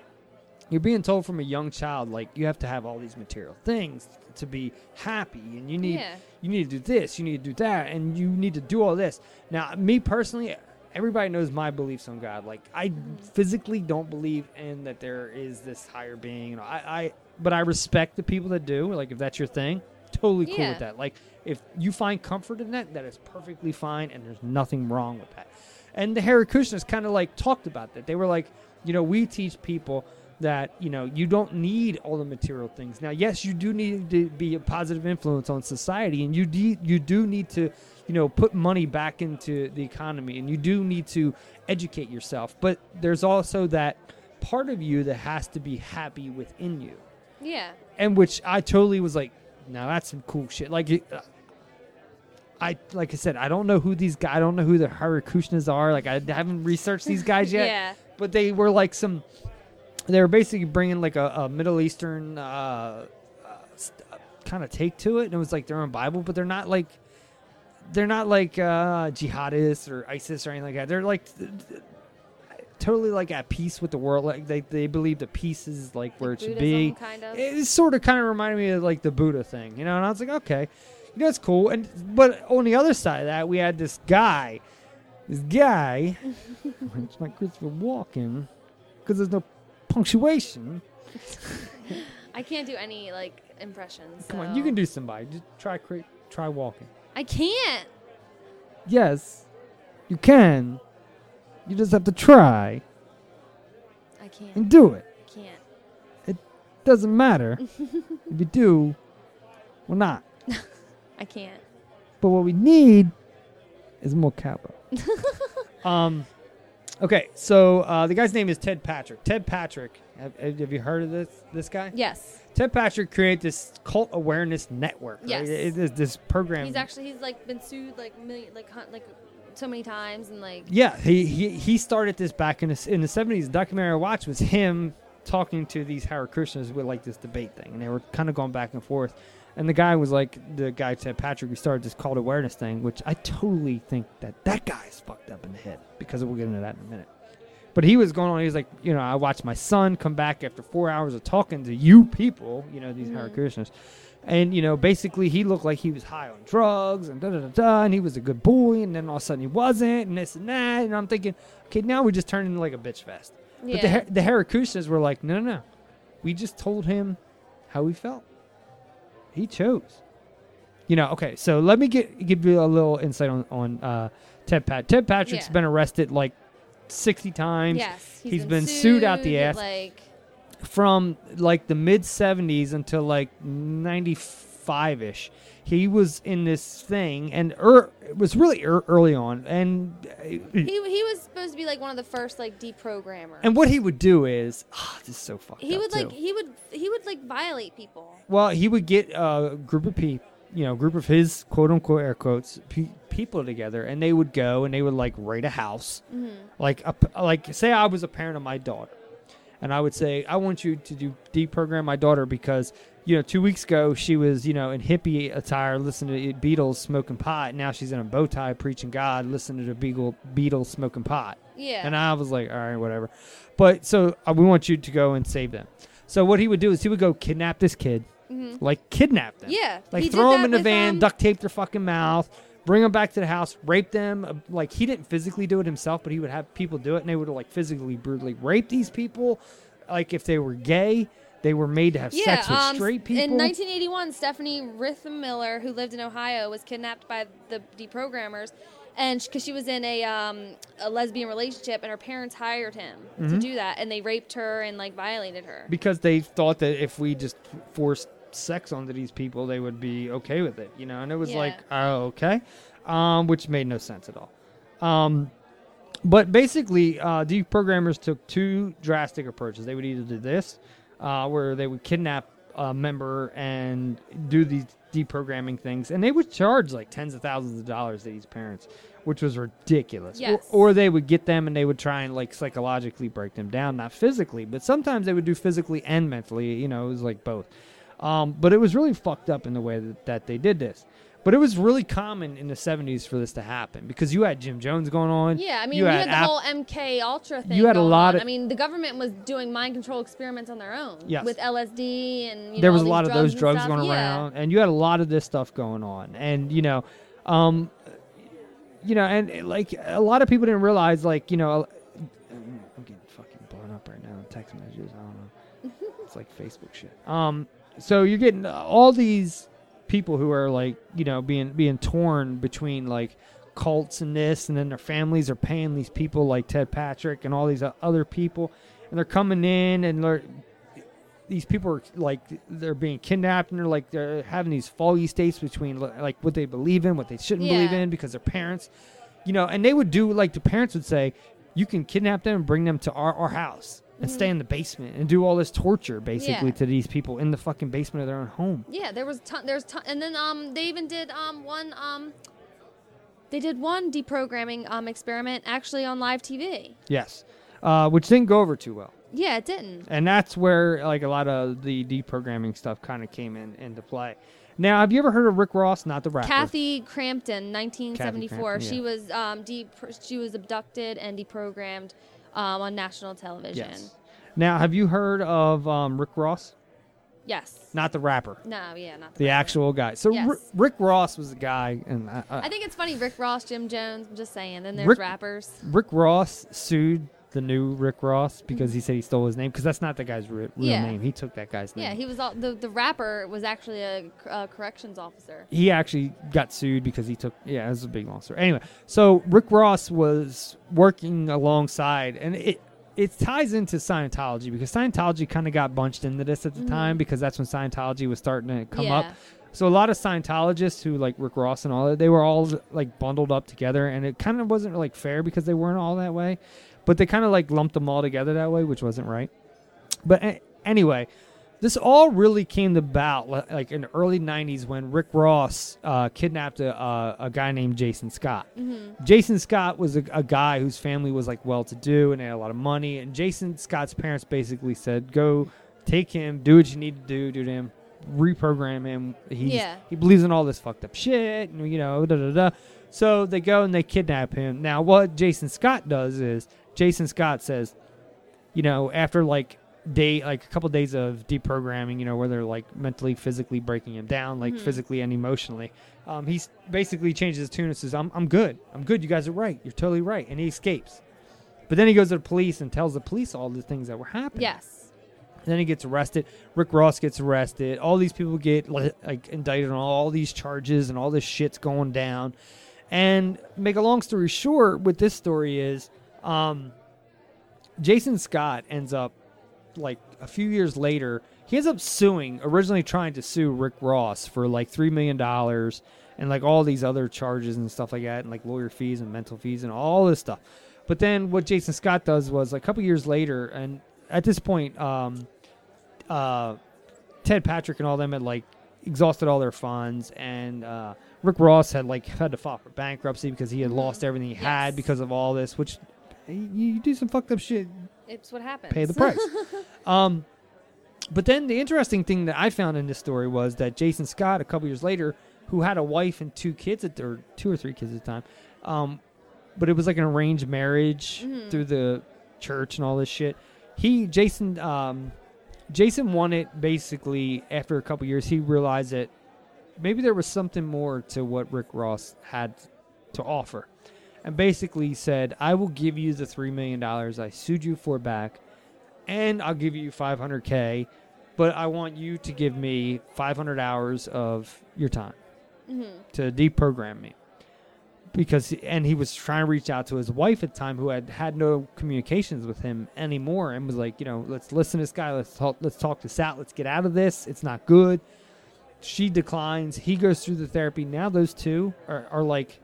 you're being told from a young child like you have to have all these material things to be happy and you need
Yeah.
you need to do this you need to do that and you need to do all this now me personally everybody knows my beliefs on god like i physically don't believe in that there is this higher being you know, I, I but i respect the people that do like if that's your thing totally cool
Yeah.
with that like if you find comfort in that that is perfectly fine and there's nothing wrong with that and the Harakushnas kind of like talked about that. They were like, you know, we teach people that, you know, you don't need all the material things. Now, yes, you do need to be a positive influence on society and you de- you do need to, you know, put money back into the economy and you do need to educate yourself. But there's also that part of you that has to be happy within you
Yeah.
and which I totally was like, now that's some cool shit. Like, it, I like I said, I don't know who these guys. I don't know who the Harakushnas are. Like, I haven't researched these guys yet.
Yeah.
But they were like some. They were basically bringing like a, a Middle Eastern uh, uh, st- kind of take to it, and it was like their own Bible, but they're not like. They're not like uh, jihadists or ISIS or anything like that. They're like th- th- totally like at peace with the world. Like they, they believe the peace is like where it should be
Buddhism, kind of.
it sort of kind of reminded me of like the Buddha thing, you know. And I was like, okay, you know, it's cool. And but on the other side of that, we had this guy,
*laughs*
this guy, it's not Christopher Walken, because there's no punctuation.
I can't do any like impressions.
Come on,
so-
you can do somebody. Just try cre- try walking.
I can't.
Yes, you can. You just have to try
I can't.
and do it.
I can't.
It doesn't
*laughs*
matter if you do or not.
I can't.
But what we need is more
*laughs*
capital. um, okay, so uh, the guy's name is Ted Patrick. Ted Patrick, have, have you heard of this this guy?
Yes.
Ted Patrick created this cult awareness network. right?
Yes.
It- it- this program.
He's actually he's like been sued like million like hun- like so many times and like
yeah, he, he he started this back in the s- in the seventies. The documentary I watched was him talking to these Hare Krishnas with like this debate thing, and they were kind of going back and forth. And the guy was like, the guy Ted Patrick, who started this cult awareness thing, which I totally think that that guy's fucked up in the head because we'll get into that in a minute. But he was going on. He was like, you know, I watched my son come back after four hours of talking to you people, you know, these Hare
Mhm.
Krishnas, and you know, basically he looked like he was high on drugs and da da da da, and he was a good boy, and then all of a sudden he wasn't, and this and that, and I'm thinking, okay, now we just turned into like a bitch fest. But the
Yeah.
Har- the Hare Krishnas were like, no, no, no, we just told him how we felt. He chose. You know, okay, so let me get, give you a little insight on, on uh, Ted Pat. Ted Patrick's
Yeah.
been arrested like 60 times.
yes
he's been, sued out the ass
like
from like the mid 70s until like 95 ish. He was in this thing, and er, it was really er, early on. And
he he was supposed to be like one of the first like deprogrammers.
and what he would do is, ah, this is so fucked
he
up,
would like
too.
he would he would like violate people.
Well, he would get a group of people, you know, group of his quote unquote air quotes pe- people together, and they would go and they would like raid a house,
Mhm.
like a p like say I was a parent of my daughter, and I would say I want you to do deprogram my daughter because you know two weeks ago she was you know in hippie attire listening to Beatles smoking pot, now she's in a bow tie preaching God listening to the Beagle Beatles smoking pot.
Yeah.
and I was like, all right, whatever. But so uh, we want you to go and save them. So what he would do is he would go kidnap this kid,
Mhm.
like kidnap them.
Yeah,
Like
he did
throw them
that
in a
with,
van,
um,
duct tape their fucking mouth, bring them back to the house, rape them. uh, Like he didn't physically do it himself, but he would have people do it and they would like physically, brutally rape these people. Like if they were gay, they were made to have
Yeah,
sex with
um,
straight people.
In 1981, Stephanie Rhythm Miller, who lived in Ohio, was kidnapped by the deprogrammers, and because she was in a, um, a lesbian relationship, and her parents hired him to
Mhm.
do that, and they raped her and like violated her.
because they thought that if we just forced sex onto these people, they would be okay with it, you know. And it was
Yeah.
like, oh, okay, um, which made no sense at all. Um, but basically, uh, these programmers took two drastic approaches. They would either do this, uh, where they would kidnap a member and do these deprogramming things, and they would charge like tens of thousands of dollars to these parents, which was ridiculous.
Yes.
Or, or they would get them and they would try and like psychologically break them down, not physically, but sometimes they would do physically and mentally. You know, it was like both. Um, but it was really fucked up in the way that, that they did this. But it was really common in the 70s for this to happen because you had Jim Jones going on.
Yeah, I mean, you, had, the
App-
whole MK Ultra thing.
You had a
going
lot
on.
of-
I mean, the government was doing mind control experiments on their own
Yes.
with LSD and you
there
know,
was a
all
lot
these
of those
and
drugs
stuff.
going
Yeah.
around and you had a lot of this stuff going on and you know um you know and like a lot of people didn't realize like you know i'm getting fucking blown up right now in text messages i don't
*laughs*
know it's like facebook shit um so you're getting all these people who are like you know being being torn between like cults and this and then their families are paying these people like ted patrick and all these other people and they're coming in and they're these people are like they're being kidnapped and they're like they're having these foggy states between like what they believe in, what they shouldn't believe
Yeah.
in because their parents, you know, and they would do like the parents would say, you can kidnap them and bring them to our, our house and stay
Mhm.
in the basement and do all this torture basically
Yeah.
to these people in the fucking basement of their own home.
Yeah, there was ton. There's ton, and then um, they even did um one um, they did one deprogramming um experiment actually on live TV.
Yes. Uh, which didn't go over too well.
Yeah, it didn't.
And that's where like a lot of the deprogramming stuff kind of came in into play. Now, have you ever heard of Rick Ross? Not the rapper.
Kathy Crampton, 1974.
Kathy
She
Crampton,
was um de- she was abducted and deprogrammed um, on national television.
Yes. Now, have you heard of um, Rick Ross?
Yes.
Not the rapper.
No, yeah, not.
The actual guy. So
Yes.
Ri- Rick Ross was the guy, and I,
I think it's funny. Rick Ross, Jim Jones. I'm just saying. Then there's
Rick-
rappers.
Rick Ross sued the new Rick Ross because he said he stole his name because that's not the guy's re- real
Yeah.
name. He took that guy's name.
Yeah, he was all, the the rapper was actually a, cor- uh corrections officer.
he actually got sued because he took yeah it was a big long story anyway so rick ross was working alongside and it it ties into scientology because scientology kind of got bunched into this at the
Mhm.
time because that's when scientology was starting to come
Yeah.
up so a lot of scientologists who like rick ross and all that they were all like bundled up together and it kind of wasn't like fair because they weren't all that way but they kind of like lumped them all together that way which wasn't right but a- anyway, this all really came about li- like in the early '90s when Rick Ross uh, kidnapped a, uh, a guy named Jason Scott.
Mhm.
Jason Scott was a, a guy whose family was like well-to-do and they had a lot of money. And Jason Scott's parents basically said, "Go take him, do what you need to do, do to him, reprogram him. He's,
Yeah.
He believes in all this fucked up shit, and you know, da da da." So they go and they kidnap him. Now, what Jason Scott does is Jason Scott says, you know, after like day like a couple days of deprogramming, you know, where they're like mentally, physically breaking him down, like
Mhm.
physically and emotionally, um, he's basically changes his tune and says, "I'm I'm good. I'm good. You guys are right. You're totally right." And he escapes. But then he goes to the police and tells the police all the things that were happening.
Yes.
Then he gets arrested. Rick Ross gets arrested. All these people get li- like indicted on all these charges and all this shit's going down. And make a long story short, what this story is, um, Jason Scott ends up like a few years later. He ends up suing, originally trying to sue Rick Ross for like three million dollars and like all these other charges and stuff like that, and like lawyer fees and mental fees and all this stuff. But then what Jason Scott does was a couple years later, and at this point, um, uh, Ted Patrick and all them had like exhausted all their funds, and uh, Rick Ross had like had to file for bankruptcy because he had lost everything he had because of all this. Which you, you do some fucked up shit,
It's what happens.
pay the
*laughs*
price. um, but then the interesting thing that I found in this story was that Jason Scott, a couple years later, who had a wife and two kids at or two or three kids at the time, um, but it was like an arranged marriage
Mhm.
through the church and all this shit. He Jason um, Jason won it basically after a couple years. He realized that maybe there was something more to what Rick Ross had to offer. And basically said, I will give you the $3 million I sued you for back, and I'll give you 500K, but I want you to give me 500 hours of your time
Mhm.
to deprogram me. Because, and he was trying to reach out to his wife at the time who had had no communications with him anymore and was like, you know, let's listen to this guy, let's talk, let's talk this out, let's get out of this, it's not good she declines. He goes through the therapy. Now those two are, are like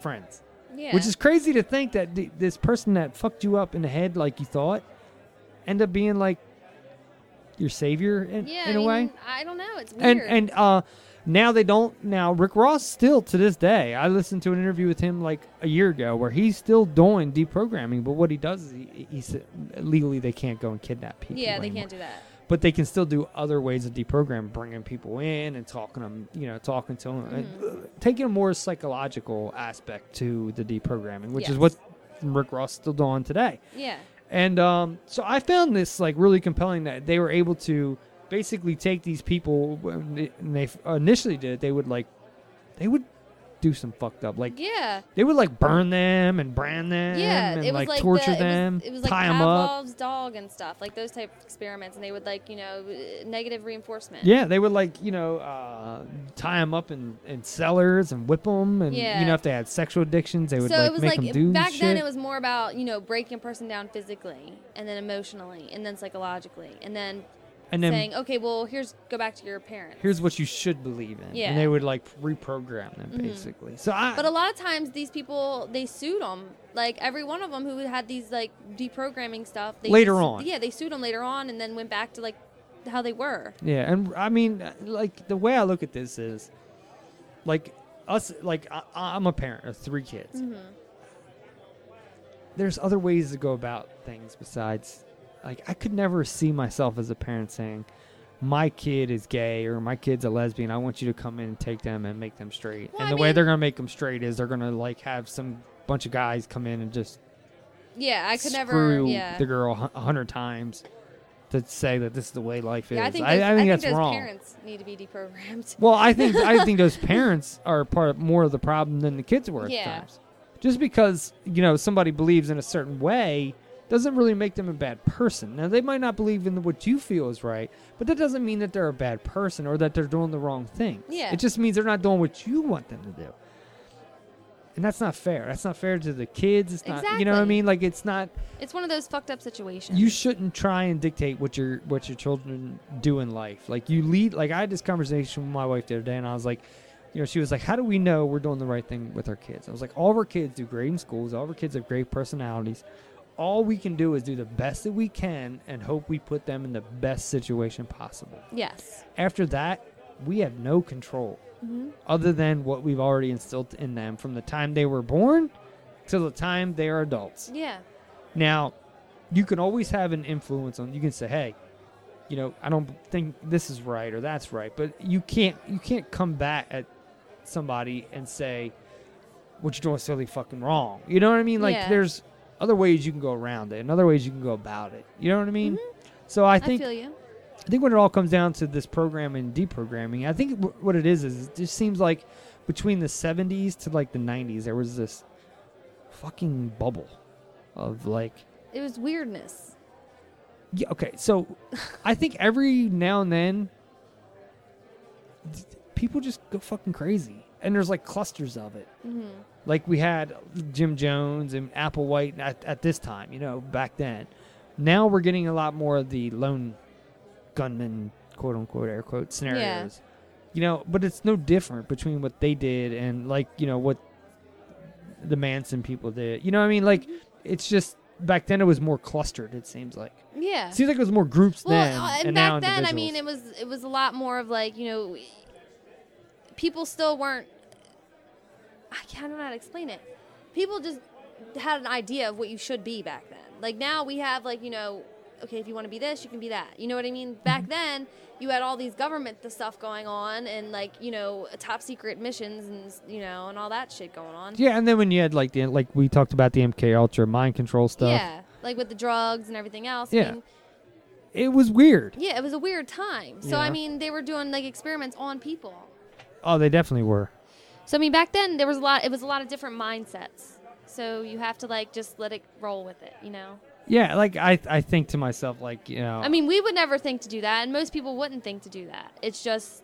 friends,
Yeah.
which is crazy to think that th- this person that fucked you up in the head like you thought end up being like your savior in,
Yeah,
in
I
a way.
mean, I don't know. It's weird.
And and uh, now they don't. Now Rick Ross still to this day. I listened to an interview with him like a year ago where he's still doing deprogramming. But what he does is he, he said legally they can't go and kidnap people.
yeah, they
anymore
can't do that.
but they can still do other ways of deprogram, bringing people in and talking them, you know, talking to them,
Mm-hmm.
and, uh, taking a more psychological aspect to the deprogramming, which is
Yes.
what Rick Ross is still doing today.
Yeah.
And um, so I found this like really compelling that they were able to basically take these people when they, when they f- initially did it, they would like, they would do some fucked up like
Yeah.
they would like burn them and brand them
Yeah,
and
it was
like,
like
torture
the,
them
It was, it was like
tie 'em up
Pavlov's dog and stuff, like those type of experiments, and they would like you know uh, negative reinforcement.
Yeah, they would like you know uh, tie them up in, in cellars and whip them, and
Yeah.
you know if they had sexual addictions, they would
so
like
it was
make
like
them
it-
do
back
shit.
then it was more about you know breaking a person down physically and then emotionally and then psychologically and then
And then-
saying okay well here's go back to your parents
Here's what you should believe in,
Yeah.
and they would like reprogram them
Mhm.
basically. So I,
but a lot of times these people they sued them like every one of them who had these like deprogramming stuff they
Later
su-
on.
yeah they sued them later on and then went back to like how they were
Yeah, and I mean, like the way I look at this is, like us, like I, I'm a parent of three kids.
Mm.
There's other ways to go about things besides, like I could never see myself as a parent saying, my kid is gay or my kid's a lesbian. I want you to come in and take them and make them straight.
Well,
and
I
the way
mean-
they're gonna make them straight is they're gonna like have some bunch of guys come in and just
yeah i could never
screw
yeah
the girl hu- a hundred times to say that this is the way life is.
yeah, I think,
I,
those,
think
I
that's
those
wrong.
parents need to be deprogrammed.
Well, I think I think
*laughs*
those parents are part of, more of the problem than the kids were at
Yeah.
times. Just because you know somebody believes in a certain way doesn't really make them a bad person. Now, they might not believe in what you feel is right, but that doesn't mean that they're a bad person or that they're doing the wrong thing.
Yeah.
It just means they're not doing what you want them to do. And that's not fair. That's not fair to the kids. It's not, you know what I
Exactly.
mean? Like, it's not,
It's one of those fucked up situations.
you shouldn't try and dictate what your what your children do in life. Like you lead. Like I had this conversation with my wife the other day, and I was like, you know, she was like, "How do we know we're doing the right thing with our kids?" I was like, "All of our kids do great in schools. All of our kids have great personalities. All we can do is do the best that we can and hope we put them in the best situation possible.
yes.
After that, we have no control."
hmm
other than what we've already instilled in them from the time they were born till the time they are adults.
Yeah.
Now, you can always have an influence on. You can say, "Hey, you know, I don't think this is right or that's right," but you can't you can't come back at somebody and say what you're doing is totally fucking wrong. You know what I mean? Like,
Yeah.
there's other ways you can go around it, and other ways you can go about it. You know what I mean? So I
Mm-hmm. I,
think
feel you.
I think when it all comes down to this programming and deprogramming, I think w- what it is is it just seems like between the 70s to like the 90s, there was this fucking bubble of like,
It was weirdness.
yeah, okay, so I think every now and then d- people just go fucking crazy. And there's like clusters of it.
hmm
Like we had Jim Jones and Applewhite at, at this time, you know, back then. Now we're getting a lot more of the lone gunman, quote unquote, air quote scenarios. You know, but it's no different between what they did and like you know what the Manson people did. You know what I mean? Like it's just back then it was more clustered. It seems like.
Yeah.
Seems like it was more groups
Well,
then,
uh,
and,
and,
now
back then, I
individuals.
mean, it was it was a lot more of like you know, we- people still weren't. I can't I don't know how to explain it. People just had an idea of what you should be back then. Like now we have like you know, okay, if you want to be this, you can be that. You know what I mean?
Mm-hmm.
Back then, you had all these government the stuff going on, and like you know, top secret missions, and you know, and all that shit going on.
yeah, and then when you had like the like we talked about the MK Ultra mind control stuff.
Yeah, like with the drugs and everything else. I
Yeah.
mean,
It was weird.
yeah, it was a weird time. So
Yeah.
I mean, they were doing like experiments on people.
Oh, they definitely were.
So I mean, back then there was a lot. It was a lot of different mindsets. So you have to like just let it roll with it, you know.
Yeah, like I I think to myself like you know
I mean, we would never think to do that, and most people wouldn't think to do that. It's just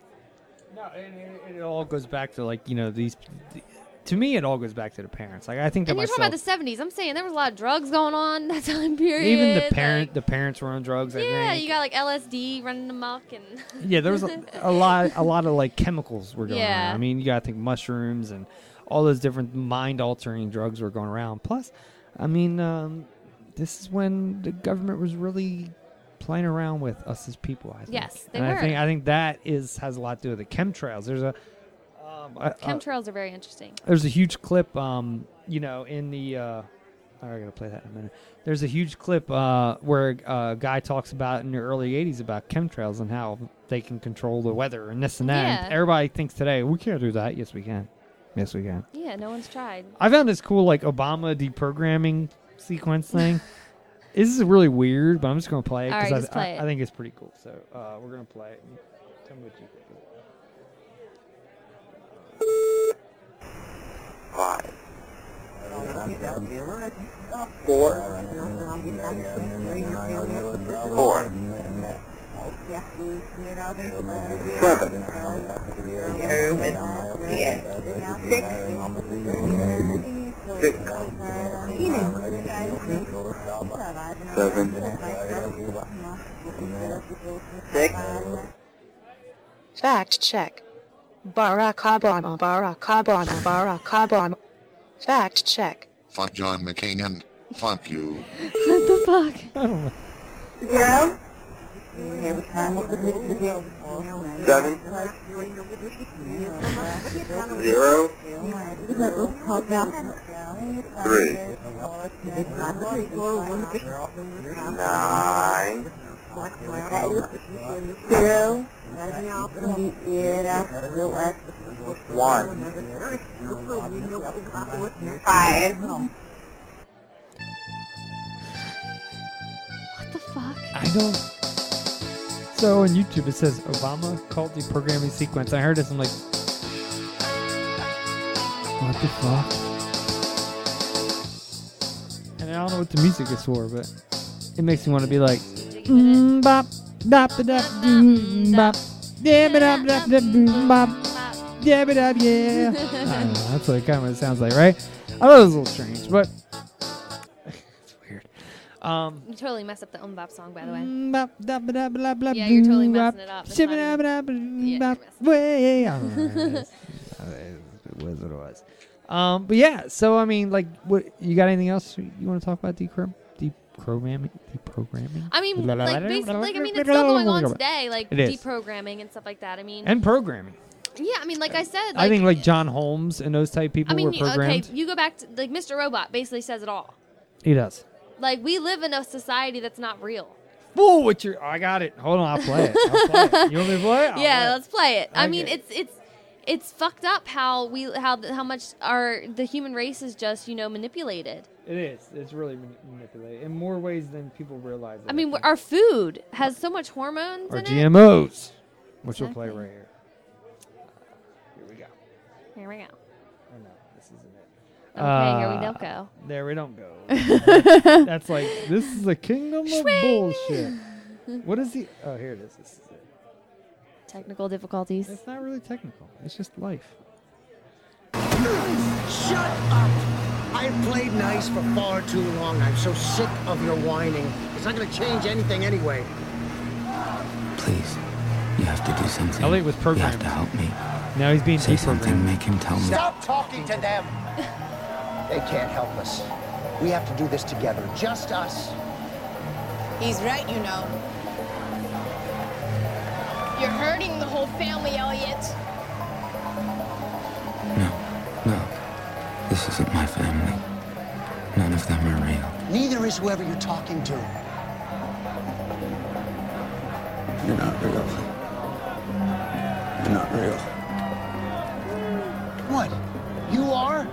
no, it, all goes back to like you know these. To me, it all goes back to the parents. Like I think to
and you're
myself,
talking about the '70s. I'm saying there was a lot of drugs going on *laughs* that time period.
even the
like-
parent the parents were on drugs.
yeah,
I think.
you got like LSD running amok, and
yeah, there was
*laughs*
a, a lot a lot of like chemicals were going
Yeah.
around. I mean, you got to think mushrooms and all those different mind altering drugs were going around. Plus, I mean, um, this is when the government was really playing around with us as people. I think.
Yes, they
and I
were.
think I think that is has a lot to do with the chemtrails. There's a um, a- a-
chemtrails are very interesting.
there's a huge clip um you know in the uh I gotta play that in a minute. There's a huge clip uh, where uh, a guy talks about in the early '80s about chemtrails and how they can control the weather and this and that. And
Yeah.
everybody thinks today we can't do that. Yes, we can. Yes, we can.
Yeah, no one's tried.
I found this cool like Obama deprogramming sequence
*laughs*
thing. this is really weird, but I'm just gonna play it
All right,
because
just
I,
play
I,
it.
I think it's pretty cool. So uh, we're gonna play it. Tell me what you think.
five, four, four, seven, six, seven, six,
Fact check. Barack Obama, Barack Obama, Barack Obama. Fact check.
Fuck John McCain and fuck you.
What the fuck?
I don't know.
Zero?
seven, zero, three, nine, one, five.
What the fuck?
I don't. So on YouTube it says Obama called the programming sequence. I heard this. I'm like, what the fuck? And and I don't know what the music is for, but it makes me want to be like, mm, bop, bop, da, da, boom, bop, dab, da, da, da, boom, bop, dab, da, yeah. I don't know. That's what it kind of sounds like, right? I thought it was a little strange, but *laughs* it's weird. Um,
You totally messed up the umbop song, by the way.
Mm, yeah,
you're totally
boom,
messing
bop,
it up. That's
shibba,
not
da,
even-
da, boom, bop, way. I don't know. It's- It was what it was. Um, but yeah, so I mean, like, what you got? Anything else you want to talk about? Decrom, deprogramming, deprogramming.
I mean, like, basically, like, I mean, it's still going on today, like
It is.
deprogramming and stuff like that. I mean,
and programming.
yeah, I mean, like I said, like,
I think like John Holmes and those type people
I mean,
were
you- okay,
programmed.
you go back to like Mr. Robot basically says it all.
He does.
Like we live in a society that's not real.
Whoa, what your? I got it. Hold on, I'll play it. I'll play it. You want me to play it? I'll
*laughs* yeah,
play it.
let's play it. I
Okay.
mean, it's it's it's fucked up how we how th- how much our the human race is just you know manipulated.
It is. It's really mani- manipulated in more ways than people realize.
I mean, our food has so much hormones
or
in
GMOs, which we'll play right here. Here we go.
it. Here we go.
Oh, no, this isn't it.
Okay, here we don't go.
Uh, There we don't go.
*laughs*
That's like this is a kingdom of
Swing.
bullshit. What is the? Oh, here it is. This is it.
Technical difficulties.
It's not really technical. It's just life.
Shut up! I played nice for far too long. I'm so sick of your whining. It's not gonna change anything anyway.
Please, you have to do something.
Elliot was programmed.
You have to help me.
Now he's being
Say something.
deprogrammed.
Make him tell me.
Stop talking to them! They can't help us. We have to do this together, just us.
He's right, you know. You're hurting the whole family, Elliot.
No, this isn't my family. None of them are real.
Neither is whoever you're talking to.
You're not real. You're not real.
What? You are?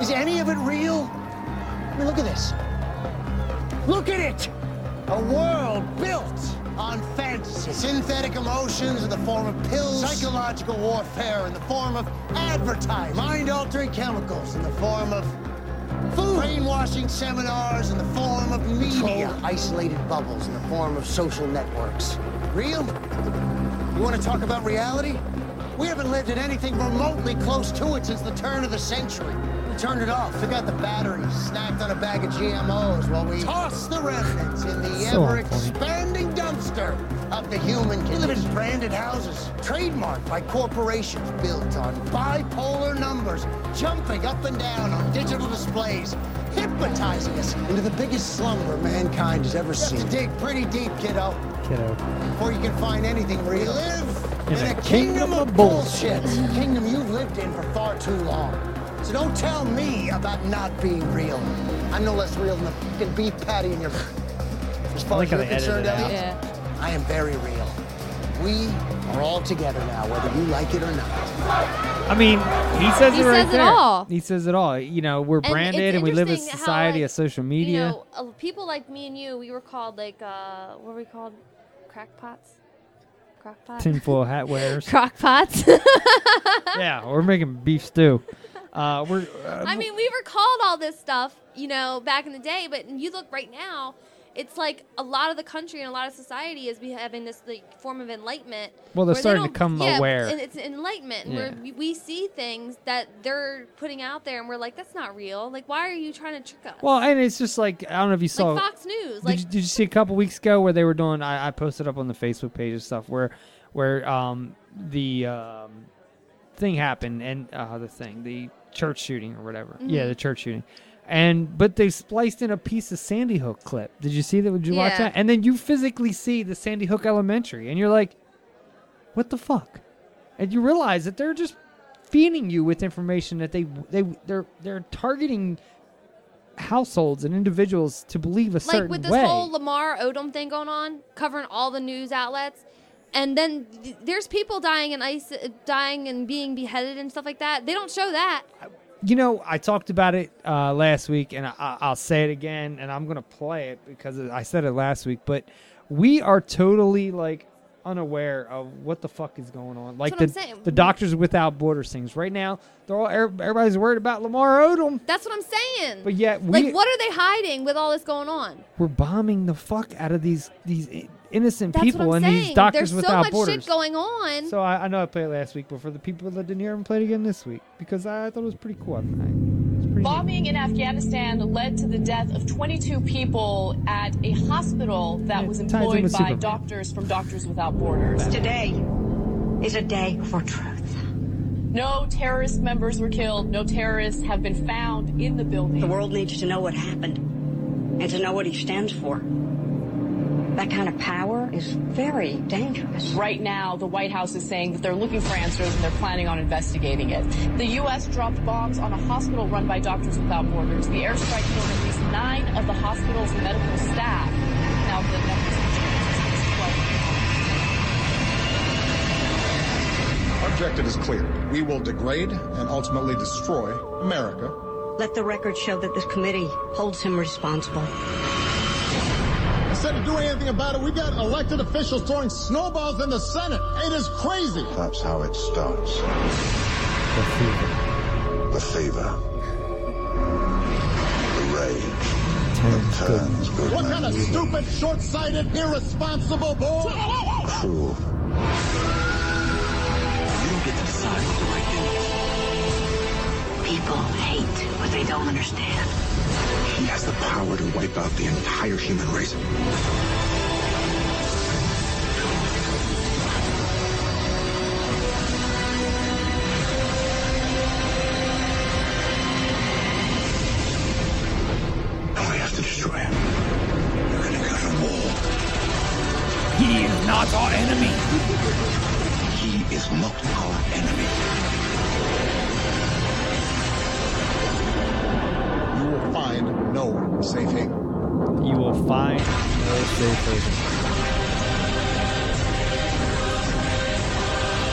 Is any of it real? I mean, look at this. Look at it! A world built on fantasy. Synthetic emotions in the form of pills. Psychological warfare in the form of advertising. Mind altering chemicals in the form of food. Brainwashing seminars in the form of media. isolated bubbles in the form of social networks. Real? You want to talk about reality? We haven't lived in anything remotely close to it since the turn of the century. We turned it off, took out the batteries, snacked on a bag of GMOs while we tossed the remnants in the
So on
ever expanding dumpster of the human condition. We live in branded houses, trademarked by corporations built on bipolar numbers, jumping up and down on digital displays, hypnotizing us into the biggest slumber mankind has ever seen. You have to dig pretty deep, kiddo
Kiddo.
before you can find anything real. We live in, a, kingdom, of
bullshit.
bullshit. a kingdom you've lived in for far too long. So don't tell me about not being real. I'm no less real than a fucking beef patty *laughs* in your. As far
like
as
how
you're
they edited
concerned,
it out.
Elliot, I am very real. We are all together now, whether you like it or not.
I mean, he says
He
it right
says it
there.
all.
He says it all. You know, we're
it's
branded and we live in a
interesting how,
society
like,
of social
You
media.
know, uh, people like me and you, we were called like uh, what were we called? Crackpots. Crockpot.
tinfoil hat
*laughs*
wearers.
Crockpots.
yeah, we're making beef stew. Uh,
*laughs*
we're. Uh,
I mean, we were called all this stuff, you know, back in the day, but you look right now, it's like a lot of the country and a lot of society is be having this like, form of enlightenment.
Well, they're
where they
starting to
don't-
become
yeah,
aware.
and it's enlightenment. Where
Yeah.
we, we see things that they're putting out there, and we're like, that's not real. Like, why are you trying to trick us?
well, and it's just like I don't know if you saw.
like Fox News.
did,
Like,
you, did you see a couple weeks ago where they were doing? I, I posted up on the Facebook page and stuff where, where um the um thing happened and uh, the thing the church shooting or whatever.
Mm-hmm.
Yeah,
Mhm.
the church shooting. And but they spliced in a piece of Sandy Hook clip. Did you see that? Did you watch
Yeah.
that? And then you physically see the Sandy Hook Elementary, and you're like, what the fuck? And you realize that they're just feeding you with information that they they they're they're targeting households and individuals to believe a certain
like with this
way.
whole Lamar Odom thing going on, covering all the news outlets, and then th- there's people dying and ice, uh, dying and being beheaded and stuff like that. They don't show that.
you know, I talked about it uh, last week, and I- I, I'll say it again, and I'm gonna play it because I said it last week. But we are totally like unaware of what the fuck is going on. Like
what I'm
the,
saying.
the Doctors Without Borders things. Right now, they're all every- everybody's worried about Lamar Odom,
That's what I'm saying.
but yet we
like, what are they hiding with all this going on?
we're bombing the fuck out of these these i- innocent
That's
people
what I'm
and
saying.
these Doctors
There's so
Without
much
Borders.
shit going on.
So I, I know I played last week, but for the people that didn't hear him, played again this week because I thought it was pretty cool. I mean, I-
Bombing in Afghanistan led to the death of 22 people at a hospital that was
ties in
employed
with
by
Superman.
doctors from Doctors Without Borders. Today is a day for truth. No terrorist members were killed. No terrorists have been found in the building. The world needs to know what happened.
and to know what he stands for. That kind of power is very dangerous.
Right now, the White House is saying that they're looking for answers and they're planning on investigating it. The U.S. dropped bombs on a hospital run by Doctors Without Borders. The airstrike killed at least nine of the hospital's medical staff. Now the numbers
Our objective is clear. We will degrade and ultimately destroy America.
Let the record show that this committee holds him responsible.
Instead of doing anything about it, we've got elected officials throwing snowballs in the Senate. It is crazy.
That's how it starts. The fever. The fever. The rage. That turns good
What kind of
men
stupid, short-sighted, irresponsible boy?
cruel.
You get to decide what the right
People hate what they don't understand.
He has the power to wipe out the entire human race.
We have to destroy him. We're gonna go to war. He is not our enemy. he is not our enemy.
You will find no safe haven.
You will find no safe haven.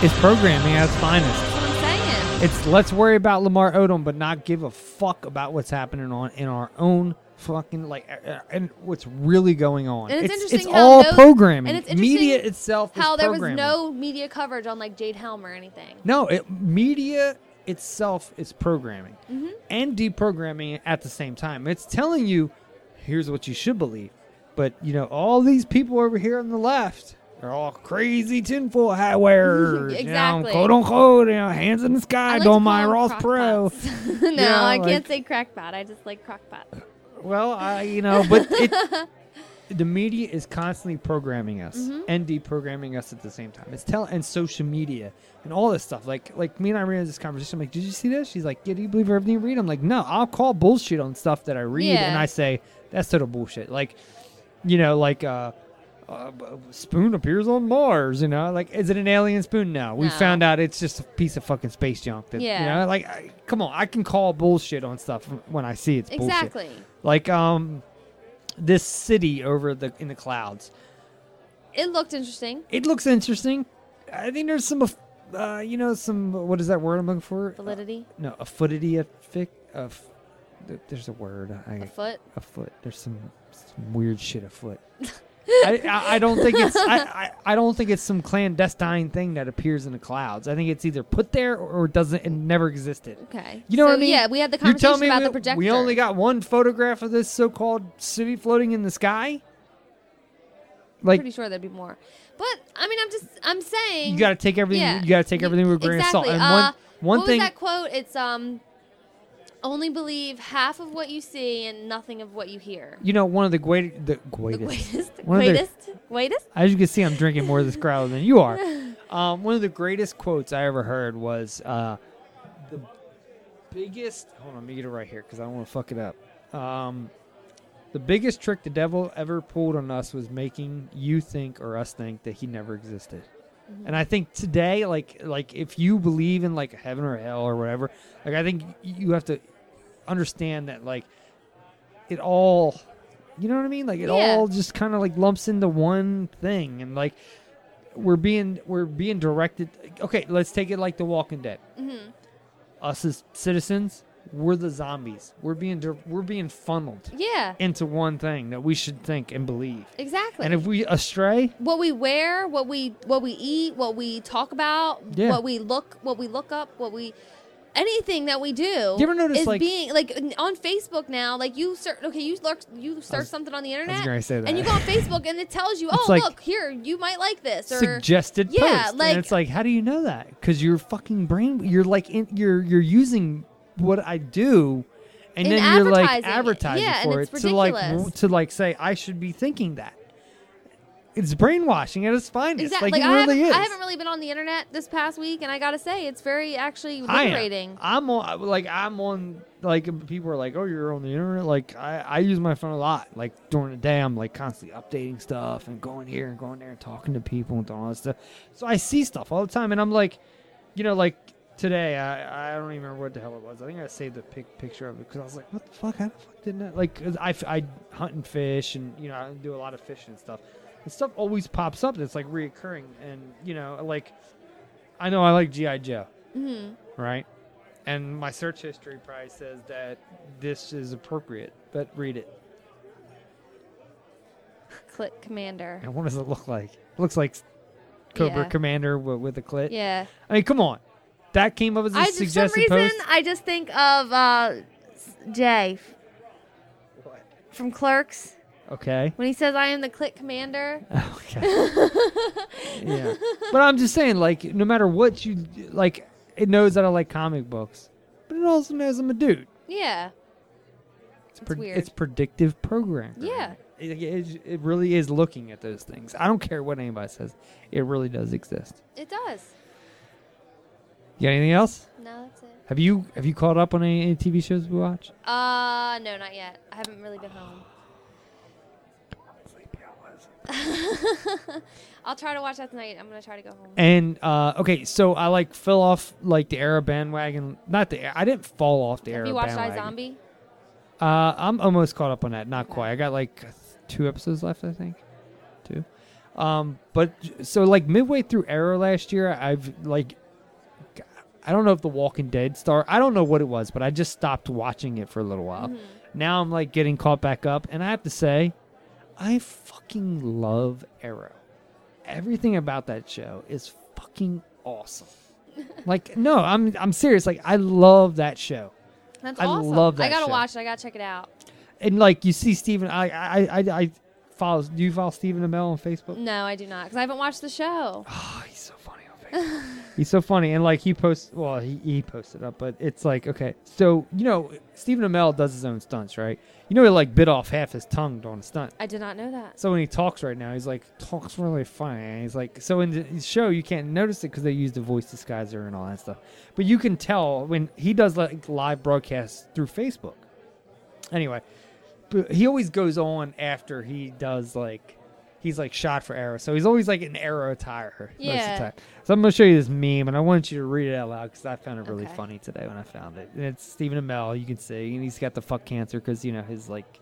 It's programming at its finest.
I'm saying.
It's let's worry about Lamar Odom, but not give a fuck about what's happening on in our own fucking like uh, uh, and what's really going on.
And it's, interesting
it's
how
all
no-
programming.
And it's interesting
Media itself is
how there was
programming.
no media coverage on like Jade Helm or anything.
No, it, media itself is programming
Mhm.
and deprogramming it at the same time. It's telling you, here's what you should believe. But, you know, all these people over here on the left are all crazy tinfoil hat wearers. You know,
Exactly.
quote unquote, you know, hands in the sky,
like to
don't
call
mind
them
Ross
crock
Pro.
*laughs* *laughs* no,
Yeah,
I
like-
can't say crackpot. I just like crockpot.
Well, I, you know,
*laughs*
but it, the media is constantly programming us
Mm-hmm.
Mhm.
and deprogramming us at the same time. It's tell and social media and all this stuff. Like, like me and Irene had this conversation. I'm like, did you see this? She's like, yeah. Do you believe everything you read? I'm like, no. I'll call bullshit on stuff that I read, and
Yeah.
I say that's total bullshit. Like, you know, like. uh uh, b- spoon appears on Mars, you know. Like, is it an alien spoon? No, we
No.
found out it's just a piece of fucking space junk. That,
Yeah.
You know, like, I, come on, I can call bullshit on stuff when I see it's bullshit.
Exactly.
Like, um, this city over the in the clouds.
It looked interesting.
It looks interesting. I think there's some, af- uh, you know, some what is that word I'm looking for? Uh,
Validity.
No, affidity of fic of. There's a word. I,
Afoot?
A foot. There's some, some weird shit afoot. *laughs* I, I, I don't think it's I, I, I don't think it's some clandestine thing that appears in the clouds. I think it's either put there or, it doesn't it never existed.
Okay.
You know
So,
what I mean?
Yeah, we had the
You're telling
conversation about
me
the
we-
projector.
We only got one photograph of this so-called city floating in the sky. Like
I'm pretty sure there'd be more. But I mean, I'm just I'm saying
you got to take everything.
Yeah.
You got to take everything with a grain
exactly.
of salt. And
uh,
one one
what
thing.
was that quote? It's um, only believe half of what you see and nothing of what you hear.
You know, one of the great, the greatest, one of the-
Waitest, waitest.
as you can see, I'm drinking more of this growler than you are. Um, one of the greatest quotes I ever heard was uh, the biggest. Hold on, let me get it right here because I don't want to fuck it up. Um, the biggest trick the devil ever pulled on us was making you think or us think that he never existed. And I think today, like like if you believe in like heaven or hell or whatever, like I think y- you have to understand that like it all you know what I mean? Like it
Yeah.
all just kind of like lumps into one thing and like we're being we're
Mm-hmm.
being directed okay, let's take it like the Walking Dead.
Mhm.
Us as citizens, we're the zombies. We're being dir- we're being funneled
Yeah.
into one thing that we should think and believe.
Exactly.
And if we astray,
what we wear, what we what we eat, what we talk about,
Yeah.
what we look, what we look up, what we anything that we do. You
ever notice,
is
like-
being like n- on Facebook now? Like you search, okay, you lurk, you search something on the internet,
gonna say that.
and you go on Facebook, and it tells you,
It's
oh
like
look, here you might like this or
suggested
yeah,
post.
like
and it's like, how do you know that? Because your fucking brain, you're like, in, you're you're using what I do, and
In
then you're like
advertising it.
advertising
Yeah, and
for
it's
it to like
ridiculous.
w- to like say I should be thinking that. It's brainwashing at its finest.
Exact-
Like, it
I,
really
haven't,
is.
I haven't really been on the internet this past week, and I gotta say, it's very actually
I am.
liberating.
I'm on like I'm on like people are like, oh, you're on the internet. Like I, I use my phone a lot. Like during the day, I'm like constantly updating stuff and going here and going there and talking to people and doing all that stuff. So I see stuff all the time, and I'm like, you know, like today, I, I don't even remember what the hell it was. I think I saved a pic- picture of it because I was like, what the fuck? How the fuck didn't I? Like 'cause I, f- I hunt and fish, and you know, I do a lot of fishing and stuff. And stuff always pops up that's like reoccurring, and you know, like I know I like GI Joe
hmm
right? And my search history probably says that this is appropriate, but read it.
Click Commander.
And what does it look like? It looks like Cobra
Yeah.
Commander with, with a clit.
Yeah.
I mean, come on. That came up as a
I for some
suggested
reason
post.
I just think of uh, s- Jay
What?
from Clerks
Okay.
when he says, "I am the Click *laughs* Commander."
Okay. yeah. But I'm just saying, like, no matter what you like, it knows that I like comic books, but it also knows I'm a dude.
yeah. It's,
Pre-
weird.
It's predictive programming.
yeah.
It, it, it really is looking at those things. I don't care what anybody says. It really does exist.
It does.
You got anything else?
No, that's it.
Have you have you caught up on any, any TV shows we watch?
Uh, no, not yet. I haven't really been home. *laughs* I'll try to watch that tonight. I'm gonna try to go home.
And uh, okay, so I like fell off like the era bandwagon. Not the I didn't fall off the
Have
era
you watched
bandwagon.
iZombie?
Uh, I'm almost caught up on that. Not quite. I got like two episodes left, I think. Two. Um, but so like midway through Arrow last year, I've like, I don't know if The Walking Dead star. I don't know what it was, but I just stopped watching it for a little while.
Mm-hmm.
Now I'm like getting caught back up, and I have to say, I fucking love Arrow. Everything about that show is fucking
*laughs*
awesome. like no, I'm I'm serious. Like I love that show.
That's
I
awesome.
love
I
that
gotta
show.
watch it. I gotta check it out.
And like you see Stephen, I I I, I follow. Do you follow Stephen Amell on Facebook?
No, I do not, because I haven't watched the show.
Oh, he's so funny on Facebook. He's so funny, and like he posts. Well, he, he posted up, but it's like okay. So you know Stephen Amell does his own stunts, right? You know he like bit off half his tongue on a stunt.
*laughs* I did not know that.
So when he talks right now, he's like talks really funny. And he's like so in the show you can't notice it because they use the voice disguiser and all that stuff. But you can tell when he does like live broadcasts through Facebook. Anyway, but he always goes on after he does like he's like shot for arrow, so he's always like an arrow attire most
Yeah.
of the time. So I'm gonna show you this meme, and I want you to read it out loud because I found it really
Okay.
funny today when I found it. And it's Stephen Amell, you can see, and he's got the fuck cancer because you know his like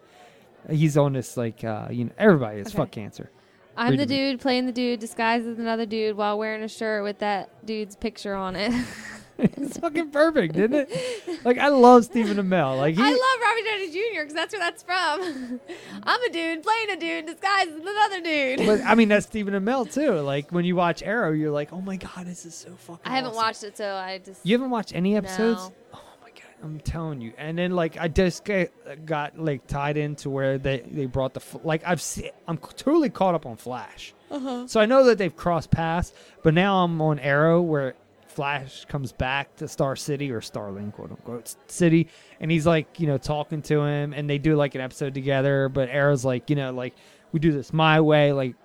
he's on this like uh you know everybody is
Okay.
fuck cancer.
I'm
Read
the
meme.
dude playing the dude disguised as another dude while wearing a shirt with that dude's picture on it.
*laughs*
*laughs*
it's fucking perfect, didn't it? Like I love Stephen Amell. Like he,
I love Robert Downey Jr. because that's where that's from. *laughs* I'm a dude playing a dude disguised as another dude.
but I mean that's Stephen Amell too. Like when you watch Arrow, you're like, oh my god, this is so fucking.
*laughs* I haven't
awesome.
watched it, so I just
You haven't watched any episodes?
No.
Oh my god, I'm telling you. And then like I just get, got like tied into where they they brought the fl- like I've seen, I'm totally caught up on Flash.
Uh-huh.
So I know that they've crossed paths, but now I'm on Arrow where Flash comes back to Star City or Starling, quote unquote, City, and he's like, you know, talking to him, and they do like an episode together. But Arrow's like, you know, like we do this my way, like,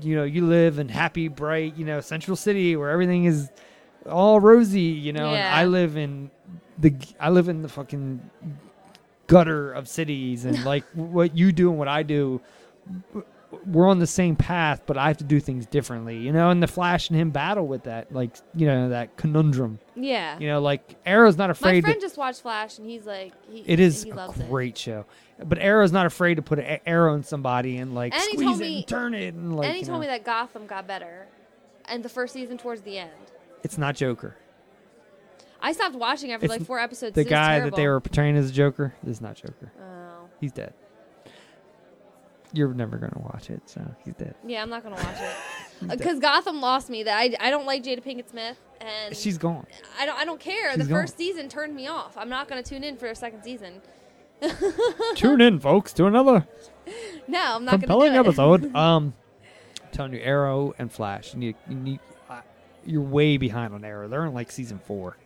you know, you live in happy, bright, you know, Central City where everything is all rosy, you know, and
Yeah.
I live in the I live in the fucking gutter of cities, and like what you do and what I do we're on the same path, but I have to do things differently, you know. And the Flash and him battle with that, like you know, that conundrum.
Yeah.
You know, like Arrow's not
My
afraid.
friend
to,
just watched Flash, and he's like, he,
it is
he
a
loves it.
great show, but Arrow's not afraid to put an a- arrow in somebody and like
and he
squeeze
told
it
me,
and turn it and like.
and he
you
told me
know.
that Gotham got better, and the first season towards the end.
it's not Joker.
I stopped watching after
It's
like four episodes.
The
It was
guy
terrible.
that they were portraying as Joker is not Joker.
Oh.
He's dead. You're never gonna watch it, so he's dead.
Yeah, I'm not gonna watch
*laughs*
it
That-
because Gotham lost me. That I, I don't like Jada Pinkett Smith, and
She's gone.
I don't I don't care.
she's
the first
gone.
season turned me off. I'm not gonna tune in for a second season.
Tune in, folks, to another
No, I'm not
compelling
gonna do it. *laughs*
episode. um, I'm telling you, Arrow and Flash. You need, you need, uh, you're way behind on Arrow. They're in like season four,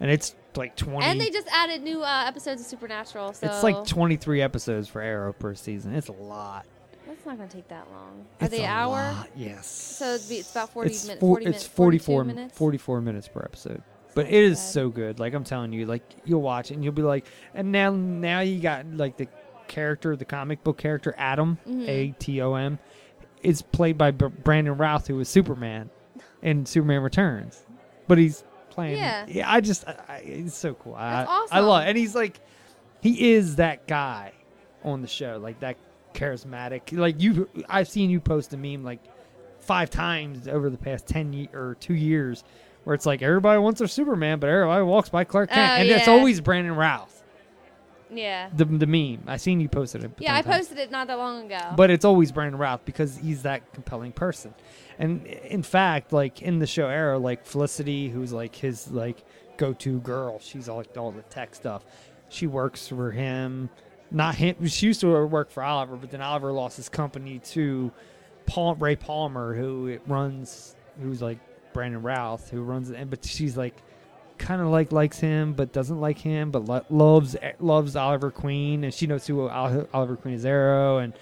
and it's like twenty.
and they just added new uh, episodes of Supernatural, so
It's like 23 episodes for Arrow per season. It's a lot.
that's not gonna take that long. Are
It's
they
a
hour?
lot, yes.
So it'd be, it's about 40
it's
minutes.
four-
40
it's
minutes, 44
44
minutes. Oh
44 minutes per episode. But it is so good. Like I'm telling you, like you'll watch it and you'll be like, and now now you got like the character, the comic book character Adam,
Mhm.
A T O M, is played by B- Brandon Routh, who was
*laughs*
Superman in Superman Returns, but he's playing.
Yeah.
I just, I, I, it's so cool. I,
That's
I love,
awesome.
and he's like, he is that guy on the show, like that charismatic. Like you, I've seen you post a meme like five times over the past ten ye- or two years, where it's like everybody wants their Superman, but everybody walks by Clark Kent,
Oh,
and that's
yeah.
always Brandon Routh.
Yeah.
The, the meme I seen you posted it. a
Yeah, I
ton of times
posted it not that long ago.
but it's always Brandon Routh because he's that compelling person. And in fact, like in the show Arrow, like Felicity, who's like his like go-to girl, she's all all the tech stuff. She works for him, not him. She used to work for Oliver, but then Oliver lost his company to Paul Ray Palmer, who it runs, who's like Brandon Routh, who runs it. But she's like kind of like likes him but doesn't like him but lo- loves eh, loves Oliver Queen and she knows who Ol- Oliver Queen is Arrow and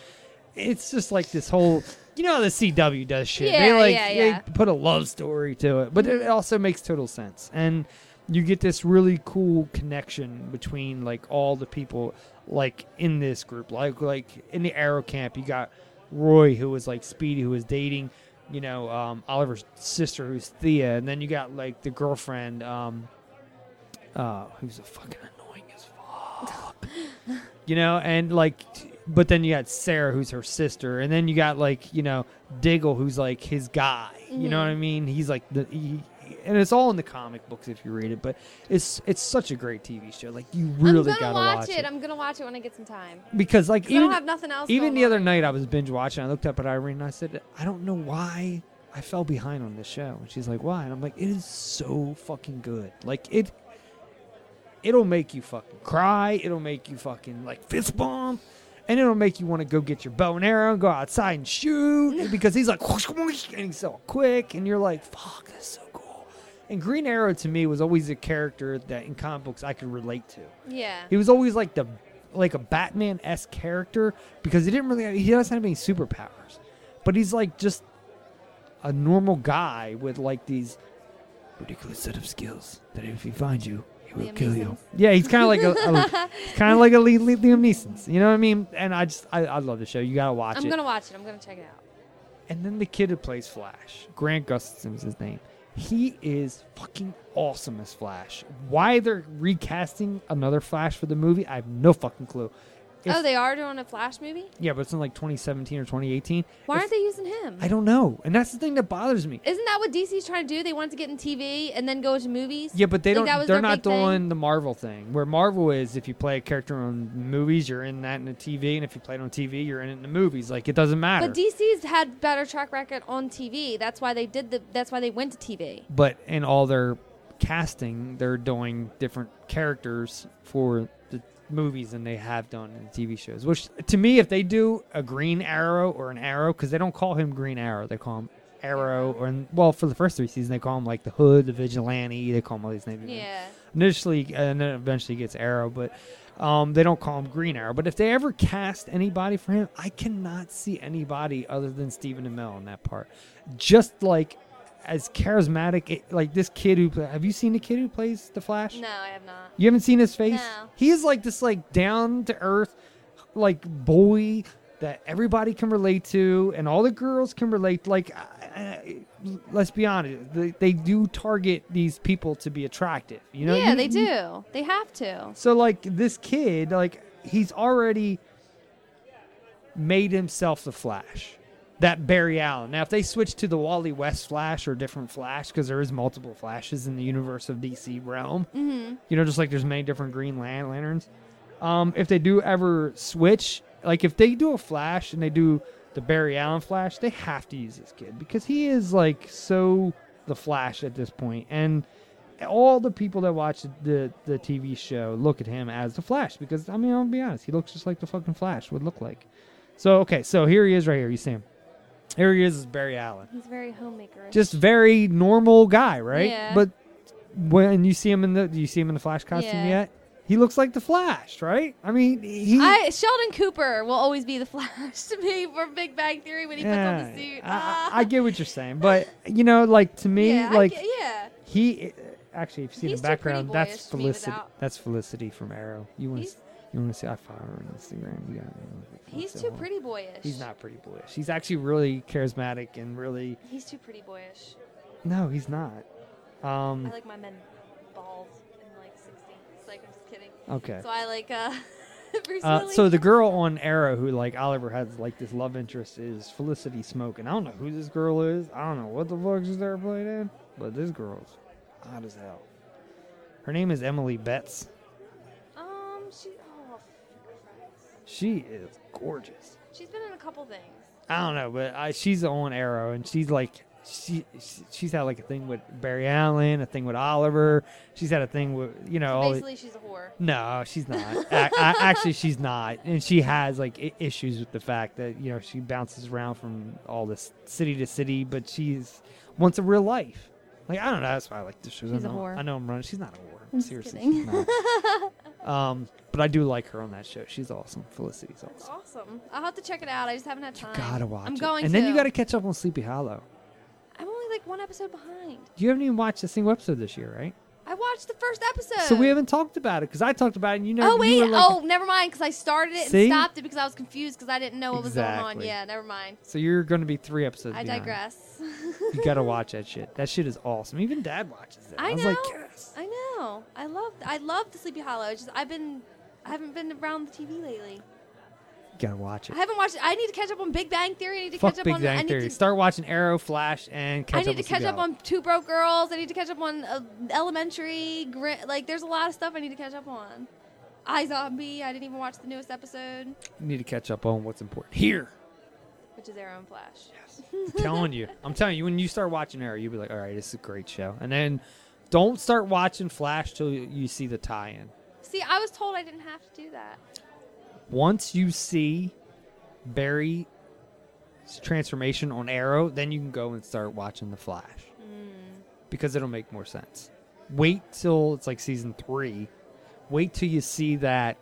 it's just like this whole you know how the CW does shit they
Yeah,
like
yeah, yeah.
they put a love story to it but it also makes total sense and you get this really cool connection between like all the people like in this group like like in the Arrow camp you got Roy who was like Speedy who was dating you know um, Oliver's sister who's Thea and then you got like the girlfriend um, uh, who's a fucking annoying as fuck. *laughs* you know, and like, t- but then you got Sarah, who's her sister, and then you got like, you know, Diggle, who's like his guy. You know what
Mm-hmm.
I mean? He's like the he, and it's all in the comic books if you read it. But it's it's such a great TV show. Like you really
I'm
gotta
gonna
watch
watch, it. I'm gonna watch it when I get some time.
because like
'Cause I don't
even
have nothing else
even
going
the other night I was binge watching. I looked up at Irene and I said, I don't know why I fell behind on this show. And she's like, Why? And I'm like, It is so fucking good. Like it, it'll make you fucking cry. It'll make you fucking like fist bump. And it'll make you want to go get your bow and arrow and go outside and shoot because he's like, whoosh, whoosh, and he's so quick. And you're like, fuck, that's so cool. And Green Arrow to me was always a character that in comic books I could relate to.
Yeah.
He was always like the like a Batman esque character because he didn't really he doesn't have any superpowers, but he's like just a normal guy with like these ridiculous set of skills that if he finds you, he will kill you. Yeah, he's kind of like a, kind of like a Lee, Lee, Liam Neeson's. You know what I mean? And I just I, I love the show. You gotta watch
I'm
it.
gonna watch it. I'm gonna check it out.
And then the kid who plays Flash, Grant Gustin's his name. He is fucking awesome as Flash. Why they're recasting another Flash for the movie, I have no fucking clue. If-
oh, they are doing a Flash movie.
Yeah, but it's in like 2017 or 2018.
Why
If-
aren't they using him?
I don't know, and that's the thing that bothers me.
Isn't that what DC's trying to do? They want to get in TV and then go to movies.
Yeah, but they
Like,
don't.
that was
they're
their
not
big thing.
doing the Marvel thing, where Marvel is if you play a character on movies, you're in that in the TV, and if you play it on TV, you're in it in the movies. Like it doesn't matter.
But DC's had better track record on TV. That's why they did the. That's why they went to TV.
but in all their casting, they're doing different characters for the movies than they have done in the TV shows. Which to me, if they do a Green Arrow or an Arrow, because they don't call him Green Arrow, they call him Arrow, or well, for the first three seasons, they call him like the Hood, the Vigilante. They call him all these names.
Yeah.
Initially, and then eventually gets Arrow, but. Um, they don't call him Green Arrow, but if they ever cast anybody for him, I cannot see anybody other than Stephen Amell in that part. Just like as charismatic, it, like this kid who pla- have you seen the kid who plays the Flash?
No, I have not.
You haven't seen his face?
No.
He is like this like down to earth like boy that everybody can relate to and all the girls can relate like I, I, let's be honest they, they do target these people to be attractive you know
yeah,
You-
they
you-
do. They have to.
so like this kid, like he's already made himself the Flash. that Barry Allen. Now, if they switch to the Wally West Flash or different Flash, because there is multiple Flashes in the universe of DC realm,
Mhm.
you know, just like there's many different Green Lan- Lanterns. Um, if they do ever switch, like if they do a Flash and they do the Barry Allen Flash, they have to use this kid because he is like so the Flash at this point, and all the people that watch the, the, the TV show look at him as the Flash because I mean I'll be honest, he looks just like the fucking Flash would look like. So okay, so here he is right here. You see him. Here he is, is Barry Allen,
He's very homemaker.
just very normal guy, right?
Yeah.
But when you see him in the do you see him in the Flash costume
Yeah.
yet? He looks like the Flash, right? I mean, he.
I, Sheldon Cooper will always be the *laughs* Flash to me for Big Bang Theory when he puts on
Yeah,
the suit.
I, I- I get what you're saying, but you know, like to me,
Yeah, I
like
get- yeah.
he actually, if you see
He's
the
too pretty
background, that's
boyish to me
Felicity.
without-
That's Felicity from Arrow. You want to, you want to see? I follow her on Instagram. You gotta-
He's
so
too
hot.
pretty boyish.
He's not pretty boyish. He's actually really charismatic and really.
He's too pretty boyish.
No, he's not. Um,
I like my men balls in like 60. It's like, I'm just kidding.
Okay.
So I like, uh, *laughs* Bruce
Uh,
Willis.
so the girl on Arrow who like Oliver has like this love interest is Felicity Smoke, and I don't know who this girl is. I don't know what the fuck she's there playing in, but this girl's hot as hell. Her name is Emily Betts.
Um, she, oh, f-
She is gorgeous.
she's been in a couple things.
I don't know, but I, she's on Arrow, and she's like she she- she's had like a thing with Barry Allen, a thing with Oliver. She's had a thing with you know. *laughs* all the-
Basically, she's a whore.
No, she's not. A- a- actually, she's not, and she has like I- issues with the fact that you know she bounces around from all this city to city, but she's wants a real life. Like I don't know. That's why I like this show. I
She's a
know,
whore.
I know I'm running. She's not a whore.
I'm just
Seriously, she's
kidding.
not.
*laughs*
Um, but I do like her on that show. She's awesome. Felicity's awesome.
It's awesome. I'll have to check it out. I just haven't had time.
Gotta watch.
I'm
it.
going
and
to.
then you gotta catch up on Sleepy Hollow.
I'm only like one episode behind.
You haven't even watched a single episode this year, right?
I watched the first episode.
so we haven't talked about it because I talked about it. and You know.
Uh, oh wait.
you were like-
oh, never mind. Because I started it
See?
and stopped it because I was confused because I didn't know what was going on.
Exactly.
Yeah, never mind.
So you're going to be three episodes.
I
behind.
digress.
You
*laughs*
gotta watch that shit. That shit is awesome. Even Dad watches it. I,
I,
was
know.
like,
I know. I love. I love the Sleepy Hollow. It's just I've been. I haven't been around the TV lately.
you gotta watch it.
I haven't watched. I need to catch up on Big Bang Theory. I need to
Fuck
catch up
Big
on. I
Bang
need
Theory.
to
Start watching Arrow, Flash, and catch
I
up
need to
with
catch up
Seagal.
on Two Broke Girls. I need to catch up on uh, Elementary. Gri- like, there's a lot of stuff I need to catch up on. I Zombie. I didn't even watch the newest episode,
You need to catch up on what's important here.
which is Arrow and Flash. *laughs* Yes.
I'm telling you, I'm telling you, when you start watching Arrow, you'll be like, all right, this is a great show. And then don't start watching Flash till you- you see the tie-in.
See, I was told I didn't have to do that.
Once you see Barry's transformation on Arrow, then you can go and start watching the Flash. because it'll make more sense. Wait till it's like season three. Wait till you see that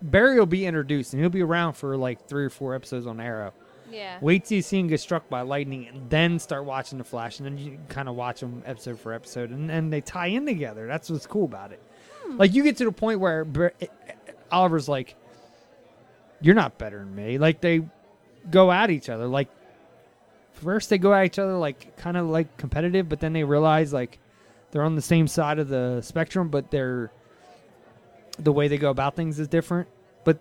Barry will be introduced and he'll be around for like three or four episodes on Arrow.
Yeah.
Wait till you see him get struck by lightning and then start watching The Flash and then you kind of watch him episode for episode and, and they tie in together. That's what's cool about it.
Hmm.
Hmm. Like you get to the point where Bar- Oliver's like, "You're not better than me." Like they go at each other. Like first they go at each other like kind of like competitive, but then they realize like they're on the same side of the spectrum, but they're the way they go about things is different. But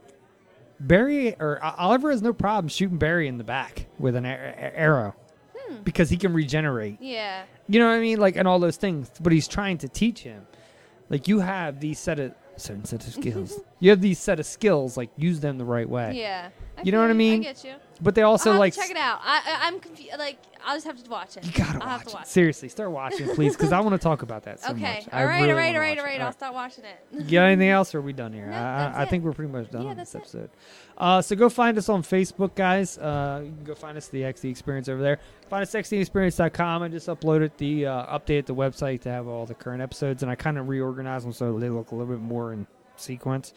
Barry or O- Oliver has no problem shooting Barry in the back with an a- a- arrow because he can regenerate.
Yeah.
You know what I mean? Like, and all those things. But he's trying to teach him. Like, you have these set of certain
*laughs*
set of skills. you have these set of skills. Like, use them the right way.
Yeah. I
you know what I
feel you. I
mean?
get you.
But they also
I'll have
like
to check it out. I, I I'm confused. Like, I'll just have to watch it. You gotta I'll watch, have to watch
seriously start watching, please, because I want to talk about that so
okay.
much. I
All right.
really
all right.
wanna
All right.
watch
All
it.
right. I'll start watching it. *laughs*
You got anything else? Or are we done here? I, I, I think we're pretty much done on this episode. Uh, so go find us on Facebook, guys. Uh, you can go find us the XD Experience over there. Find us E xdexperience.com. I just uploaded the uh, updated the website to have all the current episodes, and I kind of reorganized them so they look a little bit more in sequence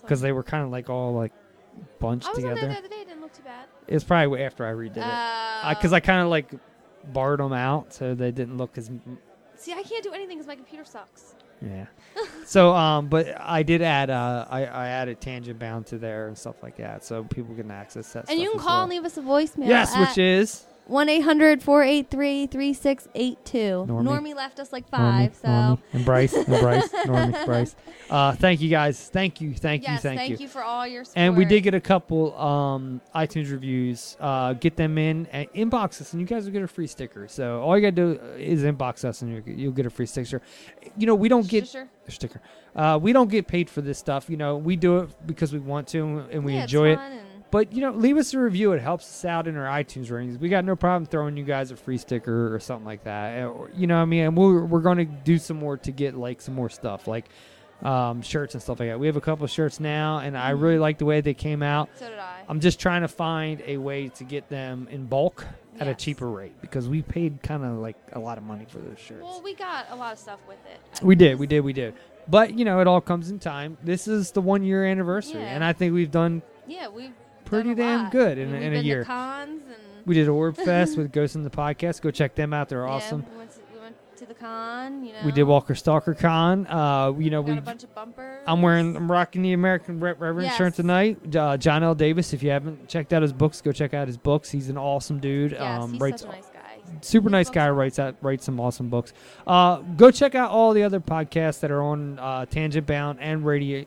because they were kind of like all like bunched
I was on
together.
there the other day. It didn't look too bad. Oh.
It's probably after I redid it because I kind of like barred them out so they didn't look as
See, I can't do anything because my computer sucks.
Yeah. so, um, but I did add, uh, I, I added tangent bound to there and stuff like that, so people can access that.
and you
stuff
can
as
call
well.
and leave us a voicemail.
Yes,
at-
which is
1 800 483 3682.
Normie.
Normie left us like five,
Normie,
so. *laughs*
Normie, and Bryce, and Bryce, Normie, Bryce. Uh, thank you guys. Thank you, thank you,
Yes,
thank,
thank
you.
you for all your
And we
support.
did get a couple um, iTunes reviews. Uh, get them in and inbox us, and you guys will get a free sticker. So all you gotta do is inbox us, and you'll, you'll get a free sticker. You know, we don't get
Sure.
sticker. Uh, we don't get paid for this stuff. You know, we do it because we want to and we
Yeah, it's
enjoy it.
fun and-
But you know, leave us a review. It helps us out in our iTunes ratings. We got no problem throwing you guys a free sticker or something like that. Uh, or- You know, what I mean, and we're we're going to do some more to get like some more stuff like um, shirts and stuff like that. We have a couple shirts now, and I really like the way they came out.
Mm-hmm. So did I.
I'm just trying to find a way to get them in bulk at a cheaper rate because we paid kind of like a lot of money for those shirts.
Well, we got a lot of stuff with it.
We did, we did, we did. But you know, it all comes in time. This is the one year anniversary,
Yeah.
and I think we've done
Yeah, we've.
pretty damn good in, a-
We've
in
been
a year.
To cons and
we did a
*laughs*
Orb Fest with Ghost in the Podcast. Go check them out; they're
yeah,
awesome.
we, went to, we went to the con. You know.
We did Walker Stalker Con. Uh, you know, we
got a bunch of bumpers.
I'm wearing, I'm rocking the American Re- Reverend
Yes.
shirt tonight. Uh, John L. Davis. If you haven't checked out his books, go check out his books. He's an awesome dude. Um,
Yes, he's
writes,
such a nice guy.
Super nice guy. Writes out, writes some awesome books. Uh, go check out all the other podcasts that are on uh, Tangent Bound and Radio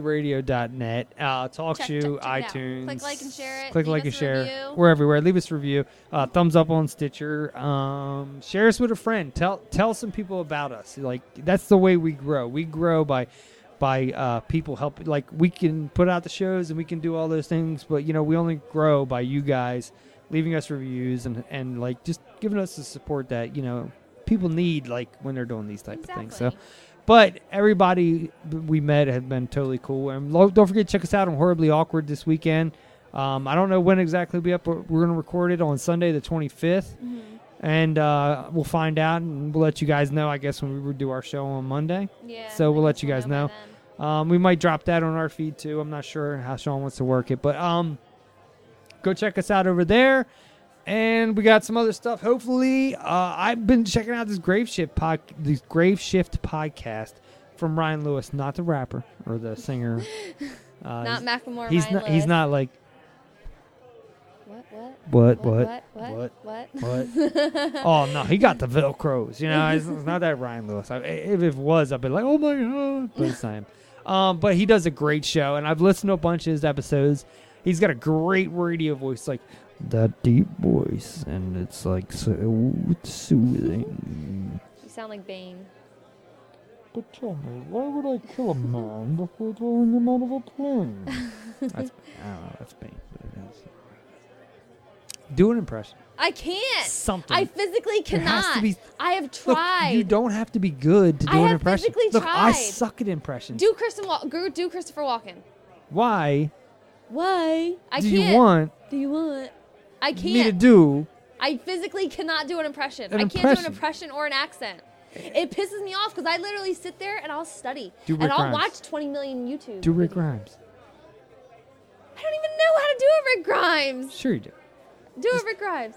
ZombieRadio.net. Uh, Talk
Check,
Shoe,
check, check it out.
iTunes.
Click like and share it.
Click
Leave
like
us
and
a
share.
review.
We're everywhere. Leave us a review. Uh, thumbs up on Stitcher. Um, share us with a friend. Tell tell some people about us. Like that's the way we grow. We grow by by uh, people helping. Like we can put out the shows and we can do all those things, but you know we only grow by you guys leaving us reviews and and like just giving us the support that you know people need like when they're doing these type of things. So. But everybody we met have been totally cool, and lo- don't forget to check us out on Horribly Awkward this weekend. Um, I don't know when exactly we'll be up. but We're going to record it on Sunday, the 25th. And uh, we'll find out and we'll let you guys know, I guess, when we do our show on Monday.
Yeah,
So we'll let you guys know. Um, we might drop that on our feed too. I'm not sure how Sean wants to work it, but um, go check us out over there. And we got some other stuff. Hopefully, uh, I've been checking out this Grave Shift pod, this Grave Shift podcast from Ryan Lewis, not the rapper or the
*laughs*
singer. Uh,
Not
he's-
Macklemore,
He's
Ryan
not. He's
Lewis.
not like
What? What?
what,
What?
what,
What? What? *laughs*
what? oh no, he got the Velcros. You know, it's, it's not that Ryan Lewis. I, if it was, I'd be like, oh my god, but it's not him. Um, but he does a great show, and I've listened to a bunch of his episodes. He's got a great radio voice, like that deep voice, and it's like so soothing.
You sound like Bane.
But tell me, why would I kill a man before throwing him out of a
*laughs*
plane? That's, I don't know. That's pain. Do an impression.
I can't.
Something.
I physically
There has
cannot.
to be-
I have
Look,
tried.
you don't have to be good to do
I
an
have
impression.
physically
Look, I
tried.
suck at impressions.
do Kristen Wa- gr- do Christopher Walken.
Why
Why? I
do
can't.
you want
Do you want? I can't.
me to do?
I physically cannot do an impression.
An
I can't do
impression.
an impression or an accent. It pisses me off because I literally sit there and I'll study
Do
and
Rick
I'll
Grimes.
watch 20 million YouTube.
Do Rick Grimes?
I don't even know how to do a Rick Grimes.
Sure you do.
Do a Rick Grimes.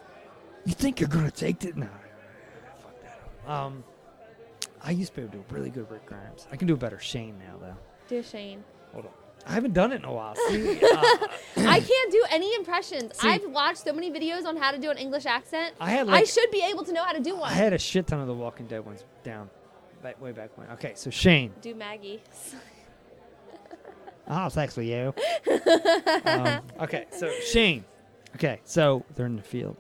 You think you're gonna take it? No. Fuck that up. Um, I used to be able to do a really good Rick Grimes. I can do a better Shane now though.
Do a Shane.
Hold on. I haven't done it in a while. *laughs* See,
*laughs* I can't do any impressions.
See-
I've watched so many videos on how to do an English accent.
I had, like-
should be able to know how to do one.
I had a shit ton of the Walking Dead ones down, back, way back when. Okay, so Shane.
do Maggie.
Oh, it's actually you. um, okay, *laughs* so Shane. Okay, so they're in the field.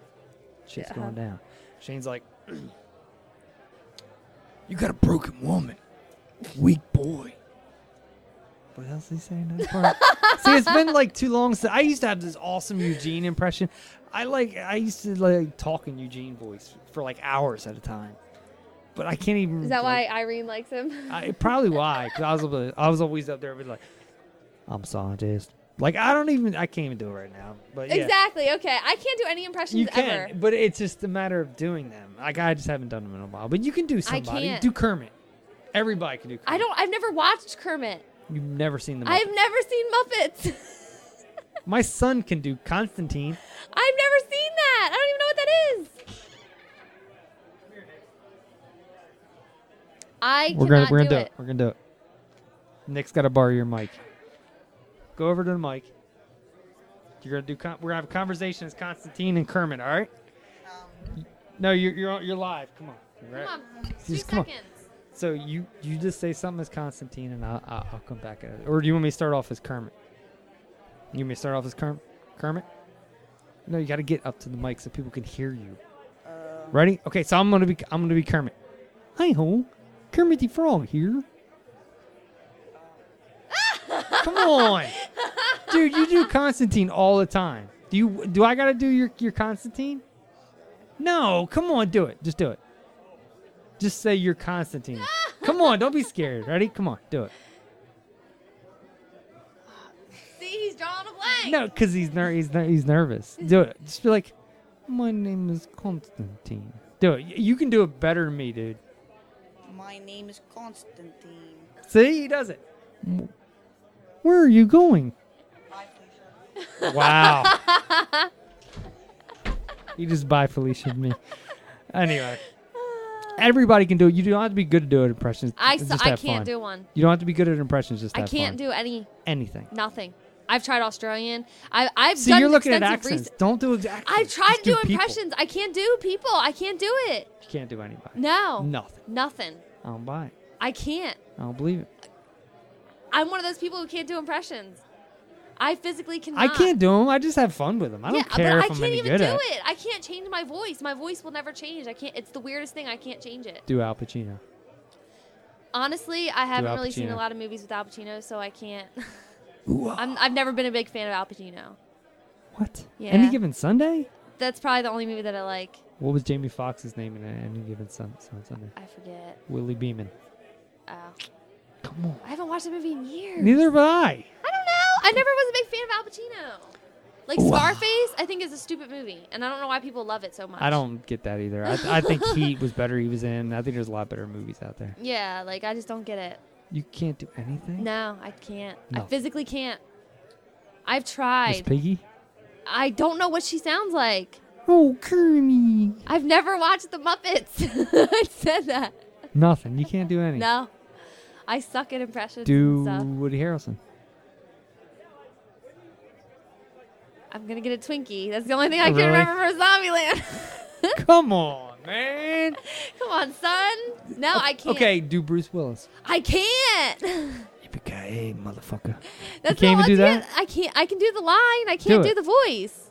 Shit's
Yeah.
going down. Shane's like, *clears throat* "You got a broken woman, weak boy." What else is he saying? That part? See, it's been like too long since I used to have this awesome Eugene impression. I like I used to like talk in Eugene voice for like hours at a time, but I can't even.
Is that
like,
why Irene likes him?
I, probably why? Because I was always- I was always up there, be like, I'm scientist. Like I don't even I can't even do it right now. But yeah.
Exactly. Okay. I can't do any impressions
You can,
ever.
but it's just a matter of doing them. Like I just haven't done them in a while. But you can do somebody.
can't.
Do Kermit. Everybody can do. Kermit.
I don't. I've never watched Kermit.
You've never seen them.
I've never seen Muppets. *laughs*
My son can do Constantine.
I've never seen that. I don't even know what that is. I
we're gonna
cannot
we're gonna
do
do
it.
We're gonna do it. Nick's got to borrow your mic. Go over to the mic. You're gonna do. Con- we're gonna have a conversation as Constantine and Kermit. All right. No, you're you're on- you're live. Come on. Right?
Come on. Two
Just come on.
seconds.
So you you just say something as Constantine, and I'll I'll, I'll come back at it. Or do you want me to start off as Kermit? You want me to start off as Kerm- Kermit? No, you got to get up to the mic so people can hear you. Ready? Okay, so I'm gonna be I'm gonna be Kermit. Hi ho, Kermit the Frog here. Come on, dude, you do Constantine all the time. Do you do I gotta do your your Constantine? No, come on, do it. Just do it. Just say you're Constantine. come on, don't be scared. Ready? Come on, do it.
See, he's drawing a blank.
No, because he's ner- he's ner- he's nervous. Do it. Just be like, my name is Constantine. Do it. Y- You can do it better than me, dude.
My name is Constantine.
See, he does it. Where are you
*laughs*
going? Wow. you just buy Felicia and me. Anyway, everybody can do it. You don't have to be good at doing impressions.
I
It's
s-
just
I
have
can't
fun.
do one.
You don't have to be good at impressions. Just
I
have
can't
fun.
do any
anything.
nothing. I've tried Australian. I, I've
See,
done
you're looking at
extensive
accents.
research.
Don't do accents.
I've tried
Just
to do
do people.
impressions. I can't do people. I can't do it.
You can't do anybody.
No.
Nothing.
Nothing.
I don't buy it.
I can't.
I don't believe it.
I'm one of those people who can't do impressions. I physically cannot.
I can't do them. I just have fun with them. I don't
yeah,
care
but
if
I
am
can't
any
even
good
do
at
it. I can't change my voice. My voice will never change. I can't. It's the weirdest thing. I can't change it.
Do Al Pacino.
Honestly, I haven't
Al
really seen
Pacino.
a lot of movies with Al Pacino, so I can't. *laughs*
Ooh, ah.
I'm, I've never been a big fan of Al Pacino.
What?
Yeah.
Any given Sunday?
That's probably the only movie that I like.
What was Jamie Foxx's name in Any Given Sun- Sun- Sunday?
I forget.
Willie Beeman.
Oh. Come
on.
I haven't watched the movie in years.
Neither have I.
I don't know. I never was a big fan of Al Pacino. Like Scarface, I think is a stupid movie, and I don't know why people love it so much.
I don't get that either. I, I
*laughs*
think Heat was better. He was in. I think there's a lot better movies out there.
Yeah, like I just don't get it.
You can't do anything.
No, I can't. I
No.
physically can't. I've
Miss
tried.
Piggy.
I don't know what she sounds like.
Oh, Kermit.
I've never watched the Muppets. *laughs* I said that.
Nothing. You can't
*laughs*
do anything.
No, I suck at impressions
Do
and stuff.
Woody Harrelson.
I'm gonna get a Twinkie. That's the only thing I
Really?
can remember from Zombieland. *laughs*
Come on, man. Oh,
Come on, son. No, I can't.
Okay, do Bruce Willis.
I can't. *laughs*
Okay, motherfucker.
That's
you can't
not-
even do
that's-
that.
I can't. I can do the line. I can't
Do
do,
it.
the
*clears throat*
voice.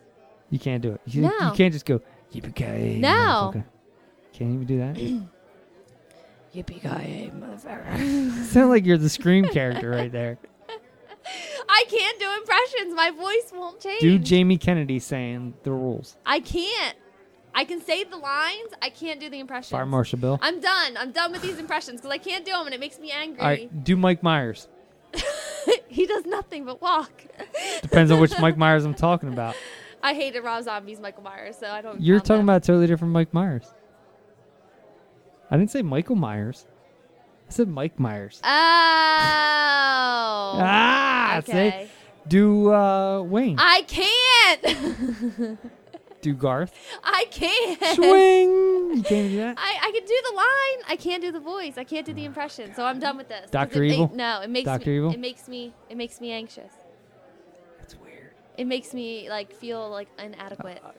*clears throat*
You can't do it. You, you
No.
can't just go yippee
No.
Can't even do
*clears throat*
that.
Yippee ki *laughs* motherfucker!
Sound like you're the scream character right
*laughs*
there.
I can't do impressions. My voice won't change.
Do Jamie Kennedy saying the rules?
I can't. I can say the lines. I can't do the impressions.
Fire Marshal Bill.
I'm done. I'm done with these impressions because I can't do them and it makes me angry.
All right, do Mike Myers.
*laughs* he does nothing but walk.
Depends on
*laughs*
which Mike Myers I'm talking about.
I hated Rob Zombie's Michael Myers, so I don't.
You're
count
talking
that.
about a totally different Mike Myers. I didn't say Michael Myers. I said Mike Myers.
Oh.
Ah,
okay.
see? Do uh, Wayne.
I can't. *laughs*
do Garth.
I can't. *laughs*
Swing. You can't do that?
I, I can do the line. I can't do the voice. I can't do the impression. So I'm done with this. 'Cause
Dr.
it- it-
Evil?
no, it makes
Dr.
me.
Evil?
It makes me. It makes me anxious. That's weird. It makes me like feel like inadequate.
Uh,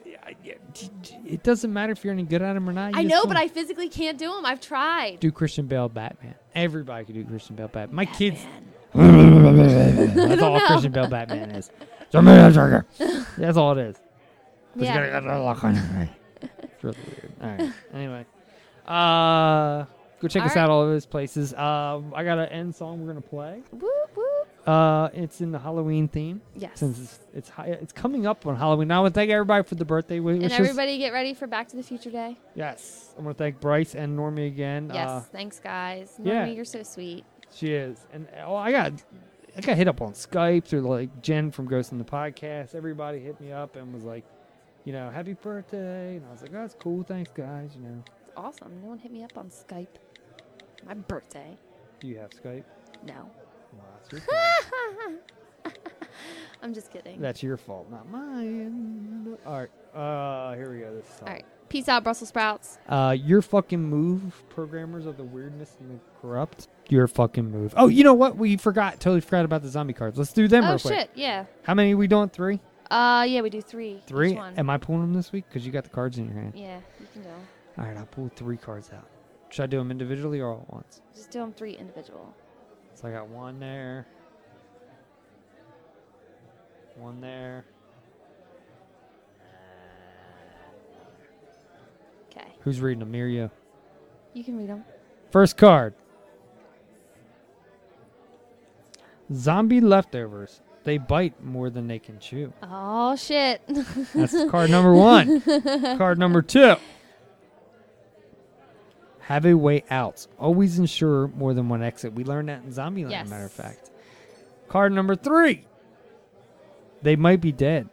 It doesn't matter if you're any good at him or not. you
I
just
know,
don't.
but I physically can't do them. I've tried.
do Christian Bale Batman. Everybody could do Christian Bale Batman. My kids. *laughs*
I
That's
don't
all
know.
Christian Bale Batman
*laughs*
is. That's all it is.
Yeah.
It's really weird. All
*laughs*
right. Anyway, uh, go check
All
us
right.
out all over those places. Uh, I got an end song we're gonna play.
Whoop whoop.
Uh, it's in the Halloween theme.
Yes.
Since it's it's, hi- it's coming up on Halloween. Now I want to thank everybody for the birthday wi-
And
wishes.
everybody get ready for Back to the Future Day.
Yes. I want to thank Bryce and Normie again.
Yes,
Uh,
thanks guys. Normie,
yeah.
you're so sweet.
She is, and oh, I got, I got hit up on Skype through like Jen from Ghost in the Podcast. Everybody hit me up and was like, you know, happy birthday, and I was like, oh, that's cool, thanks guys. You know,
It's awesome. No one hit me up on Skype. My birthday.
do you have Skype?
No.
Well, that's your fault.
*laughs* I'm just kidding.
that's your fault, not mine. All right, uh, here we go. This song.
All right. Peace out, Brussels sprouts.
Uh, your fucking move, programmers of the weirdness and the corrupt. Your fucking move. Oh, you know what? We forgot. Totally forgot about the zombie cards. Let's do them
oh
real
shit,
quick.
yeah.
How many are we doing? Three.
Uh, yeah, we do three. each
Three.
one.
Am I pulling them this week? Because you got the cards in your hand.
Yeah, you can do 'em.
All right, I'll pull three cards out. Should I do them individually or all at once?
Just do them three individual.
So I got one there, one there.
Okay.
Who's reading them? Mirio.
You can read them.
First card. Zombie leftovers. They bite more than they can chew.
Oh shit.
That's
*laughs*
card number one. card number two. Have a way out. Always ensure more than one exit. We learned that in Zombieland, as
Yes.
a matter of fact. Card number three. They might be dead.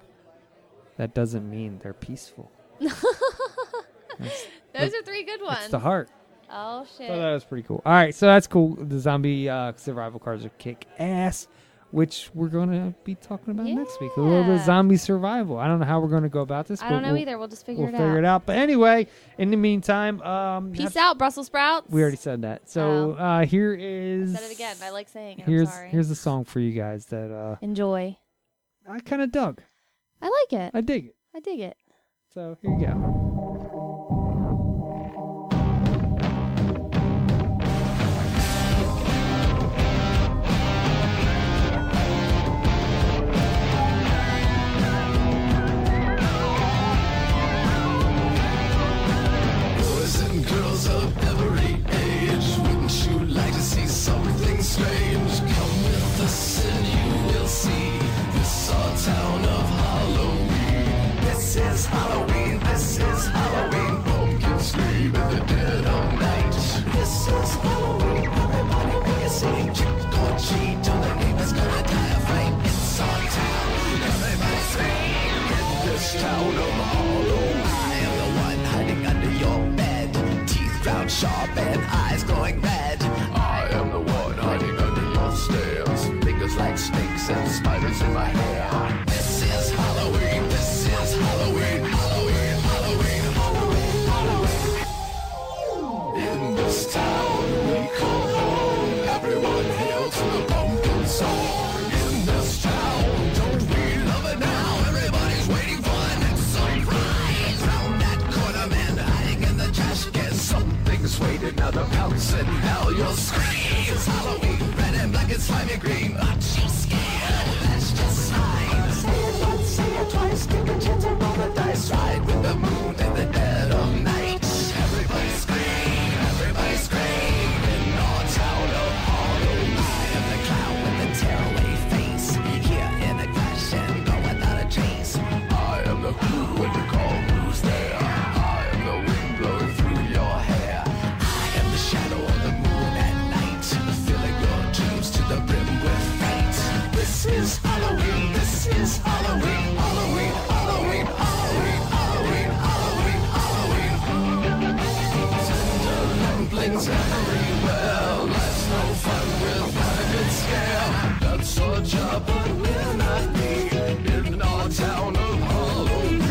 That doesn't mean they're peaceful. That's-
Those are three good ones.
That's the heart. uh,
Oh shit.
So that was pretty cool. All right, so that's cool. The zombie uh, survival cards are kick ass, which we're gonna be talking about next week. A little bit of
Yeah.
zombie survival. I don't know how we're gonna go about this.
I
but
don't know
we'll-
either. We'll just figure
we'll
it
figure
out.
it out. But anyway, in the meantime, um,
Peace
have-
out, Brussels sprouts.
We already said that. So uh, here is
I said it again. I like saying it.
here's
I'm sorry.
here's a song for you guys that uh,
Enjoy.
I kind of dug.
I like it.
I dig it.
I dig it.
So here you go.
Boys and girls of every age, wouldn't you like to see something strange? Come with us and you will see this our town of Halloween. This is Halloween, this is Halloween. Pumpkins scream in the dead of night. This is Halloween, everybody we can see. Trick or treat, all the neighbors gonna die of fright. It's our town, everybody scream. This town of Halloween. I am the one hiding under your bed. Teeth ground sharp and eyes glowing red. I am the one hiding under your stairs. Fingers like snakes and spiders in my hair. This is Halloween. This is Halloween. Halloween. Halloween. Halloween. Halloween. In this town we call home. Everyone hail to the pumpkin song. In this town, don't we love it now? Everybody's waiting for the next surprise. Round that corner, man, hiding in the trash can. Something's waiting, now the pounce and now you'll scream. It's Halloween, red and black and slimy green. Aren't you scared? That's just fine. Say it once, say it twice, take a chance and roll the dice. Ride with the moon in the dead of night. Everybody scream, everybody scream. In our town of Halloween, I am the clown with the tearaway face. Here in a crash and go without a trace. I am the who when you call who's there. I am the wind blowing through your hair. I am the shadow of the moon at night, filling your dreams to the brim with fright. This is Halloween. This is Halloween. Halloween. Halloween. Halloween. Halloween. Halloween. Halloween. Tender rumblings everywhere. Life's no fun without a good scare. That's our job, but we're not mean. In our town of Halloween.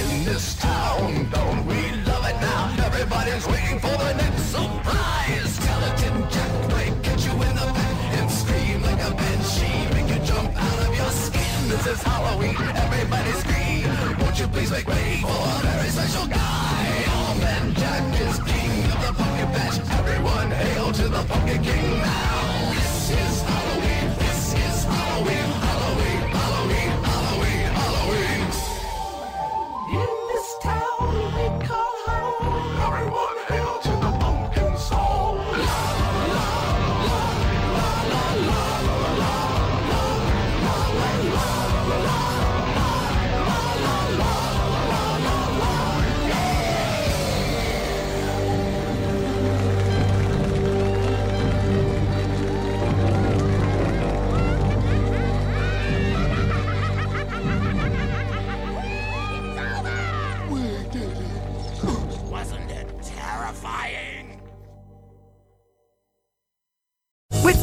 In this town, don't we love it now? Everybody's waiting for the next surprise. Skeleton Jack might get you in the back and scream like a banshee. Make you jump out of your skin. This is Halloween. Everybody scream. Won't you please make way for a very special guy? All men Jack is king of the pumpkin patch. Everyone hail to the pumpkin king now. This is Halloween. This is Halloween. Halloween. Halloween. Halloween. Halloween. In this town we call home. Everyone hail to the pumpkin soul. La la la la la la la la la. We did it. Wasn't it terrifying?
With